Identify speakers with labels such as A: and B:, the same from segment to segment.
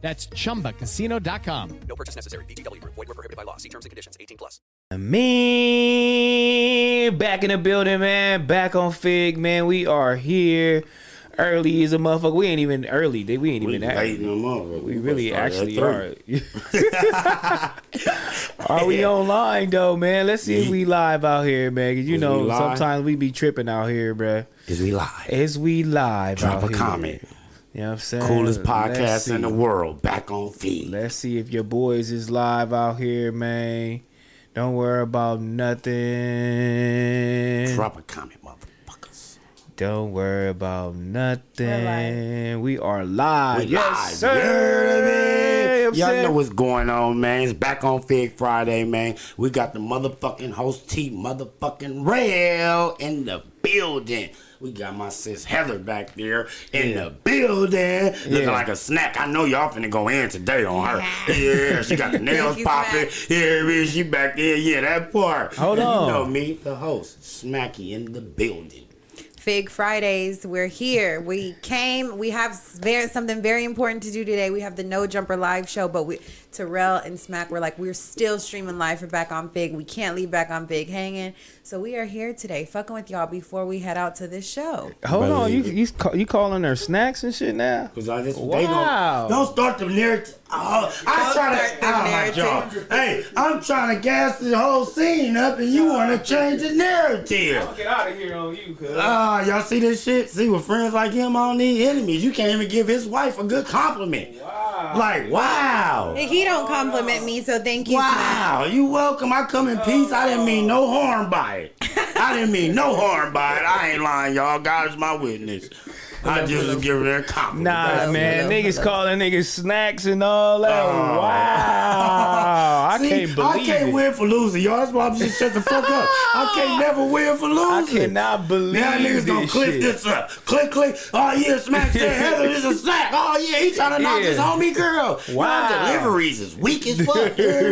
A: That's chumbacasino.com.
B: No purchase necessary. VGW Group. Void were prohibited by law. See terms and conditions. 18 plus.
C: Me back in the building, man. Back on Fig, man. We are here. Early as a motherfucker. We ain't even early. They- We ain't
D: We
C: even that.
D: late in the motherfucker.
C: We
D: We
C: really
D: gonna start
C: actually are.
D: at
C: are we online though, man? Let's see if we live out here, man. 'Cause you
D: Is
C: know,
D: we live?
C: sometimes we be tripping out here, bruh.
D: Is we live?
C: Is we live?
D: Drop
C: out
D: a
C: here.
D: comment.
C: You know what I'm saying?
D: Coolest
C: Let's
D: podcast in the
C: see.
D: world. Back on feed.
C: Let's see if your boys is live out here, man. Don't worry about nothing.
D: Drop a comment, motherfuckers.
C: Don't worry about nothing. We are live.
D: We
C: yes,
D: live.
C: sir. You know what I'm
D: Y'all
C: saying?
D: know what's going on, man. It's back on Fig Friday, man. We got the motherfucking host T motherfucking rail in the building. We got my sis Heather back there in the building, looking
C: Yeah.
D: like a snack. I know y'all finna go in today on her. Yeah, she got the nails popping. Yeah, man, she back there. Yeah, that part.
C: Hold
D: And
C: on.
D: You know me, the host, Smacky in the building.
E: Fig Fridays. We're here. We came. We have very, something very important to do today. We have the No Jumper live show, but we Terrell and Smack were like, we're still streaming live for Back on Fig. We can't leave Back on Fig hanging. So we are here today, fucking with y'all before we head out to this show.
C: Hold
D: Brother,
C: on, you
D: you-
C: you, call, you calling her snacks and shit now?
D: Cause I just they
C: Wow.
D: gon' don't start the narrative. Oh, I
E: Don't
D: try
E: start
D: to
E: the
D: oh my
E: narrative.
D: God. Hey, I'm trying to gas the whole scene up, and you want to change the narrative.
C: Get out of here on you, cuz.
D: Ah, y'all see this shit? See, with friends like him, I don't need enemies. You can't even give his wife a good compliment. Wow. Like wow.
E: He don't compliment me, so thank you. Smack.
D: Wow, you welcome. I come in peace. I didn't mean no harm by it. I didn't mean no harm by it. I ain't lying, y'all. God is my witness. I just was giving her a compliment.
C: Nah,
D: That's
C: man, niggas calling niggas snacks and all that.
D: Oh.
C: Wow, I
D: See,
C: can't believe
D: I can't
C: it.
D: win for losing, y'all. That's why I'm just shut the fuck up. I can't never win for
C: I
D: losing.
C: cannot believe
D: Now niggas gonna
C: this
D: click
C: shit.
D: this up. Click, click. Oh yeah, smack that Heather is a snack. Oh yeah, he trying to knock
C: Yeah.
D: his homie girl.
C: Wow.
D: My deliveries is weak as fuck.
E: Put that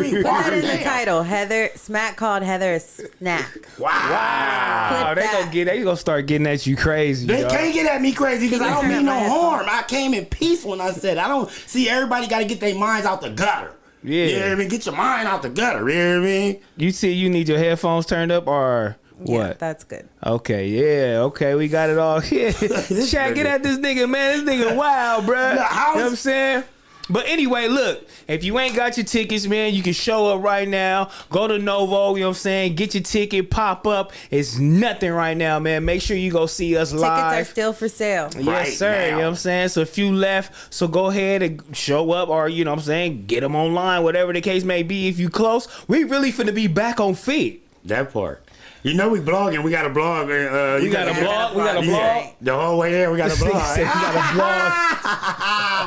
E: in the
D: wow.
E: title. Heather Smack called Heather a snack.
C: Wow,
E: Clip
C: they
E: that.
C: gonna get they gonna start getting at you crazy.
D: They
C: yo.
D: can't get at me crazy because I don't
E: Turn up
D: mean no
E: my headphones.
D: harm. I came in peace when I said I don't see everybody got to get their minds out the gutter.
C: Yeah.
D: you know what I mean, get your mind out the gutter. You know what I mean?
C: You see, you need your headphones turned up or
E: Yeah,
C: what?
E: that's good.
C: Okay, yeah, okay, we got it all here. Shaq, get
D: nigga.
C: at this nigga, man. This nigga wild, bruh.
D: Nah, how
C: you know
D: is-
C: what I'm saying? But anyway, look, if you ain't got your tickets, man, you can show up right now. Go to Novo, you know what I'm saying? Get your ticket, pop up. It's nothing right now, man. Make sure you go see us live.
E: Tickets are still for sale.
C: Yes,
D: Right
C: sir. You know
D: now.
C: what I'm saying? So a few left. So go ahead and show up or, you know what I'm saying, get them online, whatever the case may be. If you close, we really finna be back on feet.
D: That part. You know we blogging. We got a blog. Uh,
C: We
D: you
C: got a
E: gotta-
C: blog. We got a
E: Yeah.
C: blog.
D: The whole way there, we got a
C: This nigga
D: blog. Ah,
C: said we got a blog.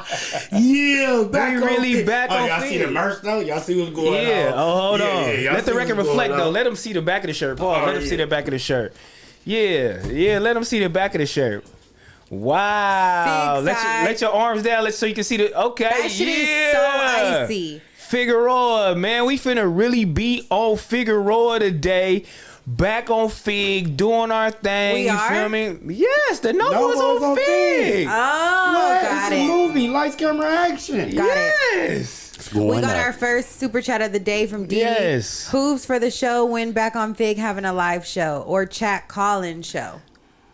D: yeah, back
C: We really
D: on
C: back
D: oh,
C: on
D: y'all see
C: feed.
D: the merch though? Y'all see what's going on?
C: Yeah. Oh, hold
D: Yeah,
C: on.
D: yeah, y'all
C: let the
D: see
C: record
D: what's going
C: reflect though.
D: on.
C: Let them see the back of the shirt, Paul.
D: Oh,
C: let them see
D: yeah.
C: the back of the shirt. Yeah. Yeah. Let them see the back of the shirt. Wow.
E: Big
C: Let your,
E: side.
C: let your arms down. Let so you can see the. Okay.
E: That shit
C: yeah.
E: is so icy.
C: Figueroa, man, we finna really be on Figueroa today. Back on Fig, doing our thing.
E: We
C: you
E: are?
C: feel me? Yes, the number
D: No
C: was on,
D: one's on
C: Fig.
D: Fig.
E: Oh,
D: What?
E: got
D: it's
E: it.
D: a movie, lights, camera, action.
E: Got it.
C: yes.
E: We got our first super chat of the day from D.
C: Yes.
E: Hooves for the show when back on Fig having a live show or chat call in show.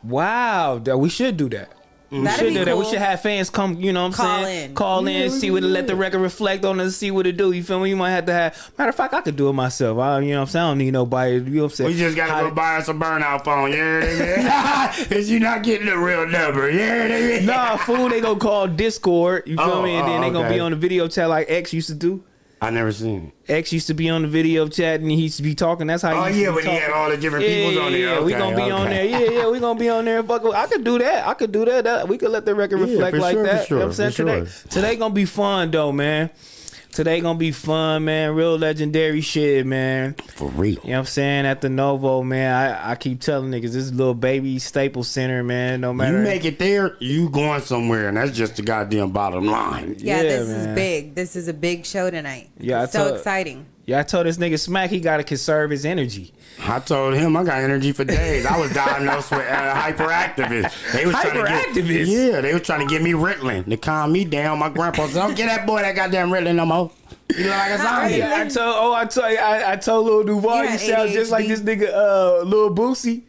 C: Wow, that we should do that.
E: That'd
C: should
E: be
C: do that. We
E: cool.
C: should have fans come, you know what I'm
E: Call
C: saying?
E: in.
C: Call in, see what it let the record reflect on us, see what it do. You feel me? You might have to have matter of fact, I could do it myself. I you know what I'm saying? I don't need nobody. You know what I'm saying?
D: We just gotta
C: How-
D: go buy us a burnout phone. Yeah, because you're not getting the real number. Yeah,
C: Nah, fool, they gonna call Discord, you feel
D: Oh,
C: me? And
D: oh,
C: then they gonna
D: okay.
C: be on the video chat like X used to do.
D: I never seen it.
C: X used to be on the video chat and he used to be talking. That's how.
D: Oh,
C: he used
D: yeah,
C: to be
D: when he
C: talking.
D: had all the different
C: yeah,
D: peoples on
C: yeah,
D: there.
C: Yeah, we
D: Okay,
C: gonna be on there.
D: okay.
C: Yeah, yeah, we gonna be on there. And fuck, with- I could do that. I could do that. that. We could let the record
D: Yeah,
C: reflect
D: for
C: like
D: sure, for
C: that. you know what I'm
D: sure,
C: saying
D: for
C: today, today gonna be fun though, man. Today gonna be fun, man. Real legendary shit, man.
D: For real.
C: You know what I'm saying? At the Novo, man, I, I keep telling niggas this is little baby Staples Center, man. No
D: You
C: matter
D: make it there, you going somewhere, and that's just the goddamn bottom line.
E: Yeah,
C: Yeah,
E: this
C: man.
E: is big. This is a big show tonight.
C: Yeah, I
E: It's so
C: told-
E: exciting.
C: Yeah, I told this nigga Smack he gotta conserve his energy.
D: I told him I got energy for days. I was diagnosed with uh, hyperactivist. They was trying to
C: Hyperactivist?
D: get, Yeah, they was trying to get me Ritalin to calm me down. My grandpa said, "Don't get that boy that goddamn Ritalin no more. You look like a zombie."
E: Really?
C: I told oh I told I, I told Lil Duval
E: You
C: you
E: had
C: sound just like this
E: ADHD.
C: nigga uh Lil Boosie.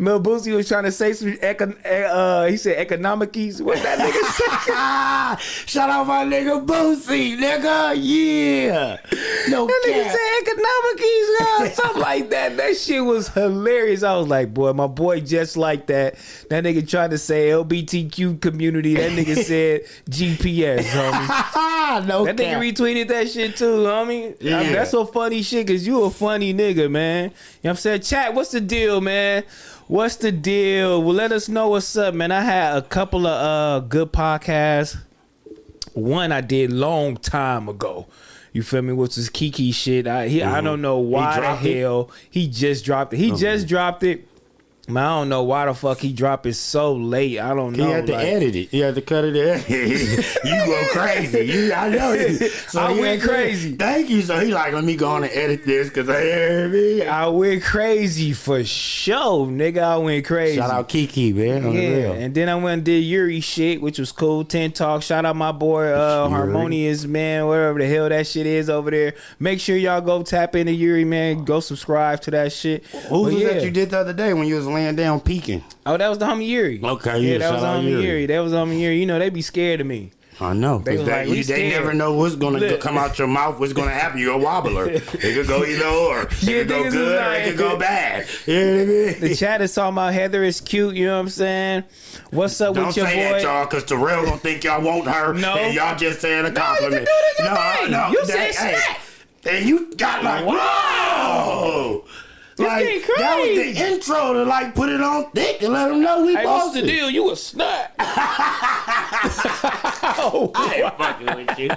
C: Lil Boosie was trying to say some econ uh he said economicies. What that nigga say?
D: Ah, Shout out my nigga Boosie, nigga. Yeah. No
C: That nigga
D: cap.
C: said economic ease, uh, something like that. That shit was hilarious. I was like, boy, my boy just like that. That nigga tried to say LBTQ community. That nigga said GPS, homie.
D: no
C: That nigga
D: cap.
C: retweeted that shit too, homie. I mean,
D: Yeah.
C: that's so funny shit, cause you a funny nigga, man. You know what I'm saying? Chat, what's the deal, man? What's the deal? Well, let us know what's up, man. I had a couple of uh good podcasts one I did long time ago. You feel me? Which was Kiki shit. I he, I don't know why
D: Mm-hmm.
C: the
D: dropped it? Oh,
C: hell he just dropped it. He just dropped it. Man, I don't know why the fuck he dropped it so late. I don't
D: He
C: know.
D: had to
C: like-
D: edit it. He had to cut it. in. you go crazy. You, I know you.
C: I
D: he had
C: went
D: to-
C: crazy.
D: Thank you. So he like, let me go on and edit this because I hear me.
C: I went crazy for sure, nigga. I went crazy.
D: Shout out Kiki, man. On
C: Yeah,
D: the real.
C: and then I went and did Yuri shit, which was cool. Ten Talk, shout out my boy uh,
D: Yuri.
C: Harmonious Man, whatever the hell that shit is over there. Make sure y'all go tap into Yuri man, go subscribe to that shit.
D: Who
C: But
D: was
C: yeah.
D: that you did the other day when you was laying down peeking?
C: Oh, that was the homie Yuri.
D: Okay,
C: yeah,
D: yeah,
C: that was
D: shout out
C: homie Yuri.
D: Yuri.
C: That was homie Yuri. You know they be scared of me.
D: I know. 'cause
C: They was
D: that-
C: like,
D: you-
C: "We
D: they
C: scared."
D: never know what's gonna go-
C: Look.
D: come out your mouth, what's gonna happen. You're a wobbler. it could go either or. It
C: Yeah,
D: could
C: niggas
D: go
C: is
D: good or
C: like-
D: it could go bad. You know what I mean?
C: The chat is talking about Heather is cute. You know what I'm saying? What's up
D: Don't
C: with your
D: say
C: boy?
D: that, y'all, because Terrell don't think y'all want her.
C: No.
D: And y'all just saying a compliment.
C: do your thing. You
D: that-
C: said snack.
D: And you got like, whoa! Like,
C: getting
D: that was
C: crazy.
D: the intro to like put it on thick and let them know we
C: Hey, what's
D: bossy.
C: the deal? You a snot. oh,
D: I ain't fucking with you.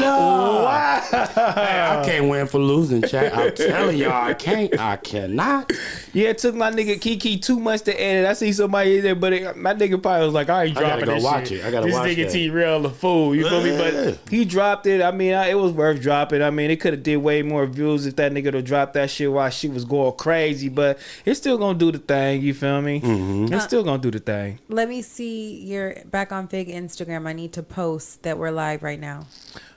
D: No. Hey, I can't win for losing, chat. I'm telling y'all, I can't. I cannot.
C: Yeah, it took my nigga Kiki two months to edit. I see somebody in there, but it, my nigga probably was like, "I ain't
D: I gotta
C: dropping
D: go
C: this
D: watch
C: shit."
D: it. I gotta
C: this
D: watch
C: nigga
D: that.
C: T real the fool. You feel me? But he dropped it. I mean, I, it was worth dropping. I mean, it could have did way more views if that nigga would dropped that shit while she was going crazy. But it's still gonna do the thing. You feel me?
D: Mm-hmm.
C: It's still gonna do the thing.
E: Let me see your back on Fig Instagram. I need to post that we're live right now.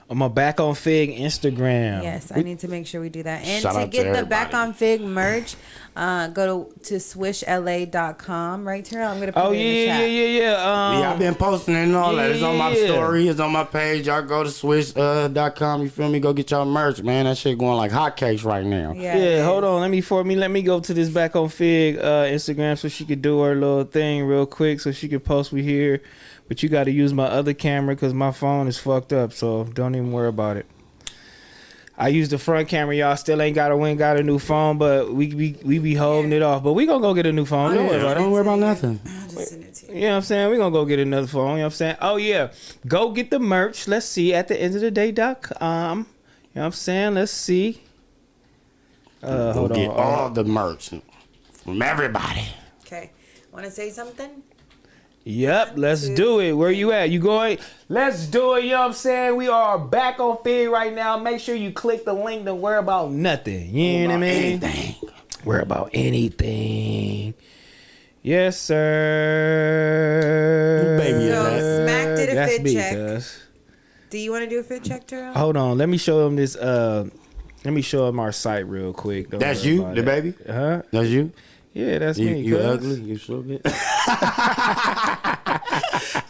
C: I'm a back on Fig Instagram.
E: Yes, I need to make sure we do that. And
D: Shout
E: to
D: out to
E: get the
D: everybody.
E: back on Fig merch, uh, go to, to swishla.com. Right, Terrell? I'm going to put
C: Oh
E: it
C: yeah,
E: in the
C: yeah,
E: chat.
C: yeah, yeah. Um,
D: yeah, I've been posting it and all that. It's on my
C: yeah.
D: story. It's on my page. Y'all go to swish.com. Uh, .com, you feel me? Go get y'all merch, man. That shit going like hotcakes right now.
E: Yeah.
C: Yeah, hold on. Let me for me. Let me go to this back on Fig uh, Instagram so she could do her little thing real quick so she could post we here. But you got to use my other camera because my phone is fucked up. So don't even worry about it. I use the front camera. Y'all still ain't got a win, got a new phone, but we we, we be holding it off. But we gonna go get a new phone. Don't worry about it.
D: Oh, Yeah, don't worry about nothing.
E: I'll just send it to you.
C: You know what I'm saying? We're gonna go get another phone. You know what I'm saying? Oh yeah. Go get the merch. Let's see at the end of the day day.com. You know what I'm saying? Let's see.
D: Go
C: Uh, hold
D: get
C: on.
D: all the merch from everybody.
E: Okay. Want to say something?
C: Yep, let's do it. Where you at? You going? Let's do it. You know what I'm saying? We are back on feed right now. Make sure you click the link. Don't worry about nothing. You know what I mean?
D: Anything.
C: Worry about anything. Yes, sir.
D: Baby,
E: So,
D: yeah.
E: Smack did a
C: That's
E: fit
C: me,
E: check.
C: cuz.
E: Do you want to do a fit check, Terrell?
D: Oh.
C: Hold on. Let me show them this. Uh, let me show them our site real quick. Don't
D: That's
C: worry
D: you,
C: about
D: the
C: it.
D: baby.
C: Huh?
D: That's you.
C: Yeah, that's
D: You,
C: me.
D: you
C: cuz.
D: ugly. You stupid.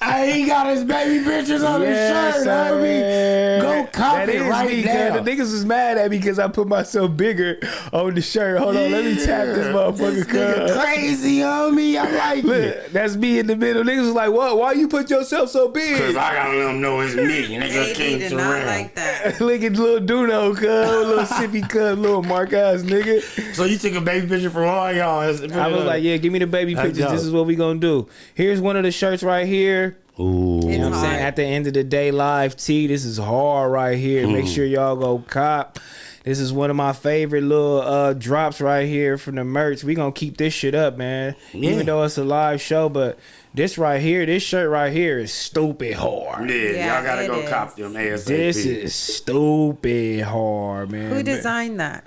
D: I, he got his baby pictures on
C: Yes,
D: his shirt. I
C: sir.
D: mean, go
C: That
D: copy
C: is
D: it right
C: me,
D: now.
C: cuz The niggas was mad at me because I put myself bigger on the shirt. Hold on, let me tap this
D: Yeah.
C: motherfucker.
D: nigga
C: cuz.
D: crazy on me. I like it.
C: Look, that's me in the middle. Niggas was like, "What? Why you put yourself so
D: Cause
C: big?"
D: I gotta let him know it's me. Nigga
E: AD
D: King
E: did not
D: Terrell.
E: like that.
C: Look at little Duno, cuz little sippy, cuz little Mark Eyes, nigga.
D: So you took a baby picture from all y'all. I
C: I was like, "Yeah, give me the baby
D: That's
C: pictures. This
D: dope.
C: is what we gonna do. Here's one of the shirts right here."
D: Ooh.
E: It's
C: You know what I'm
E: hard.
C: saying? At the end of the day, live T, this is hard right here. Make
D: Hmm.
C: sure y'all go cop. This is one of my favorite little uh, drops right here from the merch. We gonna keep this shit up, man.
D: Yeah.
C: Even though it's a live show, but this right here, this shirt right here is stupid hard.
D: Yeah,
E: Yeah,
D: y'all gotta
E: it
D: go
E: is.
D: cop them ASAP.
C: This is stupid hard, man.
E: Who designed that?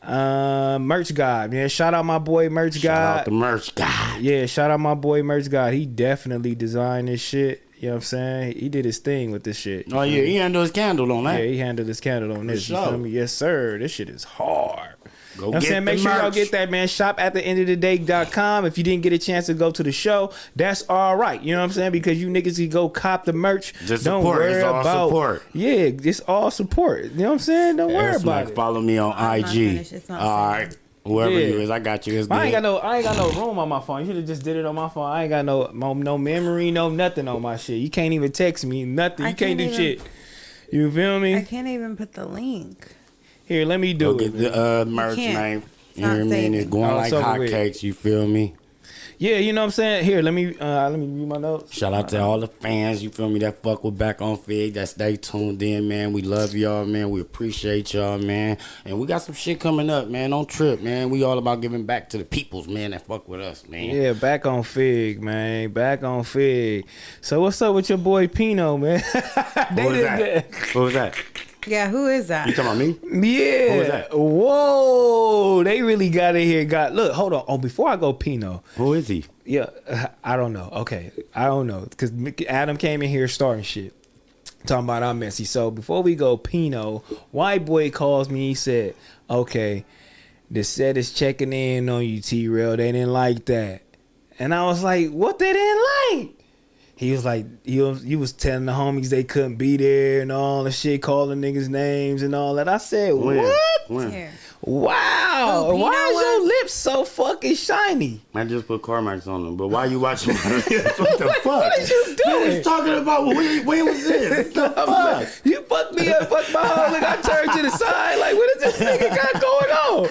C: Uh, merch God, man. Shout out my boy, merch
D: Shout
C: God.
D: out the merch guy.
C: Yeah, shout out my boy Merch God. He definitely designed this shit. You know what I'm saying? He did his thing with this shit.
D: Oh yeah, he handled his candle on that.
C: Yeah, he handled his candle on this. You
D: sure.
C: feel me? Yes, sir. This shit is hard.
D: Go
C: You know what I'm
D: get
C: saying? Make
D: the
C: sure y'all
D: merch.
C: get that, man. Shop at the end of the day.com. If you didn't get a chance to go to the show, that's all right. You know what I'm saying? Because you niggas can go cop the merch.
D: Just
C: Don't
D: support.
C: worry
D: It's all
C: about
D: support.
C: Yeah, it's all support. You know what I'm saying? Don't worry
D: That's
C: about
D: Mac.
C: it.
D: Follow me on
E: I'm not finished.
D: IG.
E: It's
D: All
E: not
D: right, whoever
C: Yeah.
D: you is, I got you. It's
C: I
D: good.
C: ain't got no, I ain't got no room on my phone. You should have just did it on my phone. I ain't got no, no, no memory, no nothing on my shit. You can't even text me, nothing.
E: I
C: You
E: can't
C: can't, do
E: even-
C: shit. You feel
E: I
C: me?
E: can't even put the link.
C: Here, let me
D: Go
C: do
D: get
C: it.
D: the uh, merch,
E: can't.
D: man.
E: It's
D: You know
E: not
D: what I mean?
E: saving.
D: It's going
C: Oh,
D: like
C: it's over with.
D: hotcakes. You feel me?
C: Yeah, you know what I'm saying. Here, let me, uh, let me read my notes.
D: Shout out to all the fans, you feel me, that fuck with Back on Fig, that stay tuned in, man. We love y'all, man. We appreciate y'all, man. And we got some shit coming up, man. Don't trip, man. We all about giving back to the peoples, man, that fuck with us, man.
C: Yeah, back on Fig, man. Back on Fig. So what's up with your boy Pino, man?
D: What was
C: did
D: that? What was that?
E: Yeah, who is that?
D: You talking about me?
C: Yeah.
D: was that?
C: Whoa, they really got in here. Got look. Hold on. Oh, before I go, Pino.
D: Who is he?
C: Yeah, I don't know. Okay, I don't know because Adam came in here starting shit, talking about I'm messy. So before we go, Pino, white boy calls me. He said, "Okay, the set is checking in on you, T Rail. They didn't like that," and I was like, "What they didn't like?" He was like, "You was, you was telling the homies they couldn't be there and all the shit, calling niggas names and all that." I said,
D: When?
C: "What?
D: When?
E: Here.
C: Wow!
E: Who, Oh, Pino
C: Why is your
E: was?
C: lips so fucking shiny?"
D: I just put Carmax on him, but why you watching? what the fuck?
C: What did you do?
D: We was talking about when, when was this? the
C: I'm
D: fuck?
C: like, you fucked me up, fuck my whole look. I turned to the side, like, what is this nigga got going on?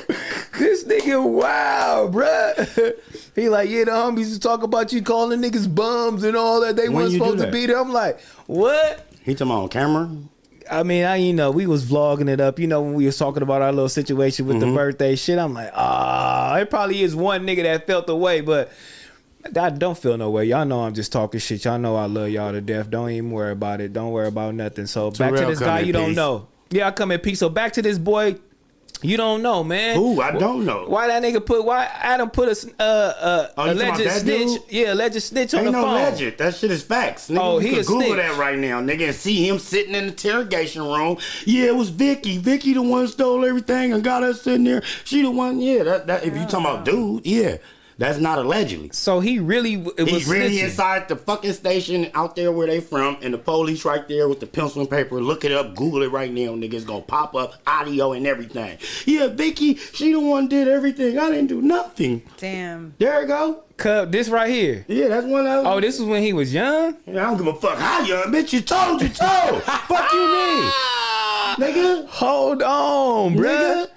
C: This nigga, wow, bruh. He like, yeah, the homies was talking about you calling niggas bums and all that. They
D: When
C: weren't
D: you do
C: supposed to
D: that?
C: be there. I'm like, what?
D: He talking about on camera?
C: I mean, I you know, we was vlogging it up. You know, when we was talking about our little situation with
D: Mm-hmm.
C: the birthday shit, I'm like, ah, it probably is one nigga that felt the way, but I don't feel no way. Y'all know I'm just talking shit. Y'all know I love y'all to death. Don't even worry about it. Don't worry about nothing. So back to
D: Terrell
C: this
D: come
C: guy
D: in
C: you don't
D: peace.
C: know. Yeah, I come in peace. So back to this boy. You don't know, man.
D: Who? I don't know.
C: Why that nigga put? Why Adam put a s- uh, uh,
D: Oh, you talking about
C: alleged
D: that
C: snitch?
D: dude?
C: Yeah, alleged snitch on
D: Ain't
C: the
D: no
C: phone.
D: legend. That shit is facts. Nigga,
C: Oh,
D: oh,
C: he
D: he
C: a
D: Google
C: snitch.
D: that right now, nigga, and see him sitting in the interrogation room. Yeah, it was Vicky. Vicky the one stole everything and got us in there. She the one. Yeah, that, that if you talking about dude, yeah, that's not allegedly.
C: So he really w- it was
D: He's really
C: snitching.
D: inside the fucking station out there where they from, and the police right there with the pencil and paper. Look it up, Google it right now, nigga. It's gonna pop up audio and everything. Yeah, Vicky, she the one did everything. I didn't do nothing.
E: Damn.
D: There it go.
C: Cub, this right here.
D: Yeah, that's one of
C: Oh, this was when he was young.
D: I don't give a fuck how young bitch you told you told. fuck you mean, nigga,
C: Hold on, bruh.
D: nigga.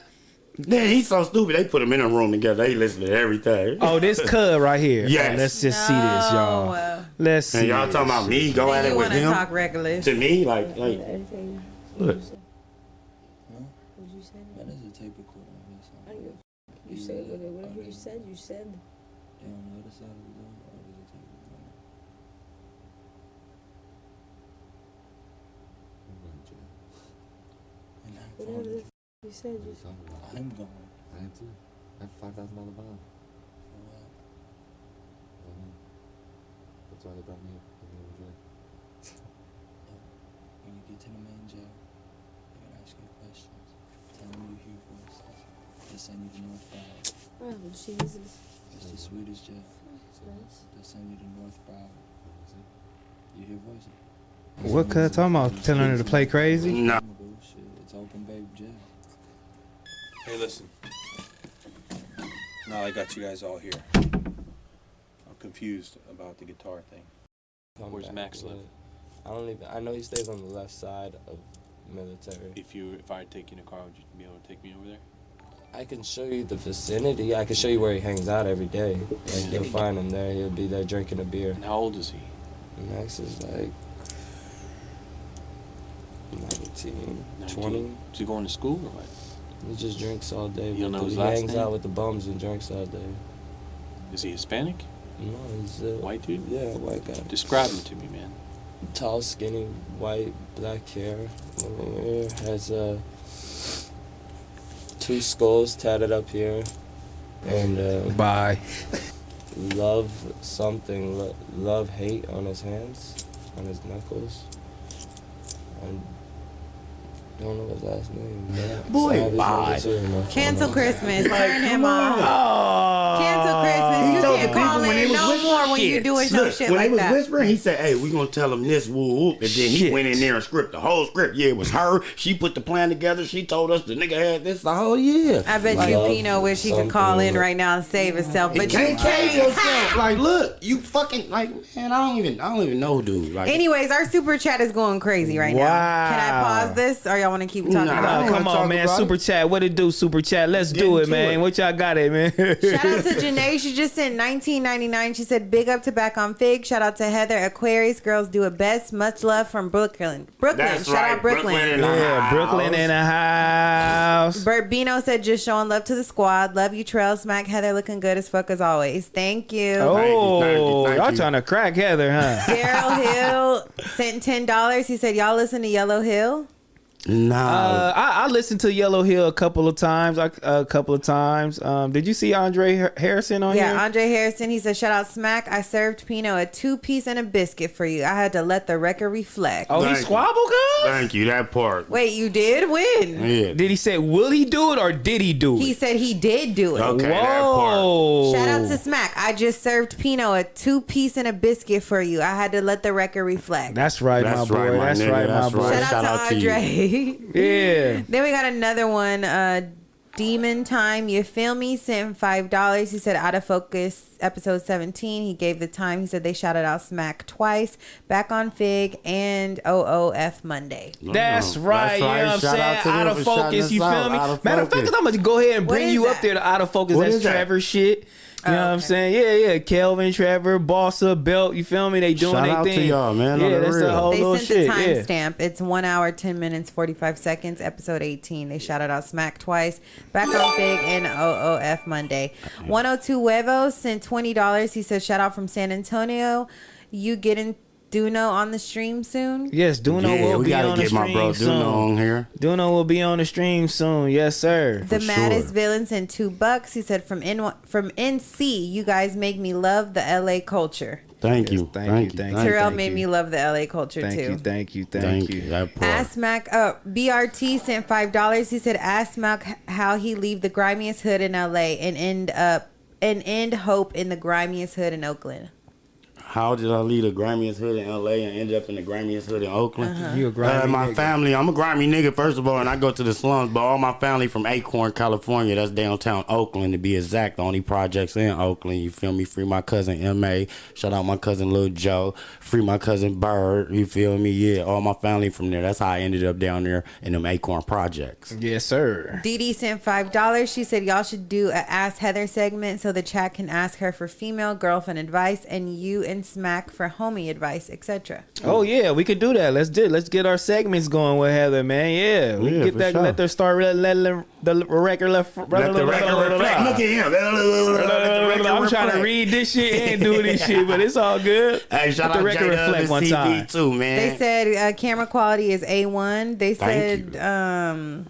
D: Then he's so stupid. They put him in a room together. They listen to everything.
C: Oh, this cub right here.
D: Yes.
C: Oh, let's just see this, y'all.
E: No.
C: Let's see.
D: and y'all
C: this.
D: talking about me go at it
E: You
D: with
E: want to
D: him?
E: talk reckless?
D: To me, like, like
F: That
D: look,
F: is a tape recorder. I guess. You said okay, whatever you said, you said. Yeah, on the other side of the door, or is it tape recorder? And I'm Whatever the f- you said, you said. I'm going. I am too. I have five thousand dollar bond. For what? For me. That's why they brought me up. When you get to the main jail, they're gonna ask you questions. Tell them you're here for us. They'll send you to North Broward.
G: Oh, Jesus.
F: It's the sweetest jail. They'll send you to North Broward. You hear voices.
C: What cuz talking about telling her to play crazy?
D: No.
F: Bullshit. It's open babe jail. Hey, listen.
G: Now I got you guys all here. I'm confused about the guitar thing.
F: Come
G: Where's
F: back,
G: Max
F: brother.
G: live?
F: I don't even. I know he stays on the left side of military.
G: If you if I take you in a car, would you be able to take me over there?
F: I can show you the vicinity. I can show you where he hangs out every day. Like you'll find him there. He'll be there drinking a beer.
G: And how old is he?
F: Max is like 19, 20.
G: 19? Is he going to school or what?
F: He just drinks all day.
G: You don't
F: with
G: know
F: the-
G: his
F: he
G: last
F: hangs
G: name?
F: out with the bums and drinks all day.
G: Is he Hispanic?
F: No, he's a
G: White dude?
F: Yeah, a white guy.
G: Describe him to me, man.
F: Tall, skinny, white, black hair. long hair, Has uh, two skulls tatted up here, and uh,
C: Bye.
F: love something, lo- love hate on his hands, on his knuckles. I don't know his last name. man.
D: Boy,
F: Savage
D: bye.
F: Negative, no, I don't
E: Cancel
F: know.
E: Christmas. Turn him
D: come
E: off.
D: Oh.
E: Cancel Christmas. You
D: told
E: can't
D: the people
E: call
D: when they
E: in
D: was
E: no
D: whispering-
E: more when you
C: shit.
E: doing some
D: Look,
E: shit
D: when they
E: like
D: was
E: that.
D: whispering, he said, "Hey, we gonna tell him this woo whoop," and then he
C: Shit.
D: went in there and script the whole script. Yeah, it was her. She put the plan together. She told us the nigga had this the whole year.
E: I bet
F: Like,
E: you
F: love
E: Pino wish he could call in
F: something.
E: right now and save himself, but you
D: oh, can't save
E: can't.
D: yourself. Like, look, you fucking like, man. I don't even, I don't even know, dude. Like,
E: Anyways, our super chat is going crazy right now. Can I
C: Wow.
E: pause this, or y'all want to keep talking
D: Nah.
E: about
C: Oh,
E: it?
C: come
D: talk
C: on, man.
D: about
C: Super chat. What it do, super chat? Let's do
D: Get
C: it,
D: into
C: man.
D: it.
C: What y'all got it, man?
E: Shout out to Janae. She just sent 1999. She said, "Big up to Back on Fig." Shout out to Heather Aquarius. Girls do it best. Much love from Brooklyn. Brooklyn.
D: That's
E: Shout
D: right,
E: out Brooklyn.
D: Brooklyn.
C: yeah, Brooklyn in a house.
E: Bert Bino said, "Just showing love to the squad. Love you, Trail Smack. Heather looking good as fuck as always. Thank you."
C: Oh,
D: Thank you, thank you,
C: y'all
D: thank you.
C: trying to crack Heather, huh?
E: Daryl Hill sent ten dollars. He said, "Y'all listen to Yellow Hill."
D: nah,
C: Uh, I, I listened to Yellow Hill a couple of times. I, a couple of times. Um, did you see Andre Har- Harrison on
E: Yeah,
C: here?
E: Andre Harrison. He said, "Shout out Smack. I served Pino a two piece and a biscuit for you. I had to let the record reflect."
C: oh,
D: Thank
C: he
D: you.
C: squabbled, cuz?
D: thank you. That part.
E: Wait, you did win.
D: Yeah.
C: Did he say, will he do it or did he do it? Oh.
E: He said he did do it.
D: Okay, that part.
C: Whoa.
E: Shout out to Smack. I just served Pino a two piece and a biscuit for you. I had to let the record reflect.
C: That's right, my
D: That's
C: boy.
D: right, my
C: that's
D: nigga.
C: right, my
D: That's
C: boy.
D: right.
E: Shout out
D: shout
E: to
D: out to you.
E: Andre.
C: Yeah.
E: then we got another one. Uh, Demon Time, you feel me? Sent five dollars. He said out of focus, episode seventeen. He gave the time. He said they shouted out Smack twice. Back on Fig and OOF Monday.
C: That's right. You know what I'm
D: Shout
C: saying?
D: out
C: Out,
D: to them
C: of
D: for shouting
C: focus. You
D: us out.
C: feel me?
D: Out of
C: Matter of fact,
D: focus.
C: I'm going to go ahead and
E: What
C: bring
E: is
C: you
E: that?
C: up there to out of focus.
D: What
C: That's
D: is that?
C: Trevor shit. You know what I'm
E: okay.
C: saying? Yeah, yeah. Kelvin, Trevor, Bossa, Belt. You feel me? They doing
D: Shout
C: their
D: out to
C: thing.
D: y'all, man,
C: Yeah,
D: on the
C: that's the
D: real.
C: whole
E: They
C: Oh,
E: sent
C: little shit.
E: the
C: yeah.
E: timestamp. It's one hour, ten minutes, forty-five seconds, episode eighteen. They shouted out Smack twice. Back on Big and OOF Monday. One hundred two Huevos sent twenty dollars. He says shout out from San Antonio. You getting Duno on the stream soon?
C: Yes, Duno
D: Yeah,
C: will
D: we
C: be
D: gotta
C: on the
D: get my
C: stream
D: bro
C: soon.
D: Duno on here.
C: Duno will be on the stream soon. Yes, sir.
E: The
D: For
E: maddest
D: sure.
E: villains and two bucks. He said from N from NC. You guys make me love the LA culture.
D: Thank you,
C: Yes, thank
D: thank
C: you,
D: you,
C: thank you.
E: Terrell
D: thank
E: made
D: you.
E: me love the LA culture
C: Thank
E: too.
C: you, thank you, thank,
D: Thank you.
C: you.
D: That part.
E: Ask Mac. Oh, BRT sent five dollars. He said, "Ask Mac how he leave the grimiest hood in LA and end up and end hope in the grimiest hood in Oakland."
D: How did I leave the grimiest hood in LA and end up in the grimiest hood in Oakland?
E: Uh-huh.
C: You a grimy
D: Uh, my
C: nigga.
D: family, I'm a grimy nigga first of all, and I go to the slums. But all my family from Acorn, California, that's downtown Oakland to be exact. The only projects in Oakland, you feel me? Free my cousin Ma. Shout out my cousin Lil Joe. Free my cousin Bird. You feel me? Yeah, all my family from there. That's how I ended up down there in them Acorn projects.
C: Yes, sir.
E: Dee Dee sent five dollars. She said, "Y'all should do a Ask Heather segment so the chat can ask her for female girlfriend advice and you and Smack for homie advice, etc."
C: Oh yeah, we could do that. Let's do. Let's get our segments going with Heather, man. Yeah, we can
D: Yeah,
C: get
D: for
C: that.
D: sure.
C: Let her start. Let, let, let the record. Let, let,
D: Let the record reflect. Look at him. Let the record
C: I'm trying to
D: reflect.
C: read this shit and do this shit, but it's all good.
D: Hey, shout
C: Let
D: out
C: the record
D: J-Dub
C: reflect
D: and
C: one
D: CB
C: time.
D: too, man.
E: They said uh, camera quality is a one. They
D: Thank
E: said,
D: you.
E: um,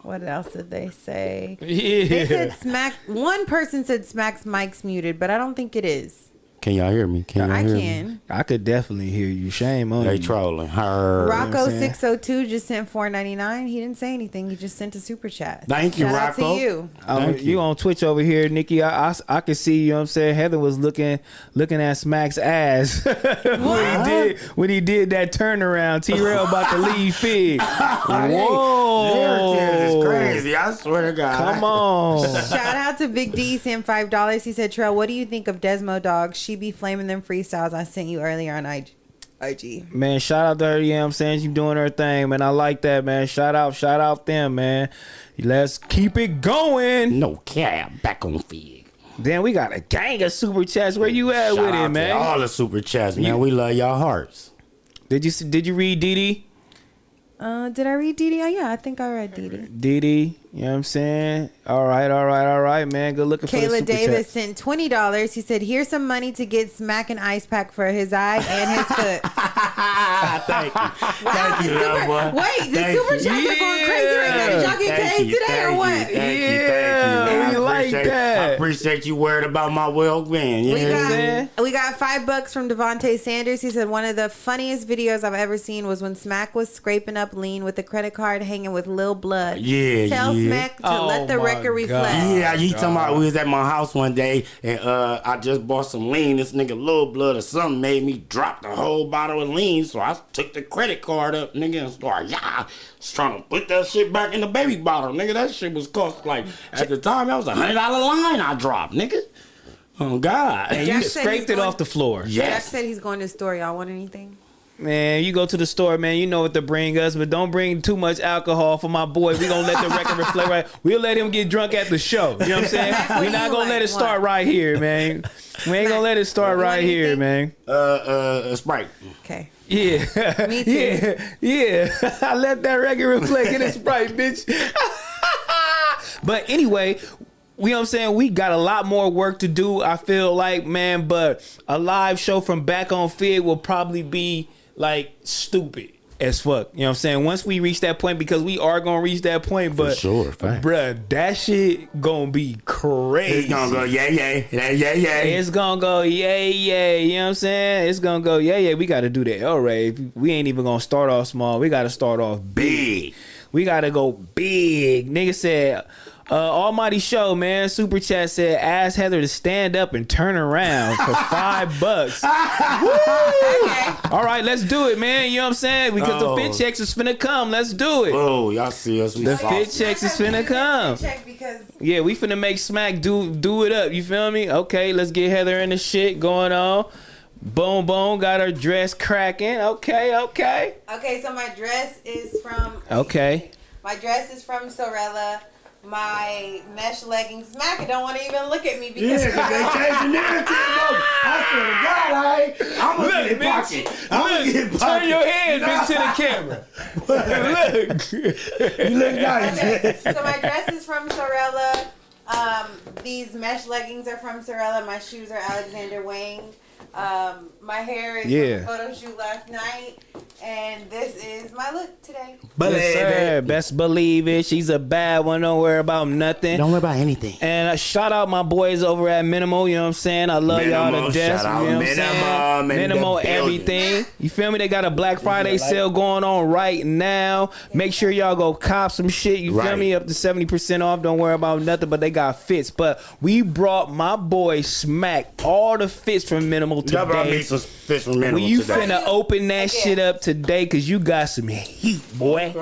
E: "What else did they say?" They
C: Yeah.
E: said smack. One person said smacks mic's muted, but I don't think it is.
D: Can y'all hear me? Can y'all
E: I
D: hear me?
E: can.
C: I could definitely hear you. Shame on
D: They
C: you.
D: trolling her.
E: Rocco
C: saying?
E: six oh two just sent four ninety nine. He didn't say anything. He just sent a super chat.
D: Thank you,
E: Shout Out
D: Rocco.
E: to you.
C: Um,
D: Thank
C: you.
D: you.
C: on Twitch over here, Nikki. I, I, I could see you. know what I'm saying Heather was looking looking at Smack's ass when he did when he did that turnaround. T Rail about to leave Fig. Whoa,
D: Lyrics is crazy. I swear to God.
C: Come on,
E: Shout out to Big D sent five dollars. He said, Trell, what do you think of Desmo Dog? She be flaming them freestyles I sent you earlier on IG. IG.
C: man. Shout out to her. Yeah, I'm saying she doing her thing, man. I like that, man. Shout out, shout out them, man. Let's keep it going.
D: No cap. Back on fig.
C: Then we got a gang of super chats. Where you at
D: Shout
C: with
D: out to
C: it, man?
D: All the super chats, man.
C: You-
D: we love y'all hearts.
C: Did you see- did you read DD?
E: Uh, did I read DD? Oh, yeah, I think I read DD.
C: DD, you know what I'm saying? All right, all right, all right, man. Good looking for the
E: Kayla
C: super
E: Davis
C: chat.
E: sent twenty dollars. He said, "Here's some money to get Smack an ice pack for his eye and his foot."
D: Thank you.
E: Wow,
D: Thank you,
E: the super,
D: boy.
E: wait, the
D: Thank
E: super
D: you.
E: chats are going crazy right now. Did y'all get
D: Thank
E: paid
D: you,
E: today or
D: thank
E: what?
D: You, thank you,
C: Yeah,
D: thank you, man.
C: we
D: I
C: like
D: appreciate-
C: that.
D: I appreciate you worried about my well-being.
E: We
D: Yeah.
C: saying?
E: got, we got five bucks from Devonte Sanders. He said one of the funniest videos I've ever seen was when Smack was scraping up lean with a credit card, hanging with Lil Blood.
D: Yeah,
E: tell
D: yeah.
E: Smack to
C: Oh
E: let the
C: my
E: record
C: God.
E: reflect.
D: Yeah, you talking about we was at my house one day and uh I just bought some lean. This nigga low blood or something made me drop the whole bottle of lean. So I took the credit card up, nigga, and started yeah, just trying to put that shit back in the baby bottle, nigga. That shit was cost like at the time that was a hundred dollar line I dropped, nigga. Oh God.
C: And
E: Jack
C: you
E: said
C: scraped
E: he's
C: it
E: going-
C: off the floor.
E: Jack
D: yes.
E: said he's going to the store. Y'all want anything?
C: Man, you go to the store, man. You know what to bring us, but don't bring too much alcohol for my boy. We gonna let the record reflect right. We'll let him get drunk at the show. You know what I'm saying?
E: That's what
C: We're not
E: you
C: gonna let
E: like,
C: it start
E: what?
C: right here, man. We ain't gonna let it start
E: You want
C: right here,
E: anything?
C: man.
D: Uh uh Sprite.
E: Okay.
C: Yeah.
E: Me too.
C: Yeah, yeah. I let that record reflect in its right, bitch. but anyway, we know what I'm saying? We got a lot more work to do, I feel like, man, but a live show from back on Fig will probably be like stupid. As fuck, you know what I'm saying. Once we reach that point, because we are gonna reach that point, but
D: sure, facts.
C: bruh, that shit gonna be crazy.
D: It's gonna go yeah, yeah, yeah, yeah, yeah.
C: It's gonna go yay yay. You know what I'm saying? It's gonna go yeah yeah. We gotta do that. All right, we ain't even gonna start off small. We gotta start off big. We gotta go big. Nigga said, uh, Almighty Show man. Super chat said, ask Heather to stand up and turn around for five bucks. All right, let's do it, man. You know what I'm saying? Because
D: Oh.
C: the fit checks is finna come. Let's do it.
D: Oh, y'all see us. We
C: The
D: saucy.
C: fit checks is finna come.
E: Check because
C: Yeah, we finna make Smack do do it up. You feel me? Okay, let's get Heather in the shit going on. Boom, boom, got her dress cracking. Okay, okay,
E: okay, so my dress is from
C: okay.
E: My dress is from Sorella. My mesh leggings. Smack, I don't want to even look at me
D: Yeah,
E: because
D: 'cause they changed the narrative. though. I swear to God, I ain't. I'm gonna
C: Look,
D: get
C: bitch.
D: pocket. I'm gonna get pocket.
C: Turn your head, bitch, to the camera. Look,
D: You look nice.
E: Okay, so my dress is from Sorella. Um, these mesh leggings are from Sorella. My shoes are Alexander Wang. Um, my hair is
C: Yeah.
E: from a photo shoot last night, and this is my look today.
C: yes, sir. Best believe it. She's a bad one. Don't worry about nothing.
D: Don't worry about anything.
C: And uh, shout out my boys over at Minimal. You know what I'm saying? I love y'all
D: Minimal,
C: to death.
D: shout
C: you know
D: out
C: what I'm saying?
D: Minimum in the
C: Minimal
D: building.
C: everything. You feel me? They got a Black Friday sale going on right now. Make sure y'all go cop some shit. You feel
D: Right.
C: me? Up to 70% off. Don't worry about nothing, but they got fits. But we brought my boy Smack all the fits from Minimal
D: Y'all brought me
C: today.
D: some fish from minimal
C: Well, you
D: today.
C: finna open
E: Again.
C: that shit up today because you got some heat, boy.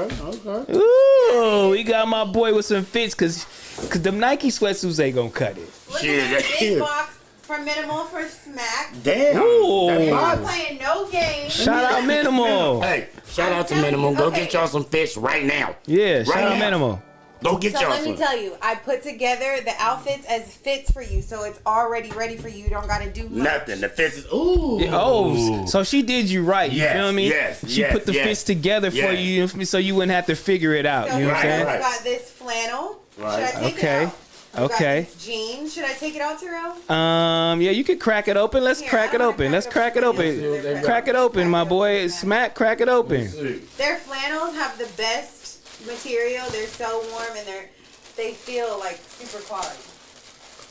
C: Ooh, we got my boy with some fits because cause them Nike sweatsuits ain't gonna cut it.
E: Look
D: Shit,
E: at
D: that-
E: this big box from Minimal for Smack.
D: Damn.
C: Ooh.
D: that
E: They're not
D: bothers.
E: playing no games.
C: Shout out Minimal.
D: Hey, shout out to
E: Okay,
D: Minimal. Go
E: okay.
D: get y'all some fish right now.
C: Yeah, shout
D: Right
C: out
D: now.
C: Minimal.
D: Go get
E: So
D: y'all
E: let me
D: some.
E: tell you, I put together the outfits as fits for you, so it's already ready for you. You don't gotta do much.
D: Nothing. The fish is. Ooh.
C: Oh, so she did you right. You
D: Yes,
C: feel me?
D: yes,
C: she
D: yes,
C: put the
D: yes,
C: fits together for
D: yes.
C: you, you feel me, so you wouldn't have to figure it out.
E: So
C: you know what I'm
D: Right,
C: saying?
E: we
D: right.
E: got this flannel.
D: Right.
E: Should I take
C: Okay.
E: it out? We got
C: Okay.
E: this jeans. Should I take it out, Terrell?
C: Um, yeah, you could crack it open. Let's
E: Here,
C: crack
E: I'm
C: it
E: gonna
C: open.
E: crack
C: Let's
E: it
C: crack it
E: open.
C: open.
E: Let's see
C: Crack it open, my boy. Smack, crack it open.
E: Their flannels have the best material. They're so warm and they're they feel like super quality.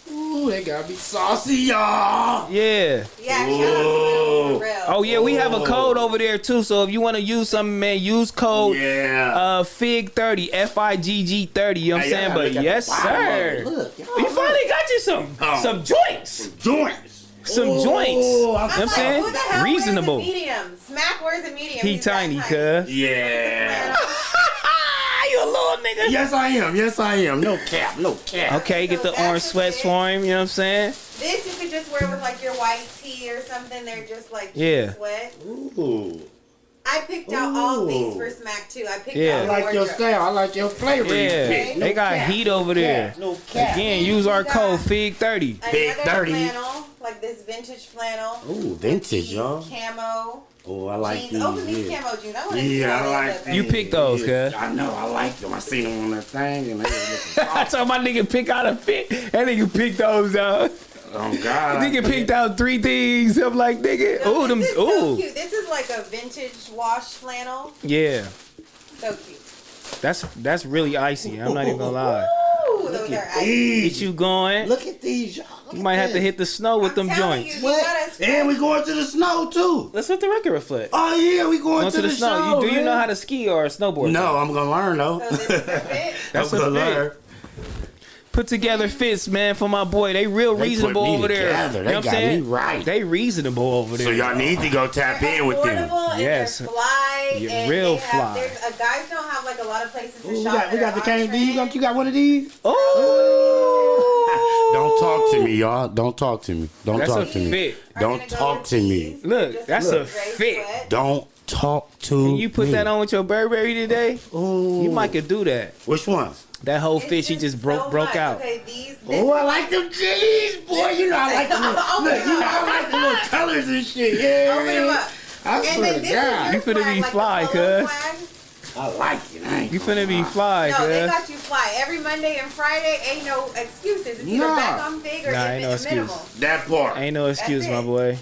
D: Ooh, they gotta be saucy, y'all.
C: Yeah.
E: Yeah, shout out to Lil for real.
C: Oh yeah, we have a code over there too. So if you want to use something, man, use code
D: Yeah.
C: uh Fig thirty F I G G thirty. You know what I'm
D: Hey,
C: saying?
D: y'all
C: But
D: gotta look
C: yes,
D: at the
C: sir.
D: bottom of it. Look, y'all
C: You
D: look.
C: finally got you some
D: Oh.
C: some joints,
D: joints.
C: some joints. You know what I'm
E: like,
C: saying?
E: who the hell wears a
C: Reasonable.
E: medium? Smack wears a medium.
C: He
E: He's that
C: tiny, cuz.
D: Yeah.
C: you a little nigga.
D: Yes, I am. Yes, I am. No cap. No cap.
C: Okay, get the
E: So that's
C: orange
E: the
C: sweats
E: thing.
C: for him. You know what I'm saying?
E: This you could just wear with like your white tee or something. They're just like
C: Yeah.
E: sweat.
D: Ooh.
E: I picked out all these
D: Ooh.
E: for Smack too. I picked out
D: I
C: Yeah.
E: the
D: like your
E: wardrobe.
D: style. I like your flavor. you
C: Yeah,
D: pick.
C: they
D: No
C: got
D: cap.
C: heat over there.
D: Cap. No cap.
C: Again, use our
E: You got-
C: code Fig thirty.
D: Big
E: Another
D: 30.
E: flannel, like this vintage flannel.
D: Ooh, vintage,
E: Jeans,
D: y'all.
E: Camo.
D: Oh, I like
E: jeans. Open
D: these.
E: these
D: yeah.
E: camo jeans. I want to see
D: Yeah,
E: how
D: I
E: they
D: like
E: look.
D: these.
C: You pick those,
D: Yeah.
C: cuz.
D: I know, I like them. I seen them on that thing, and they was looking
C: I told my nigga pick out a fit. That nigga picked those out.
D: Oh God!
C: Nigga picked out three things. I'm like, nigga,
D: Oh,
C: ooh, them,
E: this is so
C: ooh,
E: cute. This is like a vintage wash flannel.
C: yeah.
E: So cute.
C: That's that's really icy. I'm not even gonna lie.
E: Ooh, those are icy.
C: Get
D: These.
C: you going.
D: Look at these, y'all. Look
C: You might
D: at
C: have to
D: this.
C: hit the snow with
E: I'm
C: them
E: telling You,
C: joints.
E: you gotta
D: What? And we going to the snow too.
C: Let's let the record reflect.
D: Oh yeah, we going
C: Onto
D: to the,
C: the snow.
D: show,
C: You do you
D: man.
C: know how to ski or snowboard?
D: No, I'm gonna learn though.
E: So this is a fit.
C: That's
D: I'm
C: a
D: gonna
C: fit.
D: learn.
C: Put together fits, man, for my boy. They real
D: They put
C: reasonable
D: me
C: over there.
D: together.
C: You
D: They
C: know what I'm
D: got me
C: saying?
D: right.
C: They reasonable over there.
D: So y'all need to go tap
E: They're
D: in with them.
E: affordable and
C: Yes.
E: they're fly.
C: You're
E: and
C: real
E: they have,
C: fly.
E: There's, uh, guys don't have like a lot of places to
D: Ooh, we
E: shop.
D: got, we got the
E: that are on
D: KD. You got,
E: trend.
D: you got one of these?
C: Oh.
D: Don't talk to me, y'all. Don't talk to me. Don't
C: That's
D: talk
C: a
D: to me.
C: fit.
E: Are
D: Don't
E: gonna go
D: talk
E: with
D: to me.
E: these,
C: Look,
E: just
C: that's
E: with
C: a
E: gray
C: fit.
E: sweat.
D: Don't talk to
C: You put
D: me.
C: that on with your Burberry today.
D: Ooh.
C: You might could do that.
D: Which ones?
C: That whole
E: It's
C: fit she just broke
E: so
C: broke
E: much.
C: out.
E: Okay, these. This,
D: Oh, I like them jeans, boy. You know I like them. Look,
E: Open
D: look,
E: them
D: you know
E: up.
D: I like the little colors and shit. Yeah.
E: Open them up.
D: I
E: and
D: swear
E: then
D: to
E: this is
D: God,
E: your
C: You finna
E: flag,
C: be
E: like the
C: fly,
E: polo
C: cuz.
E: flag.
D: I like it. I ain't
C: You
D: gonna
C: finna be
D: lie.
C: fly,
E: No, they
C: cuz.
E: got you fly every Monday and Friday. Ain't no excuses. It's either
D: Nah.
E: back on big or
C: Nah, ain't
E: if
C: no
E: it's
C: excuse.
E: minimal.
D: That part.
C: Ain't no excuse,
E: That's
C: my
E: it.
C: boy.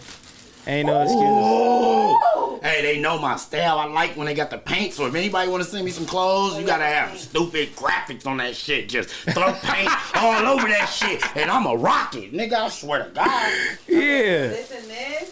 C: Ain't no excuse.
D: Ooh. Hey, they know my style. I like when they got the paint. So if anybody want to send me some clothes, you gotta have stupid graphics on that shit. Just throw paint all over that shit, and I'm a rocket, nigga. I swear to God,
C: Yeah.
E: This and this.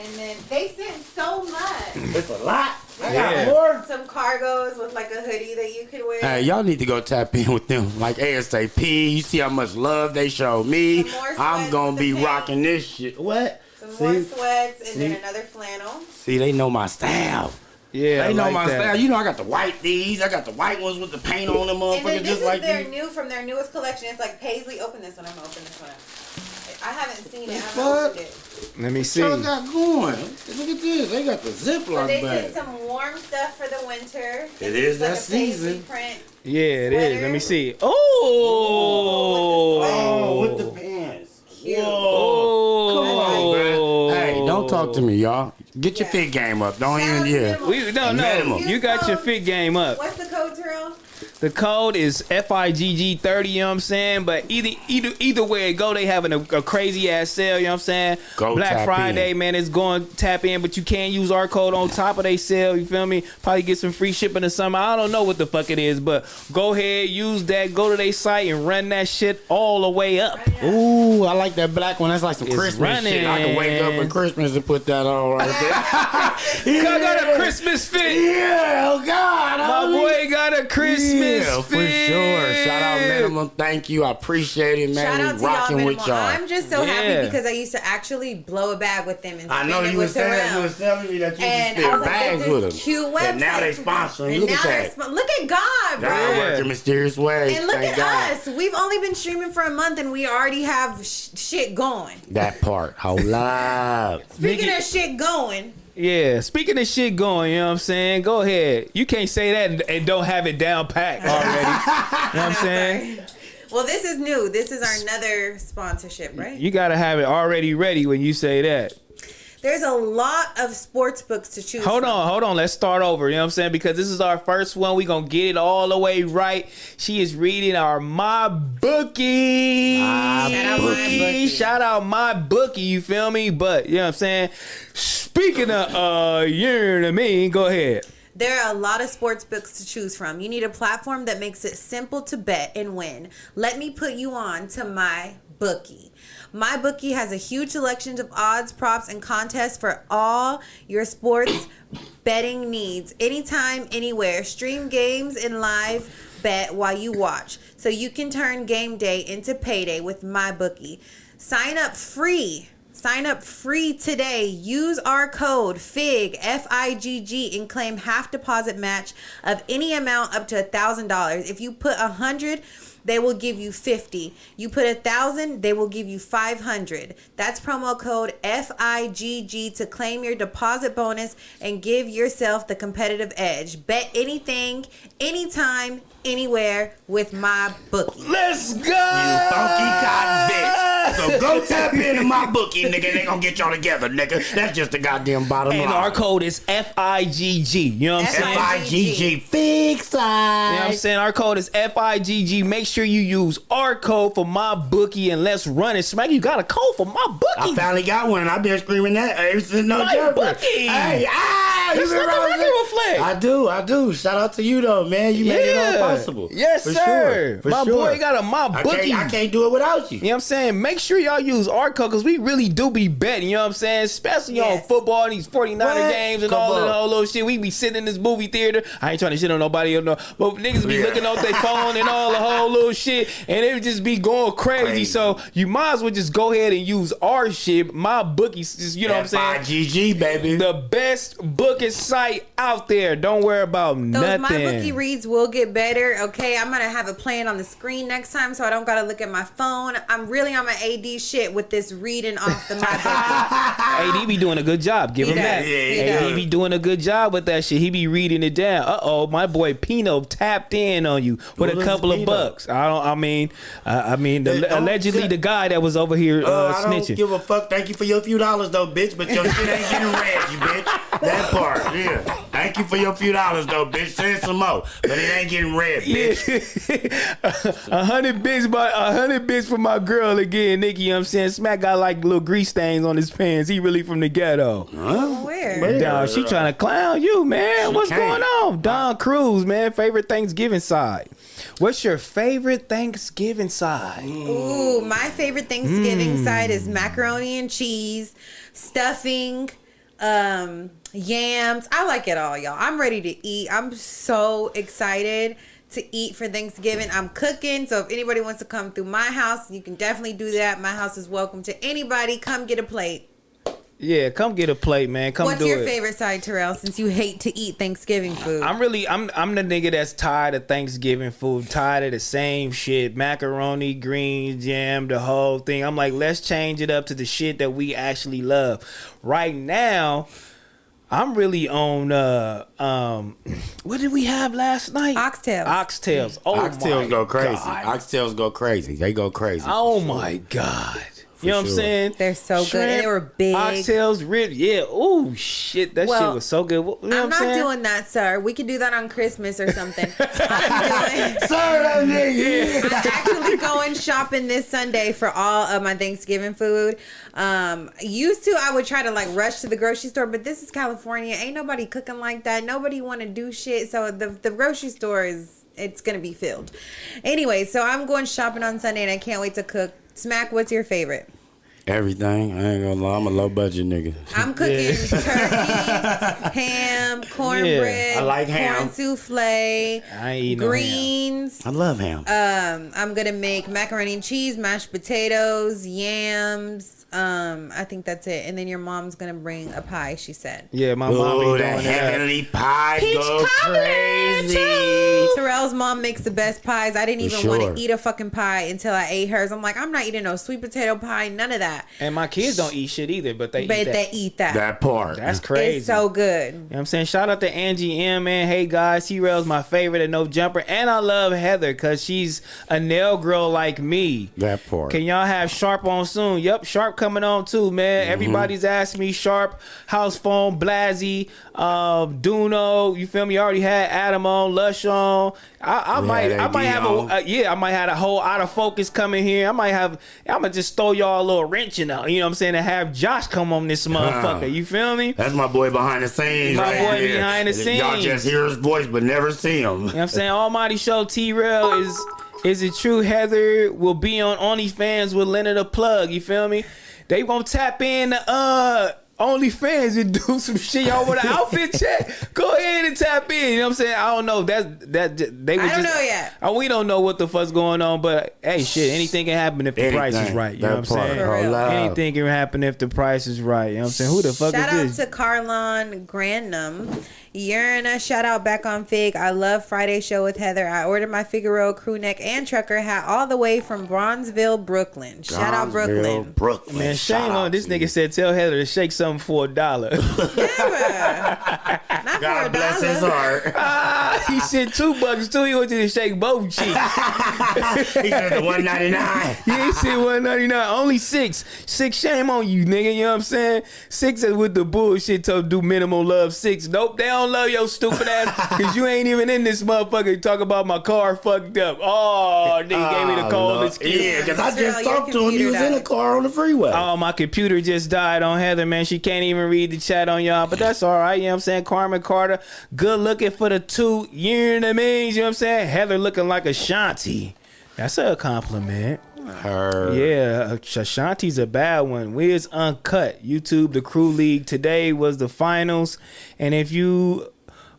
E: And then they sent so much.
D: it's a lot. I
C: Yeah.
D: got more.
E: Some cargos with like a hoodie that you could wear.
D: Hey, y'all need to go tap in with them like ASAP. You see how much love they show me.
E: Some more
D: I'm
E: sweats
D: gonna be
E: to pay.
D: rocking this shit. What?
E: Some more
D: See,
E: sweats and
D: See?
E: then another flannel.
D: see, they know my style.
C: Yeah. I
D: they know
C: like
D: my
C: that.
D: style. You know, I got the white these. I got the white ones with the paint on them,
E: And
D: motherfucker,
E: then this
D: just
E: is
D: like
E: their
D: these.
E: new from their newest collection. It's like Paisley. Open this one. I'm gonna open this one. Up. I haven't seen it. I haven't
D: What?
E: opened it.
C: Let me see.
D: Y'all got going. Look at this. They got the Ziploc
E: But they sent
D: bag.
E: some warm stuff for the winter.
D: It
E: And
D: is
E: this like
D: that
E: a Paisley
D: season.
E: Print.
C: Yeah, it is. Let
E: Sweater.
C: me see. Oh.
D: Oh, with the pants.
E: Cute.
D: Whoa. Come on,
C: Oh.
D: man. Hey, don't talk to me, y'all. Get your
E: Yeah.
D: fit game up. Don't
E: Shout out
D: even,
E: to
D: yeah.
E: them.
C: We, no, no.
D: Minimum.
C: You got your fit game up.
E: What's the code, Terrell?
C: The code is FIGG30, you know what I'm saying? But either either either way it go, they having a, a crazy ass sale, you know what I'm saying?
D: Go
C: Black
D: tap
C: Friday,
D: in.
C: man, it's going tap in, but you can use our code on top of they sale, you feel me? Probably get some free shipping or something. I don't know what the fuck it is, but go ahead, use that, go to their site and run that shit all the way up.
D: Ooh, I like that black one. That's like some
C: It's
D: Christmas shit. I can wake up
C: running.
D: at Christmas and put that on right there. yeah.
C: I got a Christmas fit.
D: Yeah, oh God.
C: My
D: homie.
C: boy got a Christmas
D: Yeah, for
C: fit.
D: sure. Shout out Minimum. Thank you. I appreciate it,
E: Shout
D: man. we
E: out to y'all,
D: rocking
E: minimal.
D: with y'all.
E: I'm just so
C: Yeah.
E: happy because I used to actually blow a bag with them and
D: I know
E: spend it
D: you
E: with
D: was telling
E: Terrell.
D: you was telling me that you
E: And
D: used
E: I
D: to spend
E: was like,
D: bags
E: this
D: with
E: is
D: them.
E: cute website.
D: And now they sponsoring.
E: And
D: Look
E: now
D: at
E: they're
D: that.
E: spo- look at God, bro.
D: God
C: Yeah.
D: worked in mysterious ways.
E: And look
D: Thank
E: at
D: God.
E: us. We've only been streaming for a month and we already have sh- shit going.
D: That part. Hold up.
E: Speaking
C: Nigga-
E: of shit going,
C: Yeah, speaking of shit going, you know what I'm saying? Go ahead. You can't say that and, and don't have it down pat already. you know what I'm saying?
E: well, this is new. This is our another sponsorship, right?
C: You gotta have it already ready when you say that.
E: There's a lot of sports books to choose.
C: Hold
E: from.
C: on, hold on. Let's start over. You know what I'm saying? Because this is our first one. we gonna get it all the way right. She is reading our My Bookie.
D: Shout out
E: My Bookie.
C: Shout out My Bookie, you feel me? But you know what I'm saying? Speaking of uh you know what I mean, go ahead.
E: There are a lot of sports books to choose from. You need a platform that makes it simple to bet and win. Let me put you on to my bookie. My bookie has a huge selection of odds, props, and contests for all your sports betting needs. Anytime, anywhere. Stream games and live bet while you watch. So you can turn game day into payday with my bookie. Sign up free. Sign up free today. Use our code FIG F I G G and claim half deposit match of any amount up to a thousand dollars. If you put a hundred, they will give you fifty. You put a thousand, they will give you five hundred. That's promo code F I G G to claim your deposit bonus and give yourself the competitive edge. Bet anything, anytime, anywhere with my bookie.
C: Let's go.
D: You funky cotton bitch. So go tap into my bookie, nigga. They gonna get y'all together, nigga. That's just the goddamn bottom
C: And
D: line.
C: our code is F I G G. You know what I'm
D: F
C: saying?
D: I G G fix
C: You know what I'm
D: side.
C: saying? Our code is FIGG. Make sure you use our code for my bookie and let's run it. Smack, you got a code for my
D: I
C: bookie.
D: finally got one. I've been screaming that ever since no
C: My
D: jumper.
C: bookie.
D: Hey, ah, you
C: That's
D: remember
C: what the
D: I was-
C: record reflect.
D: I do, I do. Shout out to you though, man. You made it all possible.
C: Yes,
D: For
C: sir.
D: Sure. For
C: my
D: sure.
C: boy got a my
D: I
C: bookie.
D: can't, I can't do it without you.
C: You know what I'm saying? Make sure y'all use our code because we really do be betting. You know what I'm saying? Especially on
E: Yes.
C: football, these 49er
D: What?
C: games and
D: Come
C: all
D: on.
C: that whole little shit. We be sitting in this movie theater. I ain't trying to shit on nobody or no, but niggas be
D: Yeah.
C: looking on their phone and all the whole little shit, and it just be going crazy.
D: Crazy.
C: So you might as well just go ahead and use our shit, my bookies. Just, you know what I'm saying?
D: FIGG, baby.
C: The best booking site out there. Don't worry about
E: Those
C: nothing.
E: my bookie reads will get better. Okay, I'm gonna have a plan on the screen next time, so I don't gotta look at my phone. I'm really on my AD shit with this reading off the my bookie.
C: AD be doing a good job. Give
E: He
C: him
E: does.
C: that.
E: Yeah, he
C: AD
E: does.
C: be doing a good job with that shit. He be reading it down. Uh oh, my boy Pino tapped in on you with
D: Who
C: a
D: is
C: couple of
D: Pino?
C: bucks. I don't. I mean, uh, I mean,
D: Hey,
C: the,
D: don't
C: allegedly
D: get-
C: the guy that was over here uh,
D: Uh, I don't
C: snitching.
D: give a fuck. Thank you for your few dollars though, bitch. But your shit ain't getting read, you bitch. That part, yeah. Thank you for your few dollars though, bitch. Send some more, but it ain't getting read, bitch.
C: a hundred bits, but a hundred bits for my girl again, Nikki. You know what I'm saying Smack got like little grease stains on his pants. He really from the ghetto.
E: Where?
C: Dog, she trying to clown you, man. What's
D: can't.
C: going on? Don Cruz, man. Favorite Thanksgiving side. What's your favorite Thanksgiving side?
D: Mm.
E: Ooh,
C: Mm.
E: my favorite Thanksgiving side is macaroni and cheese, stuffing, um, yams. I like it all, y'all. I'm ready to eat. I'm so excited to eat for Thanksgiving. I'm cooking, so if anybody wants to come through my house, you can definitely do that. My house is welcome to anybody. Come get a plate.
C: Yeah, come get a plate, man. Come
E: What's
C: do
E: your
C: it.
E: favorite side, Terrell? Since you hate to eat Thanksgiving food,
C: I'm really I'm I'm the nigga that's tired of Thanksgiving food, tired of the same shit, macaroni, greens, jam, the whole thing. I'm like, let's change it up to the shit that we actually love. Right now, I'm really on uh um what did we have last night?
E: Oxtails.
C: Oxtails. Oh
D: Oxtails
C: my
D: go crazy.
C: God.
D: Oxtails go crazy. They go crazy.
C: Oh my god. you know what I'm
D: sure.
C: saying?
E: They're so good, and they were big.
C: Oxtails, ribs. Yeah. Oh shit, that
E: Well,
C: shit was so good. What- You know
E: I'm
C: what I'm
E: not
C: saying?
E: doing that, sir. We could do that on Christmas or something. I'm doing.
D: Sir, that nigga.
E: I'm actually going shopping this Sunday for all of my Thanksgiving food. Um, used to I would try to like rush to the grocery store, but this is California. Ain't nobody cooking like that. Nobody want to do shit. So the the grocery store is it's gonna be filled. Anyway, so I'm going shopping on Sunday and I can't wait to cook. Smack, what's your favorite?
D: Everything. I ain't gonna lie. I'm a low budget nigga.
E: I'm cooking turkey, ham, cornbread,
D: I like
E: corn
D: ham.
E: souffle,
C: I ain't eating no ham.
E: greens.
D: I love ham.
E: Um, I'm gonna make macaroni and cheese, mashed potatoes, yams. Um, I think that's it. And then your mom's gonna bring a pie. She said.
C: Yeah, my mom be
D: Ooh,
C: doing
D: the
C: that.
D: heavenly pie go crazy.
E: Terrell's mom makes the best pies. I didn't
D: For
E: even
D: sure.
E: want to eat a fucking pie until I ate hers. I'm like, I'm not eating no sweet potato pie, none of that.
C: And my kids don't eat shit either, but they
E: but
C: eat that.
E: they eat that.
D: That part.
C: That's crazy.
E: It's so good.
C: you know what I'm saying? Shout out to Angie M, man. Hey guys, T Rail's my favorite at No Jumper. And I love Heather because she's a nail girl like me.
D: That part.
C: Can y'all have Sharp on soon? Yep, Sharp coming on too, man.
D: Mm-hmm.
C: Everybody's asking me Sharp, House Phone, Blazzy, um, Duno. You feel me? I already had Adam on, Lush on. I, I
D: We
C: might,
D: had
C: I might
D: AD
C: have a,
D: on.
C: uh, yeah, I might have a whole out of focus coming here. I might have, I'm gonna just throw y'all a little wrench in. the- You know what I'm saying? To have Josh come on this motherfucker. You feel me?
D: That's my boy behind the scenes.
C: My
D: right
C: boy
D: there.
C: behind the
D: Y'all just
C: scenes.
D: hear his voice but never see him.
C: You know what I'm saying? Almighty Show T Rail is Is it true Heather will be on OnlyFans with Leonard a plug? You feel me? They gonna tap in to, uh OnlyFans and do some shit. Y'all want an outfit check? Go ahead and tap in. You know what I'm saying? I don't know. That's that j- they was
E: I don't
C: just,
E: know yet.
C: Uh, we don't know what the fuck's going on, but hey shit, anything can happen if the price is
D: Anything.
C: right. You
D: That
C: know what I'm
D: part.
C: saying?
E: For real.
D: Oh, love.
C: Anything can happen if the price is right. You know what I'm saying? Who the fuck
E: Shout out
C: is this?
E: to Carlon Grandum. Urina, shout out back on Fig. I love Friday show with Heather. I ordered my Figaro crew neck and trucker hat all the way from Bronzeville, Brooklyn. Shout out Brooklyn.
D: Brooklyn.
C: Man,
D: Shout
C: shame
D: out
C: on this
D: to you.
C: nigga said tell Heather to shake something for a dollar.
E: Not for a
D: God bless his
E: dollar.
D: heart.
C: he said two bucks too. He wanted to shake both cheeks.
D: he said one ninety nine.
C: Yeah, he said 199. Only six. Six shame on you, nigga. You know what I'm saying? Six is with the bullshit to do minimal love. Six. Nope, they don't love your stupid ass because you ain't even in this motherfucker. Talk about my car fucked up. Oh, nigga gave
D: Ah,
C: me the coldest kiss.
D: Yeah, because I
E: Girl, your
D: just talked to him. He was
E: computer
D: in the
E: died.
D: car on the freeway.
C: Oh, my computer just died on Heather, man. She can't even read the chat on y'all, but that's all right. You know what I'm saying? Carmen Carter, good looking for the two. You know what I mean? You know what I'm saying? Heather looking like Ashanti. That's a compliment.
D: Her.
C: Yeah, Shashanti's a bad one. Wiz Uncut, YouTube, the Crew League. Today was the finals. And if you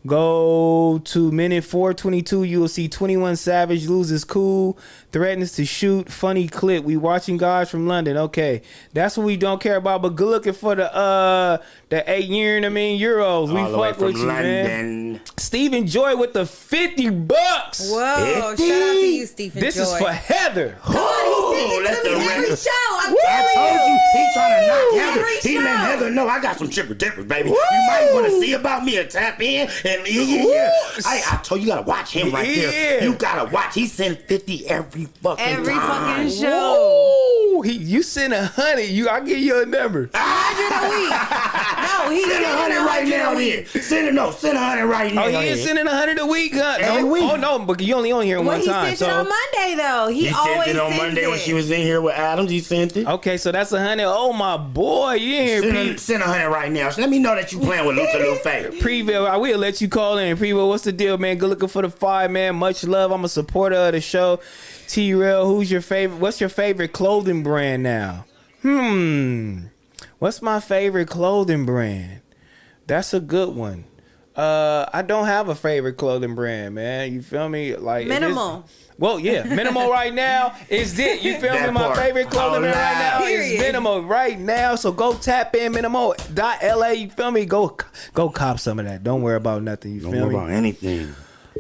C: go to minute 422, you will see 21 Savage loses cool, threatens to shoot. Funny clip. We watching guys from London. Okay. That's what we don't care about. But good looking for the uh the eight year and I mean euros. We
D: All the way
C: fuck
D: from
C: with you, man.
D: London.
C: Stephen Joy with the 50 bucks.
E: Whoa,
D: Fifty?
E: shout out to you, Stephen
C: This
E: Joy.
C: is for Heather.
D: Oh,
E: Send it to
D: let the
E: me every
D: record-
E: show. I'm
D: I
E: telling
D: told
E: you.
D: you he trying to knock Heather.
E: Every
D: He
E: show.
D: let Heather know I got some chipper dippers, baby. You might want to see about me and tap in and yeah, yeah, yeah.
C: Woo!
D: I, I told you, you gotta watch him right
C: Yeah.
D: there. You gotta watch. He sent fifty every fucking
E: Every
D: time.
E: fucking show.
C: Ooh, he, you send a hundred. You, I give you a number.
E: No, he's
D: Ah, Send a hundred right now, then. Send it no. Send a hundred right now.
C: Oh, he is
D: then.
C: sending a hundred a week. Huh?
D: Every
C: no,
D: week.
C: Oh no, but you only on here
E: Well,
C: one
E: he
C: time.
E: sent it on
C: So
E: Monday though. He,
D: He
E: always
D: sent it on
E: sends
D: Monday
E: it.
D: when she was in here with Adams. He sent it.
C: okay, so that's a hundred. Oh my boy, you in here,
D: Send
C: Pre-
D: a, send a hundred right now. Let me know that you playing with Luta Lufe.
C: Preville, I will let you call in. Preville, what's the deal, man? Good looking for the five, man. Much love. I'm a supporter of the show. T Rail, who's your favorite? What's your favorite clothing brand now? Hmm. What's my favorite clothing brand? That's a good one. Uh, I don't have a favorite clothing brand, man. You feel me? Like if it's-
E: Minimal.
C: Well, yeah, minimal right now is it. You feel me?
D: That
C: My
D: part.
C: favorite clothing
D: Oh,
C: brand right now
D: nah.
C: is
E: Period.
C: minimal right now. So go tap in minimal dot la. You feel me? Go go cop some of that. Don't worry about nothing. You
D: Don't
C: feel
D: worry
C: me?
D: about anything.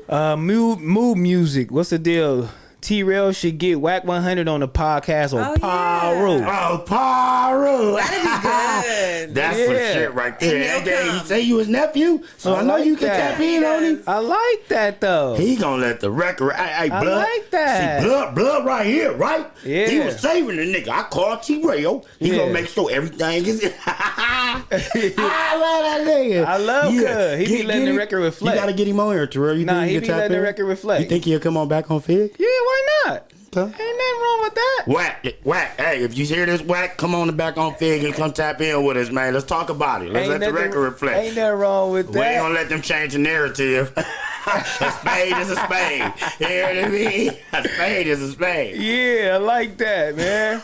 C: Uh, mood mood music. What's the deal? T Rail should get whack one hundred on the podcast or
E: Oh,
C: Paru.
D: Oh, Paru.
E: Good.
D: That's some
C: Yeah.
D: shit right
E: And
D: there.
E: he'll
D: And then he
E: come.
D: say you his nephew, so
C: I
D: I, know
C: like
D: you can
C: that.
D: tap in on him.
C: I like that though.
D: He gonna let the record. I,
C: I
D: blood.
C: like that.
D: See, blood, blood right here, right? He
C: Yeah.
D: was saving the nigga. I called T Rail. He
C: Yeah.
D: gonna make sure everything is. I love that nigga.
C: I love Cuz. He be letting the
D: him-
C: record reflect.
D: You gotta get him on here, Terrell. You
C: Nah,
D: think
C: he
D: can
C: be
D: tap
C: letting the
D: in?
C: record reflect.
D: You think he'll come on back on Fig?
C: yeah, why not?
D: Huh?
C: Ain't nothing wrong with that.
D: Whack, whack. Hey, if you hear this whack, come on back on Fig and come tap in with us, man. Let's talk about it. Let's
C: Ain't
D: let the
C: nothing-
D: record reflect.
C: Ain't nothing wrong with
D: We ain't gonna
C: that.
D: let them change the narrative. a spade is a spade. You hear what I mean? A spade is a spade.
C: Yeah, I like that, man.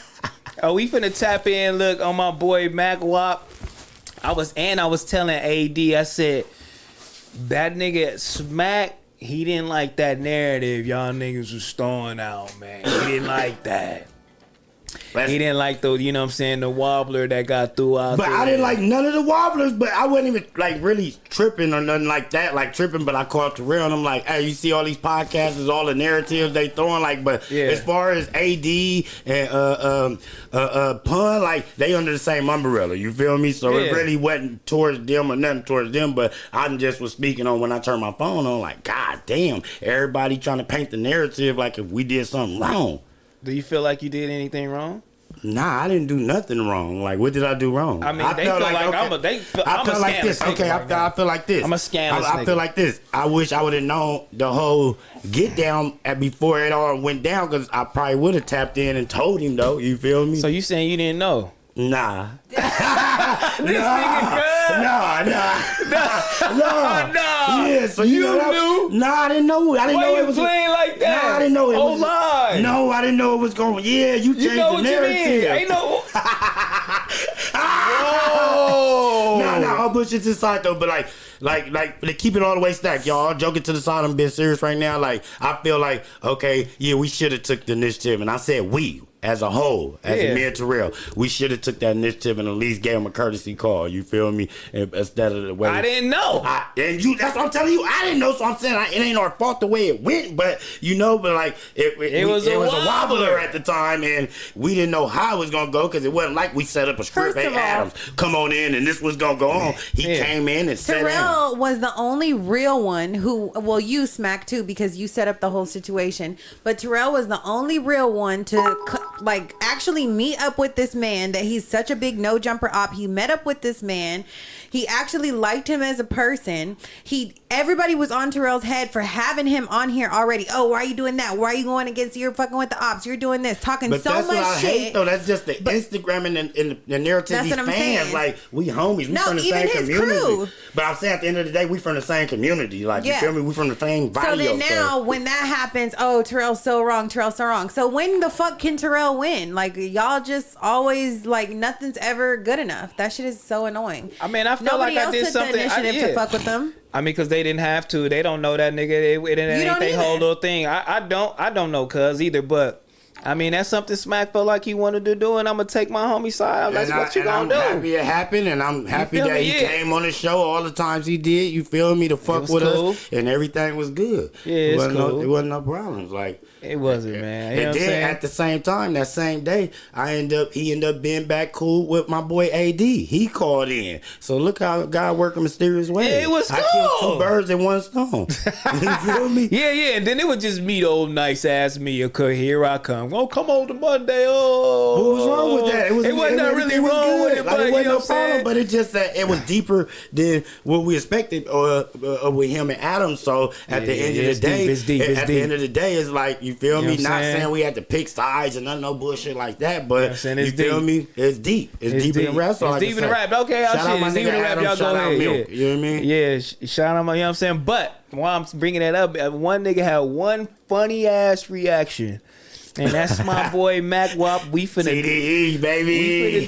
C: Are we finna tap in? Look on my boy Mac Wop. I was and I was telling AD. I said that nigga smack. He didn't like that narrative. Y'all niggas was throwing out, man. He didn't like that.
D: That's-
C: He didn't like the, you know what I'm saying, the wobbler that got threw out.
D: but
C: there.
D: I didn't like none of the wobblers, but I wasn't even like really tripping or nothing like that, like tripping. But I called Terrell and I'm like, hey, you see all these podcasts, is all the narratives they throwing, like, but
C: Yeah.
D: as far as AD and uh, um, uh, uh, Pun, like, they under the same umbrella, you feel me? So
C: Yeah.
D: it really wasn't towards them or nothing towards them, but I just was speaking on when I turned my phone on, like, god damn, everybody trying to paint the narrative like if we did something wrong.
C: Do you feel like you did anything wrong?
D: Nah, I didn't do nothing wrong. Like, what did I do wrong?
C: I mean, they feel like I'm a- they feel-
D: I
C: I'm
D: feel
C: a
D: like
C: scandalous
D: this.
C: nigga
D: Okay, I,
C: right
D: feel,
C: now.
D: I feel like this.
C: I'm a scandalous
D: I, I feel
C: nigga.
D: like this. I wish I would have known the whole get down at before it all went down because I probably would have tapped in and told him though. You feel me?
C: So you saying you didn't know?
D: nah,
C: This nigga good.
D: nah, nah, nah,
C: Nah.
D: Yeah, so you,
C: You
D: know, that-
C: knew?
D: Nah, I didn't know. I didn't
C: Why
D: know
C: you
D: it was.
C: playing like that?
D: Nah, I didn't know it
C: Oh,
D: was.
C: Why?
D: No, I didn't know it was going. Yeah, you changed
C: You know
D: the
C: what you
D: narrative.
C: mean? Ain't no.
D: No,
C: Whoa.
D: no, I'll push it to the side though. But like, like, like, like, keep it all the way stacked, y'all. Joking to the side. I'm being serious right now. Like, I feel like, okay, yeah, we should have took the initiative, and I said we. As a whole, as
C: Yeah.
D: me and Terrell, we should have took that initiative and at least gave him a courtesy call. You feel me? And Instead of the way
C: I didn't know.
D: I, and you, that's what I'm telling you. I didn't know, so I'm saying I, it ain't our fault the way it went, but you know, but like it, it,
C: It was
D: it
C: a
D: was a wobbler
C: wobbler.
D: at the time, and we didn't know how it was gonna go because it wasn't like we set up a script.
E: First
D: hey,
E: of all-
D: Adams, come on in, and this was gonna go on. He
C: Yeah.
D: came in and sat down.
E: Terrell was the only real one who, well, you smack too because you set up the whole situation. But Terrell was the only real one to c- like actually meet up with this man that he's such a big no jumper op. He met up with this man. He actually liked him as a person. He everybody was on Terrell's head for having him on here already. Oh, why are you doing that? Why are you going against? You're fucking with the ops. You're doing this, talking
D: But
E: so
D: that's
E: much
D: what I
E: shit.
D: hate, though. That's just the Instagram and the, and the- the narrative.
E: That's
D: These
E: what I'm
D: fans,
E: saying.
D: like we homies, we
E: No,
D: from the
E: even
D: same
E: his
D: community.
E: crew.
D: But I'm saying at the end of the day, we from the same community. Like
E: Yeah.
D: you feel me? We from the same body.
E: So then
D: of stuff.
E: now, when that happens, oh, Terrell's so wrong. Terrell's so wrong. So when the fuck can Terrell win? Like y'all just always like nothing's ever good enough. That shit is so annoying.
C: I mean, I feel
E: Nobody
C: like I
E: else
C: did
E: took
C: something-
E: The
C: I-
E: initiative
C: yeah.
E: to fuck with them.
C: I mean, because they didn't have to. They don't know that nigga. It, it,
E: You
C: ain't
E: don't
C: they
E: either.
C: whole little thing. I, I don't. I don't know, cuz either. But I mean, that's something Smack felt like he wanted to do, and I'm gonna take my homie side. That's
D: And I-
C: what you
D: and
C: gonna
D: I'm
C: do.
D: happy it happened, and I'm happy
C: feel
D: that
C: me?
D: he
C: Yeah.
D: came on the show all the times he did. You feel me? To fuck
C: was
D: with
C: cool.
D: us, and everything was good.
C: Yeah, it's
D: wasn't no,
C: cool.
D: It wasn't no problems. Like,
C: It wasn't, man. You know
D: and
C: what I'm
D: then
C: saying?
D: at the same time, that same day, I end up he end up being back cool with my boy AD. He called in, so look how God worked a mysterious way.
C: It was
D: I killed
C: cool.
D: two birds in one stone. you feel me?
C: yeah, yeah, and then it was just me, the old nice ass me. Okay, here I come. Oh, come on to Monday. Oh,
D: What was wrong with that?
C: It, was, not
D: it-
C: really
D: everything was
C: wrong with
D: good.
C: it,
D: Like,
C: but you know what I'm saying?
D: but it's just that it was deeper than what we expected or uh, uh, with him and Adam. So at the
C: Yeah,
D: end
C: yeah,
D: of
C: it's
D: the day,
C: deep, it's deep,
D: at
C: it's
D: the
C: deep.
D: end of the day, it's like you feel
C: You know
D: me.
C: what I'm
D: Not
C: saying?
D: saying? we had to pick sides and none of no bullshit like that,
C: know what
D: but
C: I'm saying?
D: you
C: It's
D: feel
C: deep.
D: me? It's deep. It's,
C: It's
D: deeper
C: deep.
D: than rap. so
C: It's
D: I can
C: deeper than
D: say.
C: rap. Okay, I'll
D: shout
C: shit.
D: out my
C: It's
D: nigga
C: deeper than rap.
D: Adam.
C: Y'all
D: shout
C: go
D: out
C: ahead.
D: Milk.
C: Yeah.
D: You know what I mean?
C: Yeah, sh- shout out my, you know what I'm saying? But while I'm bringing that up, uh, one nigga had one funny ass reaction. And that's my boy Mac Wop. We finna,
D: TDE E, baby.
C: we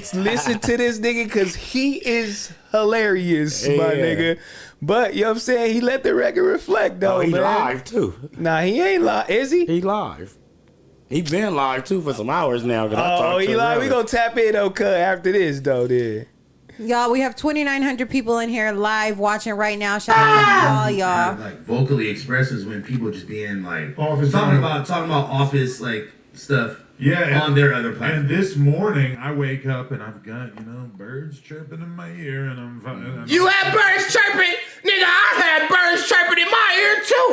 C: finna listen to this nigga because he is hilarious, my
D: Yeah.
C: nigga. But you know what I'm saying? He let the record reflect though,
D: oh, he
C: man.
D: live too.
C: Nah, he ain't live. Is he?
D: He live. He been live too for some hours now. 'cause I
C: Oh,
D: talked to
C: he
D: him
C: live. We
D: earlier.
C: gonna tap in okay after this though, then.
E: Y'all, we have 2,900 people in here live watching right now. Shout out to you all, y'all.
H: like vocally expresses when people just being like talking about talking about office like stuff.
I: Yeah,
H: on
I: and-
H: their other platform.
I: And this morning, I wake up and I've got you know birds chirping in my ear, and I'm. fu- And I'm
J: You had birds chirping, nigga. I had birds chirping in my ear too.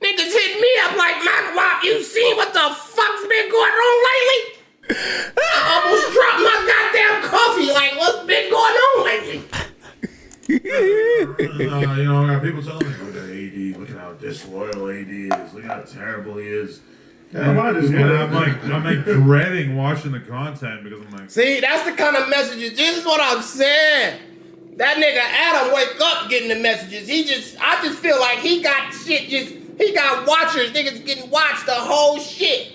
J: Niggas hit me up like Mac Wop. You seen what the fuck's been going on lately? I almost dropped my goddamn coffee. Like what's been going on lately?
I: uh, you know, I got people telling me, "Look at AD. Look at how disloyal AD is. Look how terrible he is." And I'm like, I'm like dreading watching the content because I'm like,
J: See, that's the kind of messages. This is what I'm saying. That nigga Adam wake up getting the messages. He just, I just feel like he got shit. Just he got watchers. Niggas getting watched the whole shit.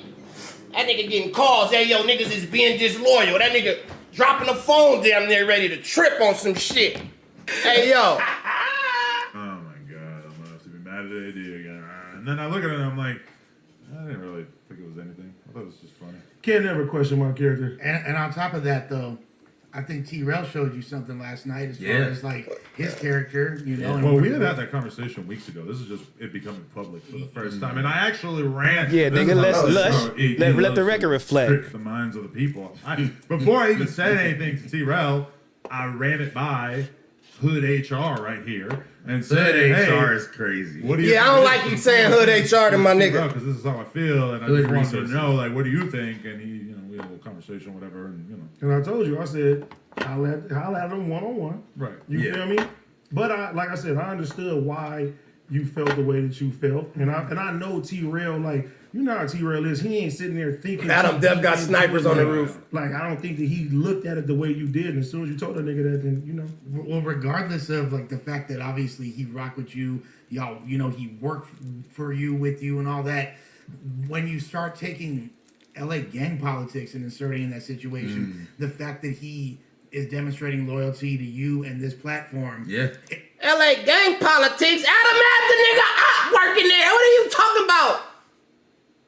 J: That nigga getting calls. Hey yo, niggas is being disloyal. That nigga dropping the phone damn near ready to trip on some shit. Hey yo,
I: oh my god, I'm gonna have to be mad at AD again. And then I look at it and I'm like, I didn't really think it was anything. I thought it was just funny.
K: Can't ever question my character.
J: And, and on top of that, though, I think T. Rel showed you something last night as
H: Yeah.
J: far as like his character, you know. and-
I: Well, we had had that conversation weeks ago. This is just it becoming public for the
H: mm.
I: first time, and I actually ran.
C: Yeah,
I: this
C: nigga,
I: is
C: let's-
I: how this
C: let's-
I: show- it-
C: let-
I: it
C: let
I: loves
C: the record
I: to
C: reflect.
I: trick The minds of the people. I, before I even said anything to T-Rel, I ran it by Hood HR right here and said, hey,
H: HR is crazy.
I: What do you
J: Yeah, I don't like you saying hood HR to my nigga.
I: Because this is how I feel, and I
H: Hood
I: just wanted to
H: resources.
I: know, like, what do you think? And he, you know, we had a little conversation, whatever, and you know,
K: And I told you, I said, I'll at, I'll at him one on one.
I: Right.
K: You
H: Yeah.
K: feel me? But I, like I said, I understood why you felt the way that you felt, and I and I know T Rail like. You know how T Rail is. He ain't sitting there thinking.
J: Adam Dev got snipers on the roof.
K: Like I don't think that he looked at it the way you did. And as soon as you told that nigga that, then you know.
J: Well, regardless of like the fact that obviously he rock with you, y'all, you know, he worked for you, with you, and all that.
L: when you start taking LA gang politics and inserting in that situation, the fact that he is demonstrating loyalty to you and this platform.
F: Yeah.
J: LA gang politics. Adam had the nigga up working there. What are you talking about?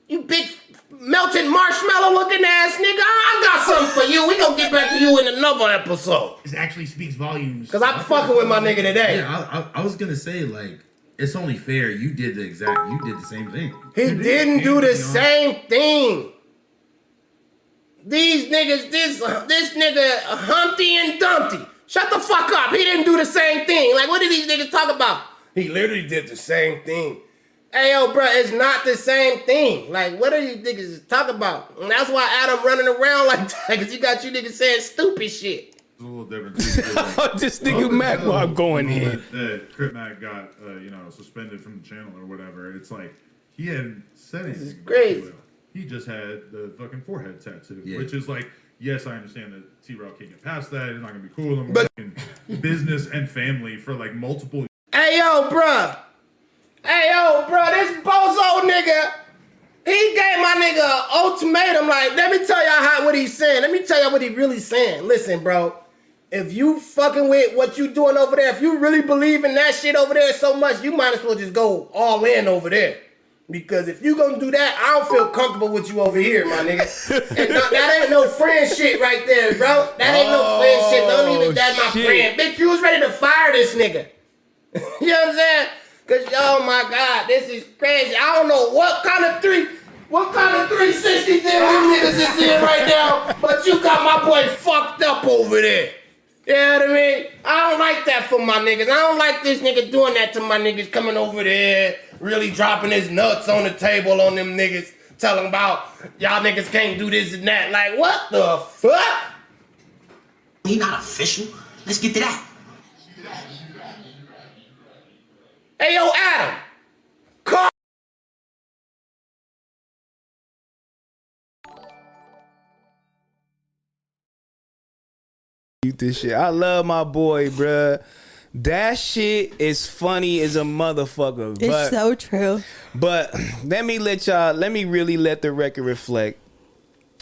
J: You big melted marshmallow looking ass nigga. I got something for you. We gonna get back to you in another episode.
L: It actually speaks volumes.
J: Cause I'm fucking with my nigga today.
F: Yeah, I, I, I was gonna say like it's only fair. You did the exact. You did the same thing.
J: He didn't do the same thing. These niggas, this this nigga Humpty and Dumpty. Shut the fuck up. He didn't do the same thing. Like, what did these niggas talk about? He literally did the same thing. Hey yo, bro, it's not the same thing. Like, what are you niggas talking about? And that's why Adam running around like that, cause you got you niggas saying stupid shit.
I: It's a little different. this
C: nigga Mac Mob going in.
I: That Crip Mac got uh, you know suspended from the channel or whatever. It's like he hadn't said anything. about
J: crazy.
I: T-Rail. He just had the fucking forehead tattoo,
J: Yeah.
I: which is like, yes, I understand that T. Rail can't get past that. It's not gonna be cool. I'm
J: But-
I: fucking business and family for like multiple.
J: Hey yo, bruh. Hey yo, bruh, this bozo nigga. He gave my nigga an ultimatum. Like, let me tell y'all how what he's saying. Let me tell y'all what he really saying. Listen, bro. If you fucking with what you doing over there, if you really believe in that shit over there so much, you might as well just go all in over there. Because if you gonna do that, I don't feel comfortable with you over here, my nigga. And no- that ain't no friend shit right there, bro. That ain't no friend shit. Don't even that my
L: shit.
J: friend. Bitch, you was ready to fire this nigga. You know what I'm saying? Cause oh my god, this is crazy. I don't know what kind of three, what kind of 360 deal you niggas is in right now, but you got my boy fucked up over there. You know what I mean? I don't like that for my niggas. I don't like this nigga doing that to my niggas coming over there, really dropping his nuts on the table on them niggas, telling about y'all niggas can't do this and that. Like what the fuck?
M: He not official. Let's get to that.
J: Hey yo, Adam. Call
C: Mute this shit. I love my boy, bruh. That shit is funny as a motherfucker.
E: It's
C: but-
E: so true.
C: But let me let y'all, let me really let the record reflect.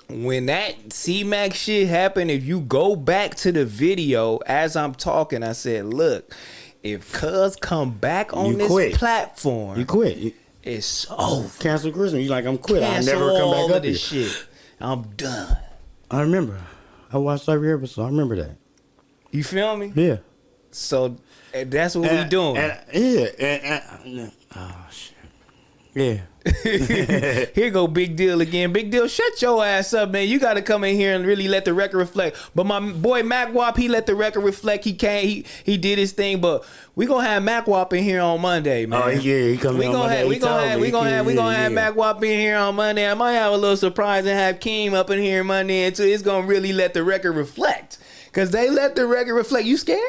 C: When that C Mac shit happened, if you go back to the video as I'm talking, I said, look, if cuz come back on
D: You
C: this
D: quit.
C: platform,
D: You quit. You
C: it's over.
D: Cancel Christmas. You like I'm quit. I'll
C: Cancel
D: never come
C: all
D: back
C: of
D: up
C: this
D: here.
C: shit. I'm done.
D: I remember. I watched every episode. I remember that.
C: You feel me?
D: Yeah.
C: So eh, that's what we
D: And-
C: doing.
D: and- yeah. And, and, oh shit. Yeah.
C: here go big deal again. Big deal, shut your ass up, man. You got to come in here and really let the record reflect. But my boy Mac Wap, he let the record reflect. He came, he he did his thing. But we gonna have Mac Wap in here on Monday, man.
D: Oh, yeah, he come
C: we
D: in on
C: gonna
D: Monday.
C: Have, we
D: He
C: gonna
D: told
C: have,
D: me.
C: we gonna
D: Yeah,
C: have, we gonna
D: yeah,
C: have
D: yeah.
C: Mac Wap in here on Monday. I might have a little surprise and have Keem up in here Monday too. It's gonna really let the record reflect. Cause they let the record reflect. You scared?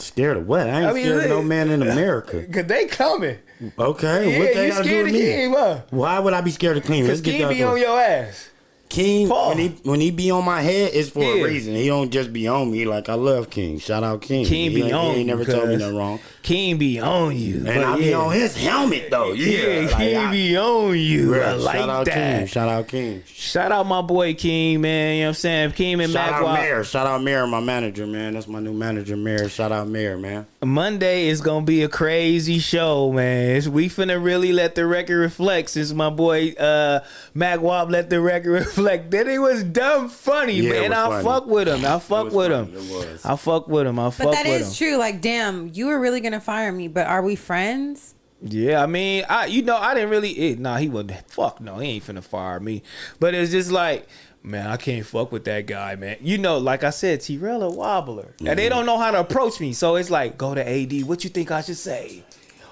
D: Scared of what? I ain't
C: I mean,
D: scared of no
C: look-
D: man in America.
C: Cause they coming.
D: Okay, what
C: Yeah,
D: that
C: you
D: got to do
C: scared
D: with
C: of
D: me?
C: Keem, huh?
D: Why would I be scared of Keem?
C: Cause
D: Let's get
C: Keem
D: that
C: be on your ass.
D: King when he when he be on my head, it's for
C: Yeah.
D: a reason. He don't just be on me. Like I love King. Shout out King.
C: Keem
D: he
C: be
D: ain't-
C: on
D: He
C: you,
D: ain't never told me
C: cuz.
D: nothing wrong.
C: King be on you,
D: and I be on his helmet though. Yeah,
C: yeah Keem be on you.
D: Yeah,
C: I like
D: shout out
C: that.
D: Keem. Shout out King.
C: Shout out my boy King, man. You know what I'm saying? King and
D: Shout
C: Mac
D: out
C: Wop.
D: Mayor. Shout out Mayor, my manager, man. That's my new manager, Mayor. Shout out Mayor, man.
C: Monday is gonna be a crazy show, man. It's, we finna really let the record reflect since my boy uh Mac Wop let the record reflect. Then it was dumb funny,
D: Yeah, it
C: man.
D: was
C: I
D: funny.
C: fuck with him. I fuck
D: was
C: with
D: funny.
C: him.
D: It was.
C: I fuck with him. I fuck
E: But that
C: with
E: is
C: him.
E: true. Like, damn, you were really gonna fire me, but are we friends?
C: Yeah, I mean, I you know, I didn't really. It, nah, he wasn't. Fuck no, he ain't finna fire me. But it's just like, man, I can't fuck with that guy, man. You know, like I said, T-Rail a wobbler, and
D: Mm-hmm.
C: they don't know how to approach me. So it's like, go to AD. What you think I should say?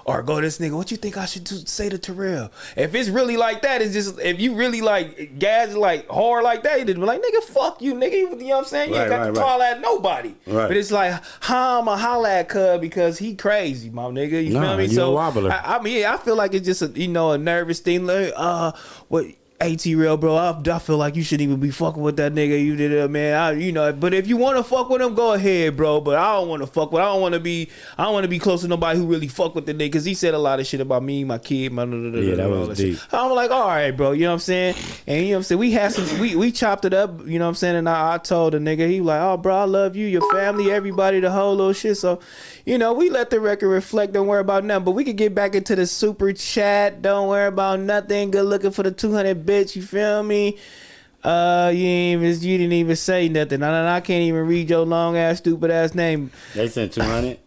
C: Or go to this nigga. What you think I should do, say to Terrell? If it's really like that, it's just if you really like gas like hard like that, you just be like nigga, fuck you, nigga. You know what I'm saying? You ain't
D: Right,
C: got
D: right,
C: to
D: right.
C: holler at nobody.
D: Right.
C: But it's like, how I'ma holler at Cub because he crazy, my nigga. You
D: Nah,
C: feel me?
D: you a wobbler.
C: I, I mean, I feel like it's just a you know a nervous thing. Like, uh, what AT real bro, I, I feel like you shouldn't even be fucking with that nigga. You did it, man. I, you know, but if you want to fuck with him, go ahead, bro. But I don't want to fuck with. I don't want to be. I don't want to be close to nobody who really fuck with the nigga. Cause he said a lot of shit about me, my kid, my.
D: Yeah, that was deep.
C: I'm like, all right, bro. You know what I'm saying? And you know what I'm saying? We had some. We we chopped it up. You know what I'm saying? And I, I told the nigga, he like, oh, bro, I love you, your family, everybody, the whole little shit. So, you know, we let the record reflect. Don't worry about nothing. But we could get back into the super chat. Don't worry about nothing. Good looking for the 200 bitch. You feel me? Uh, you ain't even you didn't even say nothing. And I, I can't even read your long ass stupid ass name.
D: They sent 200.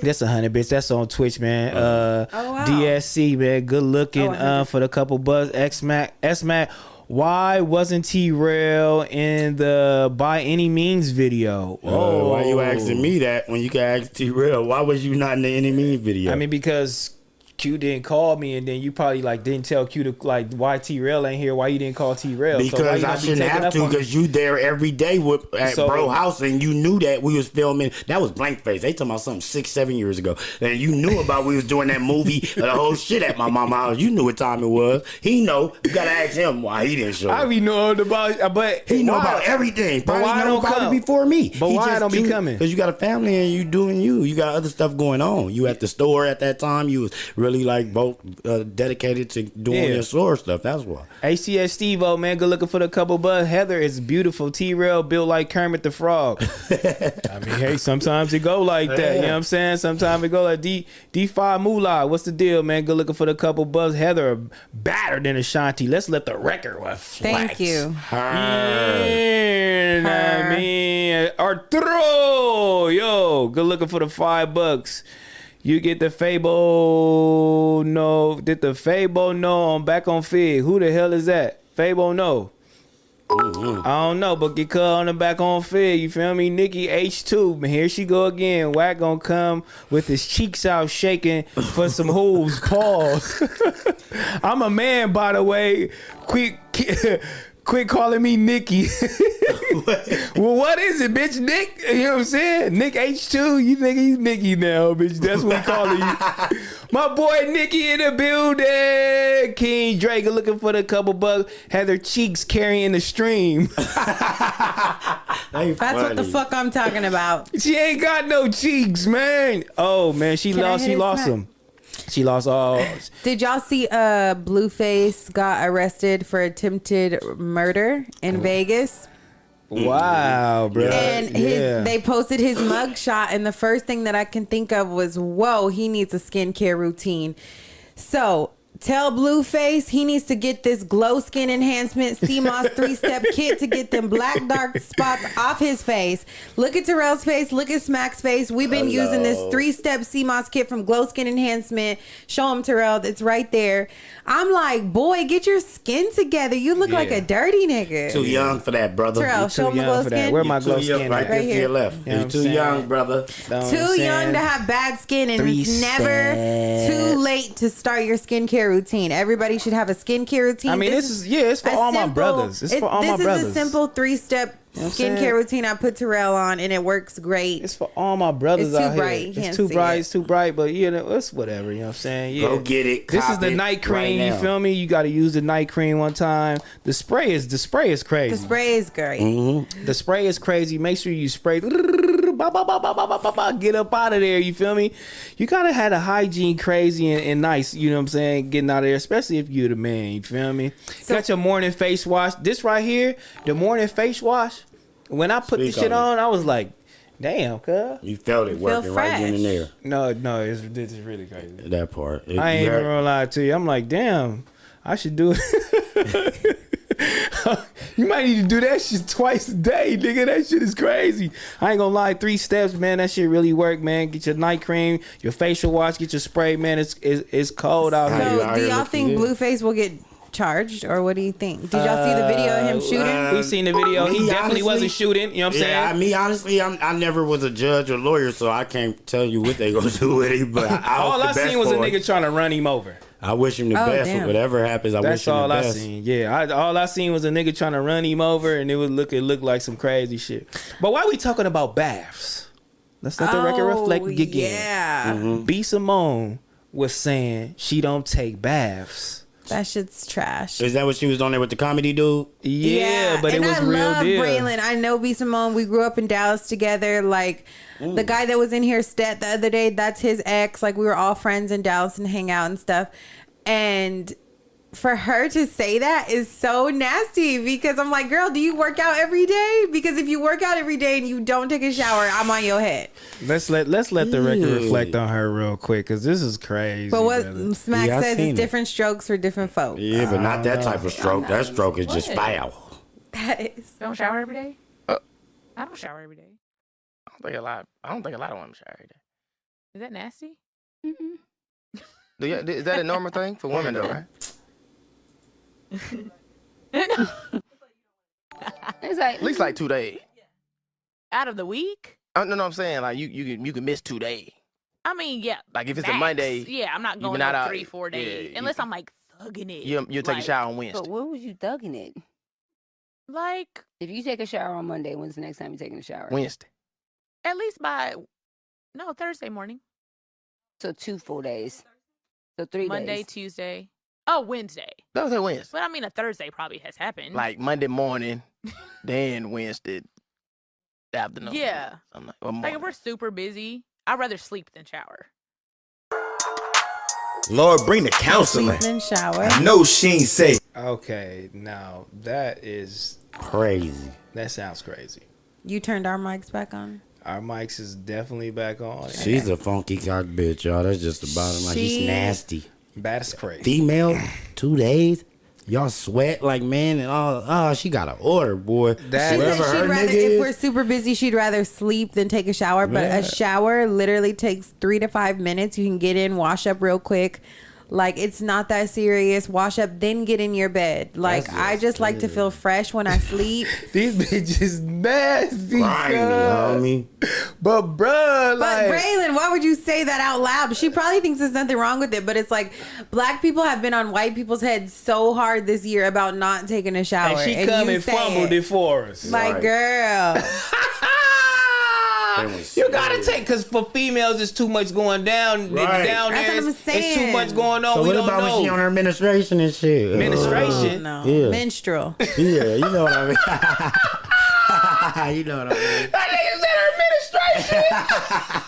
C: That's a hundred, bitch. That's on Twitch,
D: Oh.
C: man. Uh, DSC, man. Good looking uh, for the couple bucks. X Mac, S Mac. Why wasn't T Rail in the by any means video?
D: Oh, why you asking me that when you can ask T Real? Why was you not in the Any Mean video?
C: I mean, because Q didn't call me, and then you probably like didn't tell Q to like why T Rail ain't here. Why you didn't call T Rail?
D: because I shouldn't have to because you there every day with at
C: So-
D: bro house and you knew that we was filming that was blank face they talking about something six seven years ago and you knew about we was doing that movie the whole shit at my mama house you knew what time it was he know you gotta ask him why he didn't show
C: I
D: up.
C: be knowing about, but
D: he know about everything Probably know about it before me
C: But why it don't be coming?
D: because you got a family and you doing you you got other stuff going on you at the store at that time you was really like both uh, dedicated to doing
C: Yeah.
D: your store stuff that's why
C: HCS Steve O, man, good looking for the couple bucks. Heather is beautiful. T Rail built like Kermit the Frog. I mean, hey, sometimes it go like that. You know what I'm saying? Sometimes it go like D D5 Moolah. What's the deal, man? Good looking for the couple bucks. Heather batter than Ashanti. Let's let the record reflect.
E: Thank you.
C: Yeah, nah, man. Arturo, yo, good looking for the five bucks. You get the Fable no. Did the Fable no on back on Fig? Who the hell is that? Fable no. I don't know, but get cut on the back on Fig. You feel me? Nikki H2. man, Here she go again. Wack gonna come with his cheeks out shaking for some hooves. Pause. I'm a man, by the way. Quick, quit calling me Nikki. well, what is it, bitch? Nick. You know what I'm saying? Nick H2. You think he's Nikki now, bitch? That's what we calling you. My boy Nikki in the building. King Drake looking for the couple bucks. Had their cheeks carrying the stream.
D: That's
E: That's what the fuck I'm talking about.
C: She ain't got no cheeks, man. Oh man, she
E: Can I
C: lost.
E: hit
C: She
E: it
C: lost
E: smack?
C: him. She lost all.
E: Did y'all see uh Blueface got arrested for attempted murder in Vegas?
C: Wow, bro.
D: Uh,
E: And his, they posted his mugshot, and the first thing that I can think of was, "Whoa, he needs a skincare routine." So tell Blueface he needs to get this glow skin enhancement CMOS three step kit to get them black dark spots off his face. Look at Terrell's face. Look at Smack's face. We've been using this
N: Hello.
E: three step CMOS kit from Glow Skin Enhancement. Show him Terrell. It's right there. I'm like, boy, get your skin together. You look like
D: Yeah.
E: a dirty nigga.
D: Too young for that, brother.
E: Terrell,
D: You
E: show
D: too
E: him the
D: young
E: glow
D: for that.
E: skin.
D: Where my
E: You
D: glow
E: too young
D: skin?
E: for
D: Right
E: that.
D: there to
E: Right
D: your
E: here.
D: left.
E: You know
D: You
E: what
D: too
E: I'm saying?
D: young, brother.
E: too young to have bad skin and
D: Three
E: it's never too late to start your skincare routine. Everody should have a skincare routine.
C: I mean, this is- yeah, it's for
E: a
C: all my brothers. It's for all
E: this
C: my
E: is a
C: brothers.
E: simple three step
C: know what I'm saying?
E: skincare routine I put Terrell on and it works great. It's
C: for all my brothers
E: It's too
C: out here.
E: bright. You can't
C: It's too
E: see
C: bright.
E: it.
C: It's too bright. But you know, it's whatever. You know what I'm saying? Yeah.
D: Go get it.
C: This
D: Cop
C: is the
D: it
C: night cream.
D: right
C: you
D: now.
C: feel me? You got to use the night cream one time. The spray is the spray is crazy.
E: The spray is great.
C: Mm-hmm. The spray is crazy. Make sure you spray. Ba, ba, ba, ba, ba, ba, ba, ba. Get up out of there. You feel me? You kind of had a hygiene crazy and, and nice. You know what I'm saying? Getting out of there, especially if you the man. You feel me? got your morning face wash. This right here, the morning face wash. When I put this
D: Speak
C: shit
D: on
C: on, I was like, damn, cuz.
D: You felt it working right then and there.
C: No, no, it's, this is really crazy.
D: That part. It-
C: I ain't
D: very-
C: even gonna lie to you. I'm like, damn, I should do it. you might need to do that shit twice a day, nigga. That shit is crazy. I ain't gonna lie. Three steps, man. That shit really work, man. Get your night cream, your facial wash, get your spray, man. It's it's, it's cold out here.
E: So, do y'all think Blueface will get charged or what do you think? Did y'all see the video
C: Uh,
E: of him shooting?
C: we seen the video. He
D: Me,
C: definitely wasn't shooting. You know what I'm
D: yeah,
C: saying?
D: I, me, honestly, I'm, I never was a judge or lawyer, so I can't tell you what they gonna do with it. But I,
C: All
D: hope the
C: I
D: best
C: seen was a
D: for him.
C: nigga trying to run him over.
D: I wish him the
C: Oh,
D: best.
C: damn.
D: Whatever happens, I
C: That's
D: wish him
C: all
D: the
C: I
D: best.
C: seen. Yeah, I, all I seen was a nigga trying to run him over, and it would look it looked like some crazy shit. But why we talking about baths? Let's let the record
E: Oh,
C: reflect Mm. again.
E: yeah.
C: B Simone was saying she don't take baths.
E: That shit's trash.
D: Is that what she was on there with the comedy dude?
C: Yeah, but
E: and
C: it was
E: I
C: real
E: love
C: deal.
E: Braylon. I know B Simone. We grew up in Dallas together. Like the guy that was in here stat the other day, that's his ex. Like we were all friends in Dallas and hang out and stuff. And for her to say that is so nasty because I'm like, girl, do you work out every day? Because if you work out every day and you don't take a shower, I'm on your head.
C: Let's let let's let the record
D: Ew.
C: reflect on her real quick because this is crazy.
E: But what
C: brother.
E: Smack
C: Yeah, I
E: says
C: seen it.
E: is different strokes for different folks.
D: Yeah, but not that type of stroke. That stroke is just
E: What?
D: foul.
E: That is.
N: Don't shower every day.
O: Uh,
N: I don't shower every day.
O: I don't think a lot. I don't think a lot of women shower every day.
N: Is that nasty?
O: Do you, is that a normal thing for women though? Right?
N: It's like
O: At least like two days.
N: out of the week.
O: I know what I'm saying. Like you, you can you can miss two days.
N: I mean, yeah.
O: Like, if it's a
N: max.
O: Monday,
N: yeah, I'm not
O: you
N: going
O: been out
N: out
O: all-
N: three, four
O: yeah,
N: days
O: you-
N: unless I'm like thugging it.
O: You you take a
N: Like,
O: shower on Wednesday.
P: But what was you thugging it?
N: Like
P: if you take a shower on Monday, when's the next time you're taking a shower?
O: Wednesday.
N: At least by no Thursday morning,
P: So two full days. So three
N: Monday,
P: days.
N: Tuesday. Oh, Wednesday.
O: That was a Wednesday.
N: But I mean, a Thursday probably has happened.
O: Like Monday morning, then Wednesday afternoon.
N: yeah.
O: I'm like, or
N: Like
O: morning.
N: if we're super busy, I'd rather sleep than shower.
Q: Lord, bring the counseling.
E: Sleep and shower.
Q: I know she ain't safe.
C: Okay, now that is
D: Crazy.
C: that sounds crazy.
E: You turned our mics back on.
C: Our mics is definitely back on.
D: She's a funky cock bitch, y'all. That's just the bottom line. She's
C: She-
D: nasty.
C: That's crazy.
D: Female, two days. Y'all sweat like man and all. Oh, she got an order, boy.
E: she said
D: Wherever
E: she'd
D: her
E: rather,
D: nigga
E: if
D: is-
E: we're super busy, she'd rather sleep than take a shower. But
D: Yeah.
E: a shower literally takes three to five minutes. You can get in, wash up real quick. Like it's not that serious. Wash up, then get in your bed. Like
C: That's
E: I just like to feel fresh when I sleep.
C: These bitches nasty,
D: Grimy,
C: homie. But bruh,
E: But
C: like
E: Braylon, why would you say that out loud? She probably thinks there's nothing wrong with it, but it's like black people have been on white people's heads so hard this year about not taking a shower.
C: and she
E: you
C: come and
E: say
C: fumbled
E: it.
C: it. for us.
E: Like, girl.
C: Ah! You gotta take because for females, it's too much going down.
D: Right.
C: Down
D: That's
C: there,
D: what I'm
C: it's- it's too much going on.
D: So
C: we
D: what
C: don't
D: about
C: know.
D: when she on her administration and shit?
C: Menstruation?
D: Uh,
C: No.
D: Yeah.
E: Menstrual.
D: yeah, you know what I mean. you know what I mean.
C: That nigga's in her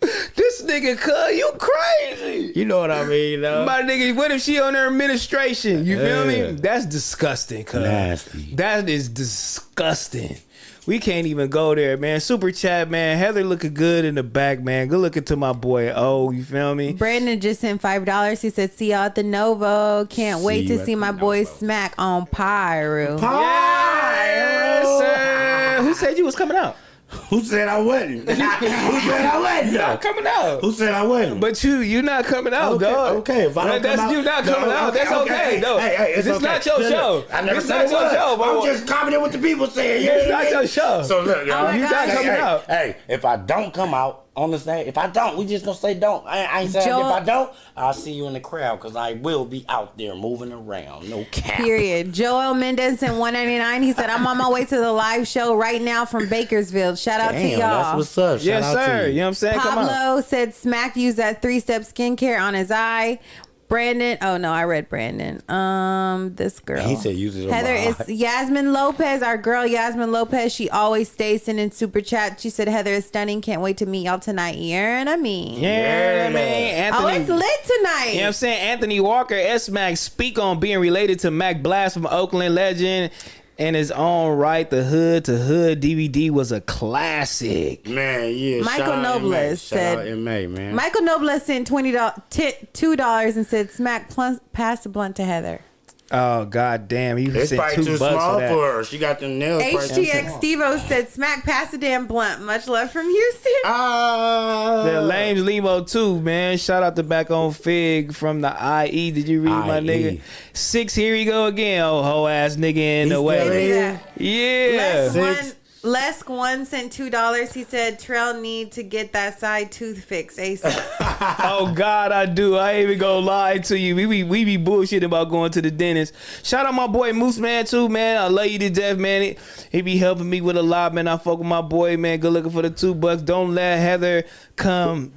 C: administration. this nigga, cuz you crazy.
D: You know what I mean, though.
C: My nigga, what if she on her administration? You feel
D: Yeah.
C: me? That's disgusting, cuz.
D: Nasty.
C: That is disgusting. We can't even go there, man. Super chat, man. Heather looking good in the back, man. Good looking to my boy. Oh, you feel me?
E: Brandon just sent five dollars. He said, "See y'all at the Novo. Can't
C: See
E: wait to
C: you at
E: see
C: the
E: my boy Smack on Pyro."
C: Yes, sir. Who said you was coming out?
D: Who said I wasn't? Who said I wasn't?
C: You're not coming out.
D: Who said I wasn't?
C: But you, you not coming out,
D: okay,
C: dog.
D: Okay, if I
C: Like,
D: don't
C: Oh, that's
D: come out,
C: you not
D: no,
C: coming out.
D: okay,
C: That's okay, no.
D: Hey, hey, it's
C: This
D: okay.
C: not your
D: Look,
C: show.
D: look, I never
C: This
D: said
C: not
D: it
C: your
D: was.
C: show, bro.
D: I'm just commenting what the people saying.
C: This
D: Yeah,
C: not
D: yeah.
C: your show.
D: So look,
C: Oh
D: y'all,
C: my You not God. coming
D: hey,
C: out.
D: Hey, if I don't come out on the stage, if I don't, we just gonna say don't. I, I ain't saying
E: Joel-
D: if I don't, I'll see you in the crowd because I will be out there moving around. No cap.
E: Period. Joel Mendez sent one ninety nine. He said, "I'm on my way to the live show right now from Bakersfield. Shout out to
D: Damn,
E: y'all."
D: that's what's up. Shout
C: yes,
D: out to
C: sir.
D: you.
C: you. know what I'm saying? Come out.
E: Pablo said Smack used that three step skincare on his eye. Brandon, oh no, I read Brandon. Um, this girl.
D: He said use it on my
E: Heather is
D: eye.
E: Yasmin Lopez, our girl Yasmin Lopez. She always stays sending super chat. She said Heather is stunning. Can't wait to meet y'all tonight. Yeah, and I mean,
C: Yeah, man.
E: Oh,
C: Anthony.
E: it's lit tonight.
C: You know what I'm saying? Anthony Walker, S Mac, speak on being related to Mac Blast from Oakland Legend. In his own right, the Hood to Hood DVD was a classic.
D: Man, yeah.
E: Michael shout out MA. Nobles Shout said- out
D: MA, man.
E: Michael Noble sent twenty dollars, two dollars, and said Smack plus, pass the blunt to Heather.
C: Oh god damn, he
D: It's
C: sent
D: probably
C: two
D: too
C: bucks
D: small
C: for,
D: for,
C: that.
D: her. She got them nails. probably too
E: HTX
D: small.
E: Stevo said Smack pass the damn blunt. Much love from Houston.
D: Uh,
C: The Lames Limo too, man. Shout out to Back on Fig from the IE. Did you read my
D: IE.
C: nigga? Six, here you go again, old hoe ass nigga in the way.
E: here?
C: Yeah.
E: Lesk one, Lesk one sent two dollars. He said Trail need to get that side tooth fixed ASAP.
C: oh God, I do. I ain't even gonna lie to you. We be we be bullshit about going to the dentist. Shout out my boy Moose Man too, man. I love you to death, man. He, he be helping me with a lot, man. I fuck with my boy, man. Good looking for the two bucks. Don't let Heather come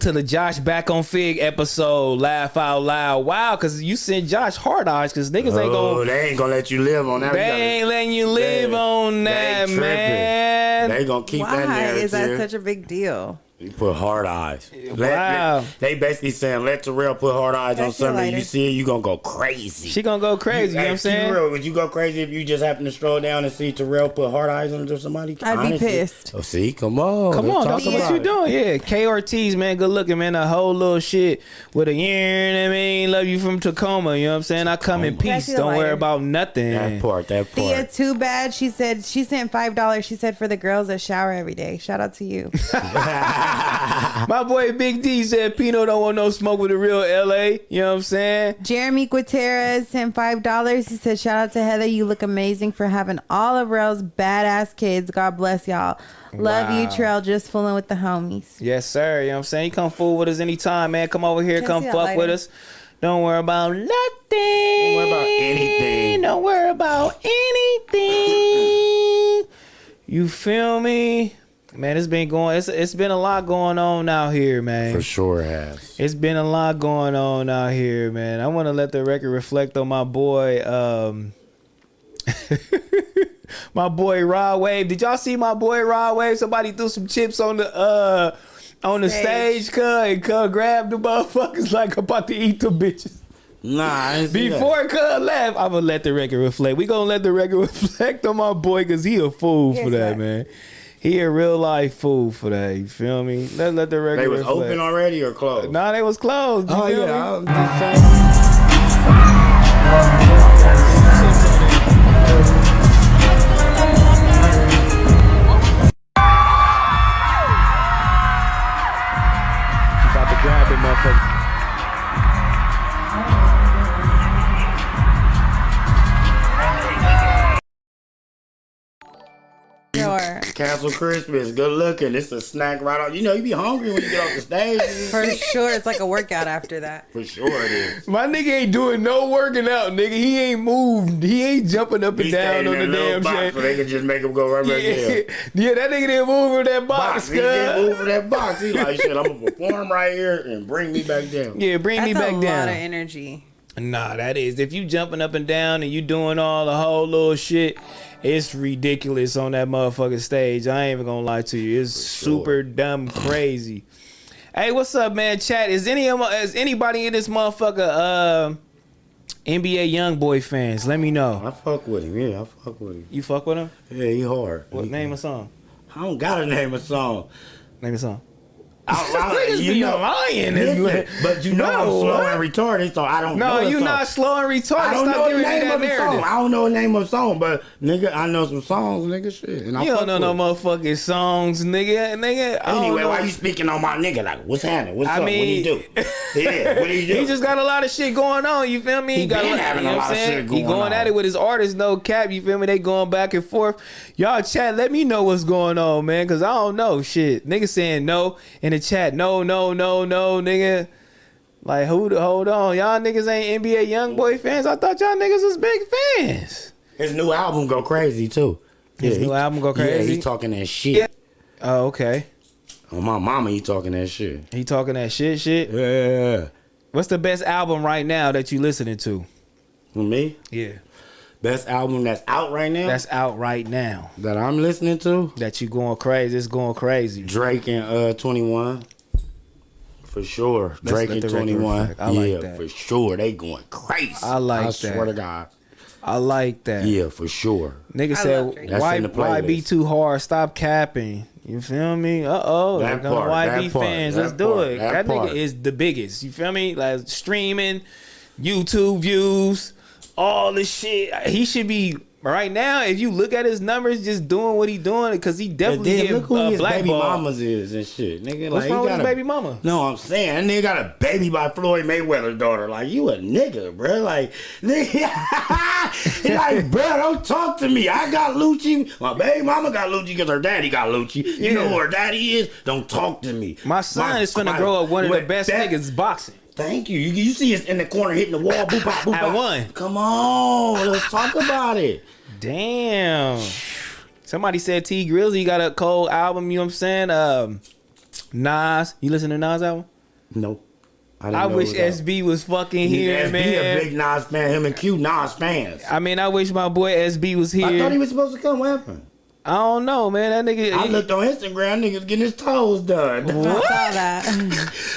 C: to the Josh back on Fig episode. Laugh out loud. Wow, because you sent Josh hard eyes because niggas ain't
D: Oh,
C: going.
D: they ain't gonna let you live on that.
C: They
D: You gotta-
C: ain't letting you live
D: They-
C: on
D: they
C: that,
D: tripping.
C: man.
D: They gonna keep that
E: Why
D: narrative.
E: is that such a big deal?
D: you put hard eyes. Let- let-
C: Wow.
D: they basically saying let Terrell put hard eyes
E: Catch
D: on
E: you
D: something. and You
E: later.
D: see it, you gonna go crazy.
C: She gonna go crazy. You, know
D: Hey,
C: what I'm
D: keep
C: saying?
D: it Real, would you go crazy if you just happen to stroll down and see Terrell put hard eyes on somebody?
C: I'd be
D: Honestly.
C: pissed.
D: Oh, see, come on,
C: Come
D: talk
C: on, that's what
D: about
C: you
D: it.
C: doing. Yeah, KRTs, man. Good looking, man. A whole little shit with a year. You know what I mean, love you from Tacoma. You know what I'm saying? I come in
E: Can I
C: peace.
E: see the
C: Don't worry
E: lighter?
C: about nothing. That
D: part. That
E: Thea, too bad. She said she sent five dollars. She said for the girls that shower every day. Shout out to you.
C: My boy Big D said Pino don't want no smoke with the real LA. You know what I'm saying?
E: Jeremy Quatera sent five dollars. He said, "Shout out to Heather. You look amazing for having all of Rel's badass kids. God bless y'all. Love you,
C: Wow.
E: Trell. Just fooling with the homies.
C: Yes, sir. You know what I'm saying? You come fool with us anytime, man. Come over here,
E: Can I
C: come
E: see that
C: fuck with
E: lighter?
C: us. Don't worry about nothing. Don't worry about
D: anything.
C: Don't worry about anything. you feel me? Man, it's been going it's it's been a lot going on out here, man.
D: For sure has.
C: It's been a lot going on out here, man. I want to let the record reflect on my boy, um, my boy Rod Wave. Did y'all see my boy Rod Wave? Somebody threw some chips on the uh on the
D: Stage.
C: stage, cuz and cuz grabbed the motherfuckers like about to eat the bitches.
D: Nah, I didn't see that.
C: Before cuz left, I'm gonna let the record reflect. We gonna let the record reflect on my boy because he a fool for
D: Yes,
C: that,
D: sir.
C: man. He a real life fool for that. You feel me? Let let the record.
D: They was
C: reflect.
D: open already or closed?
C: Nah, they was closed. You
D: Oh,
C: feel
D: yeah,
C: me?
D: I was
C: About to grab it, motherfucker.
E: Sure.
D: Castle Christmas, good looking. It's a snack right off. You know, you be hungry when you get off the stage.
E: For sure, it's like a workout after that.
D: For sure it is.
C: My nigga ain't doing no working out, nigga. He ain't moved. He ain't jumping up and
D: He stayed
C: down on
D: in
C: the
D: that little
C: damn
D: box
C: shit.
D: where they could just make him go right back
C: Yeah.
D: there.
C: yeah, that nigga didn't move from that box,
D: Box, he didn't
C: cuz.
D: move from that box. He like, shit, I'm gonna perform right here and bring me back down.
C: Yeah, bring me
E: That's
C: back
E: a
C: down.
E: lot of energy.
C: Nah, that is. If you jumping up and down and you doing all the whole little shit, it's ridiculous on that motherfucking stage. I ain't even gonna lie to you. It's super dumb crazy. Hey, what's up, man? Chat. Is any of is anybody in this motherfucker uh, NBA YoungBoy fans? Let me know.
D: I fuck with him. Yeah, I fuck with him.
C: You fuck with him?
D: Yeah, he hard.
C: What
D: He-
C: name a song?
D: I don't gotta name a song.
C: Name a song.
D: I, I,
C: Niggas
D: you
C: be
D: know,
C: lying.
D: Listen, but you know
C: No.
D: I'm slow and retarded, so I don't.
C: No,
D: know the
C: you
D: song.
C: not slow and retarded.
D: I don't
C: Stop
D: know the
C: giving me
D: name
C: that
D: of the song.
C: narrative.
D: I don't know the name of the song, but nigga, I know some songs, nigga. Shit, and I
C: You don't
D: fuck
C: know
D: with
C: no
D: it.
C: motherfucking songs, nigga. Nigga. I don't
D: Anyway,
C: know.
D: why you speaking on my nigga? Like, what's happening? What's
C: I
D: up?
C: mean-
D: what do you do? Yeah, what do you do?
C: He just got a lot of shit going on. You feel me?
D: He
C: got
D: been
C: lot-
D: having
C: you
D: a
C: know what
D: lot
C: I'm
D: of
C: saying?
D: shit
C: He
D: going
C: going
D: on.
C: at it with his artists, no cap. You feel me? They going back and forth. Y'all chat. Let me know what's going on, man. Cause I don't know shit. Nigga saying no in the chat. No, no, no, no, nigga. Like who? the Hold on, y'all niggas ain't NBA YoungBoy fans. I thought y'all niggas was big fans.
D: His new album go crazy too.
C: His new album go crazy?
D: Yeah, he talking that shit.
C: Oh, okay.
D: On my mama, he talking that shit.
C: He talking that shit, shit.
D: Yeah.
C: What's the best album right now that you listening to?
D: Me?
C: Yeah.
D: Best album that's out right now.
C: That's out right now.
D: that I'm listening to.
C: That you going crazy. It's going crazy.
D: Drake and uh 21. For sure.
C: Let's
D: Drake
C: let
D: and
C: the record
D: 21.
C: reflect. I like
D: yeah,
C: that.
D: for sure. They going crazy.
C: I like
D: I
C: that.
D: swear to God.
C: I like that.
D: Yeah, for sure.
C: Nigga said,
D: That's
C: why,
D: in the
C: why be
D: playlist.
C: too hard? Stop capping. You feel me? Uh oh.
D: That
C: Like,
D: part,
C: why
D: that
C: be
D: part,
C: fans?
D: that
C: Let's do
D: part,
C: it.
D: that
C: That, nigga
D: part.
C: is the biggest. You feel me? Like streaming, YouTube views, all this shit. He should be right now. If you look at his numbers, just doing what he doing because he
D: And
C: definitely
D: then
C: getting
D: look who
C: uh,
D: his
C: black
D: baby
C: ball.
D: mamas is and shit. Nigga,
C: What's
D: like,
C: wrong
D: he
C: with
D: got
C: his
D: a,
C: baby mama?
D: No, I'm saying that nigga got a baby by Floyd Mayweather's daughter. Like you a nigga, bruh. Like nigga, like bruh, don't talk to me. I got Lucci. My baby mama got Lucci because her daddy got Lucci. You know who her daddy is. Don't talk to me.
C: My son is finna
D: my-
C: grow up one of the
D: what
C: best
D: that-
C: niggas boxing.
D: Thank you. you. You see us in the corner hitting the wall. Boop, bop, boop,
C: At
D: bop.
C: one.
D: Come on, let's talk about it.
C: Damn. Somebody said T Grizzly got a cold album, you know what I'm saying? Um Nas, you listen to Nas album?
D: No.
C: I,
D: didn't know it
C: wish
D: was out.
C: SB was fucking here,
D: SB
C: man.
D: a big Nas fan. Him and Q Nas fans.
C: I mean, I wish my boy SB was here.
D: I thought he was supposed to come. What happened?
C: I don't know, man. That nigga.
D: I looked on Instagram. Niggas getting his toes done.
C: What?
E: that.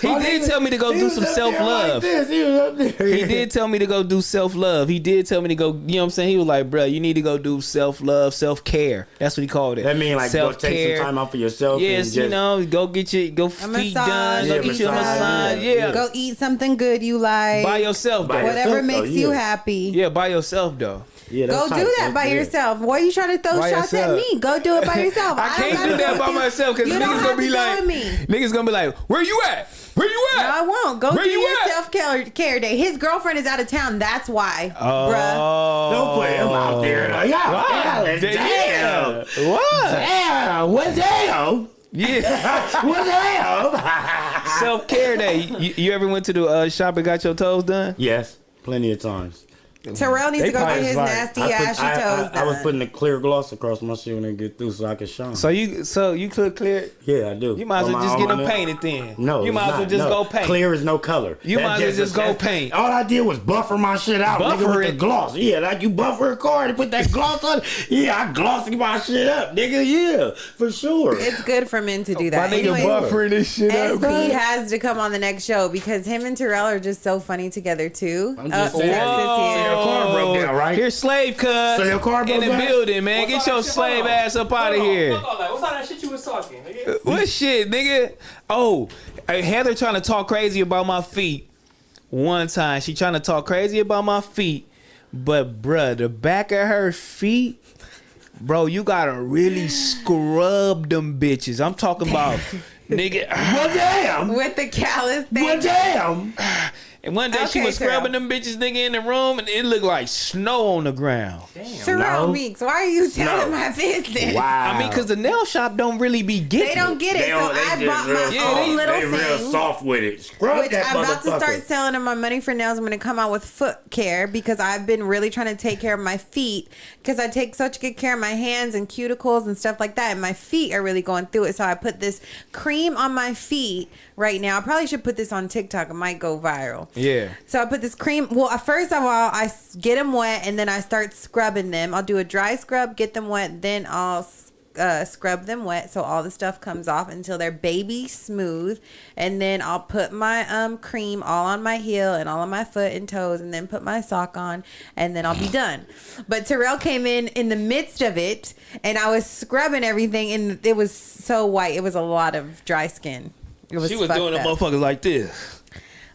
C: He did tell me to go do some self love.
D: he was up there.
C: He did tell me to go do self love. He did tell me to go. You know what I'm saying? He was like, "Bruh, you need to go do self love, self care." That's what he called it.
D: That mean like go take
C: Self-care.
D: some time out for yourself.
C: Yes,
D: and
C: you
D: just-
C: know, go get your go feet done, go
D: Yeah,
C: get your
D: massage,
C: massage,
D: yeah.
C: yeah.
E: Go eat something good you like.
C: by yourself, though.
E: Whatever makes you happy.
C: Yeah, by yourself though.
D: Yeah,
E: Go do that by yourself. Why are you trying to throw
C: By
E: shots
C: yourself.
E: at me? Go do it by yourself.
C: I
E: don't
C: can't
E: gotta go
C: do that
E: with
C: by
E: you.
C: myself because
E: You don't
C: niggas
E: have
C: gonna be
E: to go
C: like,
E: with me.
C: niggas gonna be like, where you at? Where you
E: No, I
C: at?
E: won't. Go
C: Where
E: do
C: you
E: your
C: at?
E: self care day. His girlfriend is out of town. That's why.
C: Oh,
D: Don't put him out there. though. Yeah,
C: Wow.
D: Dallas,
C: Yeah.
D: damn.
C: What?
D: Damn. What damn?
C: Yeah.
D: what damn?
C: Self care day. You, you ever went to the uh, shop and got your toes done?
D: yes, plenty of times.
E: Terrell needs
C: They
E: to go get
C: probably
E: his
C: like-
E: nasty
D: I put-
E: ashy
D: I- I-
E: toes
D: I, was
E: done.
D: putting a clear gloss across my shoe and then get through so I could shine.
C: So you so you could clear.
D: yeah, I do.
C: You might as
D: On
C: well
D: Oh, my
C: just get
D: own-
C: them painted then.
D: No,
C: you
D: it's
C: might as well
D: not.
C: just
D: No.
C: go paint.
D: Clear is no color.
C: You might as well just go paint.
D: All I did was buffer my shit out, nigga,
C: Buffer
D: with
C: it.
D: the gloss. Yeah, like you buffer a car and put that gloss on. Yeah, I glossed my shit up, nigga. Yeah, for sure.
E: It's good for men to do that.
D: My nigga
E: Anyways,
D: buffering this shit
E: SB
D: up, bruh.
E: has to come on the next show because him and Terrell are just so funny together too.
D: I'm just
E: Uh,
D: saying. Oh,
E: Terrence is
D: Whoa.
E: here.
D: So your car broke down, right?
C: Here's Oh, slave cuz
D: So your car
C: in
D: broke
C: the
D: down?
C: building, man. get your slave ass up out of here. Uh,
R: Fuck all that. What's all that shit you was talking, nigga?
C: What shit, nigga? Oh, hey, Heather trying to talk crazy about my feet. One time, she trying to talk crazy about my feet, but bruh, the back of her feet, bro, you gotta really scrub them bitches. I'm talking about, nigga. Well,
D: damn.
E: With the callus thing.
D: Well, damn.
C: And one day she
E: Okay,
C: was
E: Terrell.
C: scrubbing them bitches, nigga, in the room, and it looked like snow on the ground.
E: Terrell
C: No.
E: Meeks, why are you telling
C: No.
E: my business?
C: I mean, because the nail shop don't really be getting.
E: They don't get it, They so don't- they I just bought my real own soft. little They real thing. soft
D: with it.
E: Which I'm about to start selling them my money for nails. I'm going to come out with foot care because I've been really trying to take care of my feet because I take such good care of my hands and cuticles and stuff like that. And my feet are really going through it. So I put this cream on my feet right now. I probably should put this on TikTok. It might go viral.
C: Yeah.
E: So I put this cream. Well, uh, first of all, I s- get them wet and then I start scrubbing them. I'll do a dry scrub, get them wet, then I'll s- uh, scrub them wet so all the stuff comes off until they're baby smooth. And then I'll put my um, cream all on my heel and all on my foot and toes, and then put my sock on, and then I'll be done. But Terrell came in in the midst of it, and I was scrubbing everything, and it was so white. It was a lot of dry skin. It was
C: she was
E: fucked
C: doing the
E: up.
C: motherfuckers like this.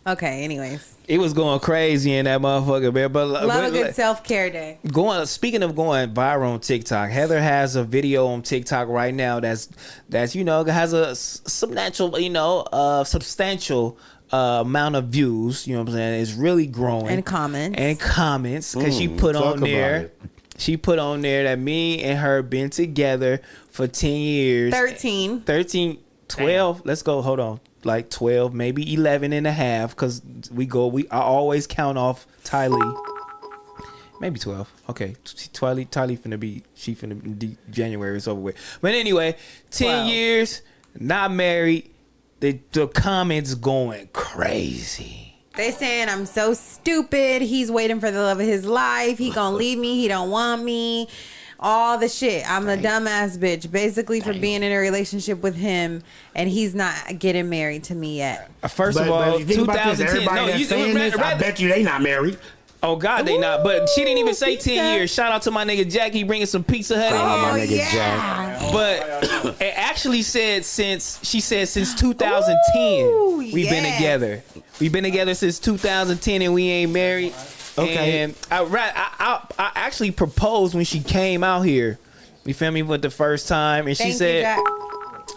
E: Okay, anyways.
C: It was going crazy in that motherfucker, man. But
E: Love a good self care day.
C: going speaking of going viral on TikTok, Heather has a video on TikTok right now that's that's you know has a s- substantial you know uh substantial uh, amount of views. You know what I'm saying? It's really growing
E: And comments.
C: and comments because she
E: Mm,
C: put
E: talk
C: on
E: about
C: there.
E: it.
C: She put on there that me and her been together for ten years.
E: 13.
C: 13 12 let's go hold on like 12 maybe 11 and a half because we go we i always count off ty lee maybe 12 okay t- ty lee ty lee finna be she finna be january it's over with but anyway 10 years not married the, the comments going crazy
E: They saying I'm so stupid. He's waiting for the love of his life. He gonna leave me. He don't want me. All the shit. I'm a dumbass bitch, basically for being in a relationship with him, and he's not getting married to me yet.
C: Uh, First
D: But-
C: of all,
D: but if you think about this,
C: 2010.
D: everybody
C: no,
D: that's
C: you
D: saying
C: rather-
D: this, I
C: rather-
D: bet you they not married.
C: Oh God, they not. But she didn't even say ten
D: pizza.
C: years. Shout out to my nigga Jackie bringing some pizza hut. in
D: Shout out my
E: Oh,
C: here.
D: nigga Yeah. Jack.
C: But it actually said since she said since 2010 we've been
D: yes.
C: together. We've been together since 2010 and we ain't married.
D: Okay.
C: And I, ra- I I I actually proposed when she came out here. You feel me? With the first time, and she
E: Thank you,
C: said.
E: Jack.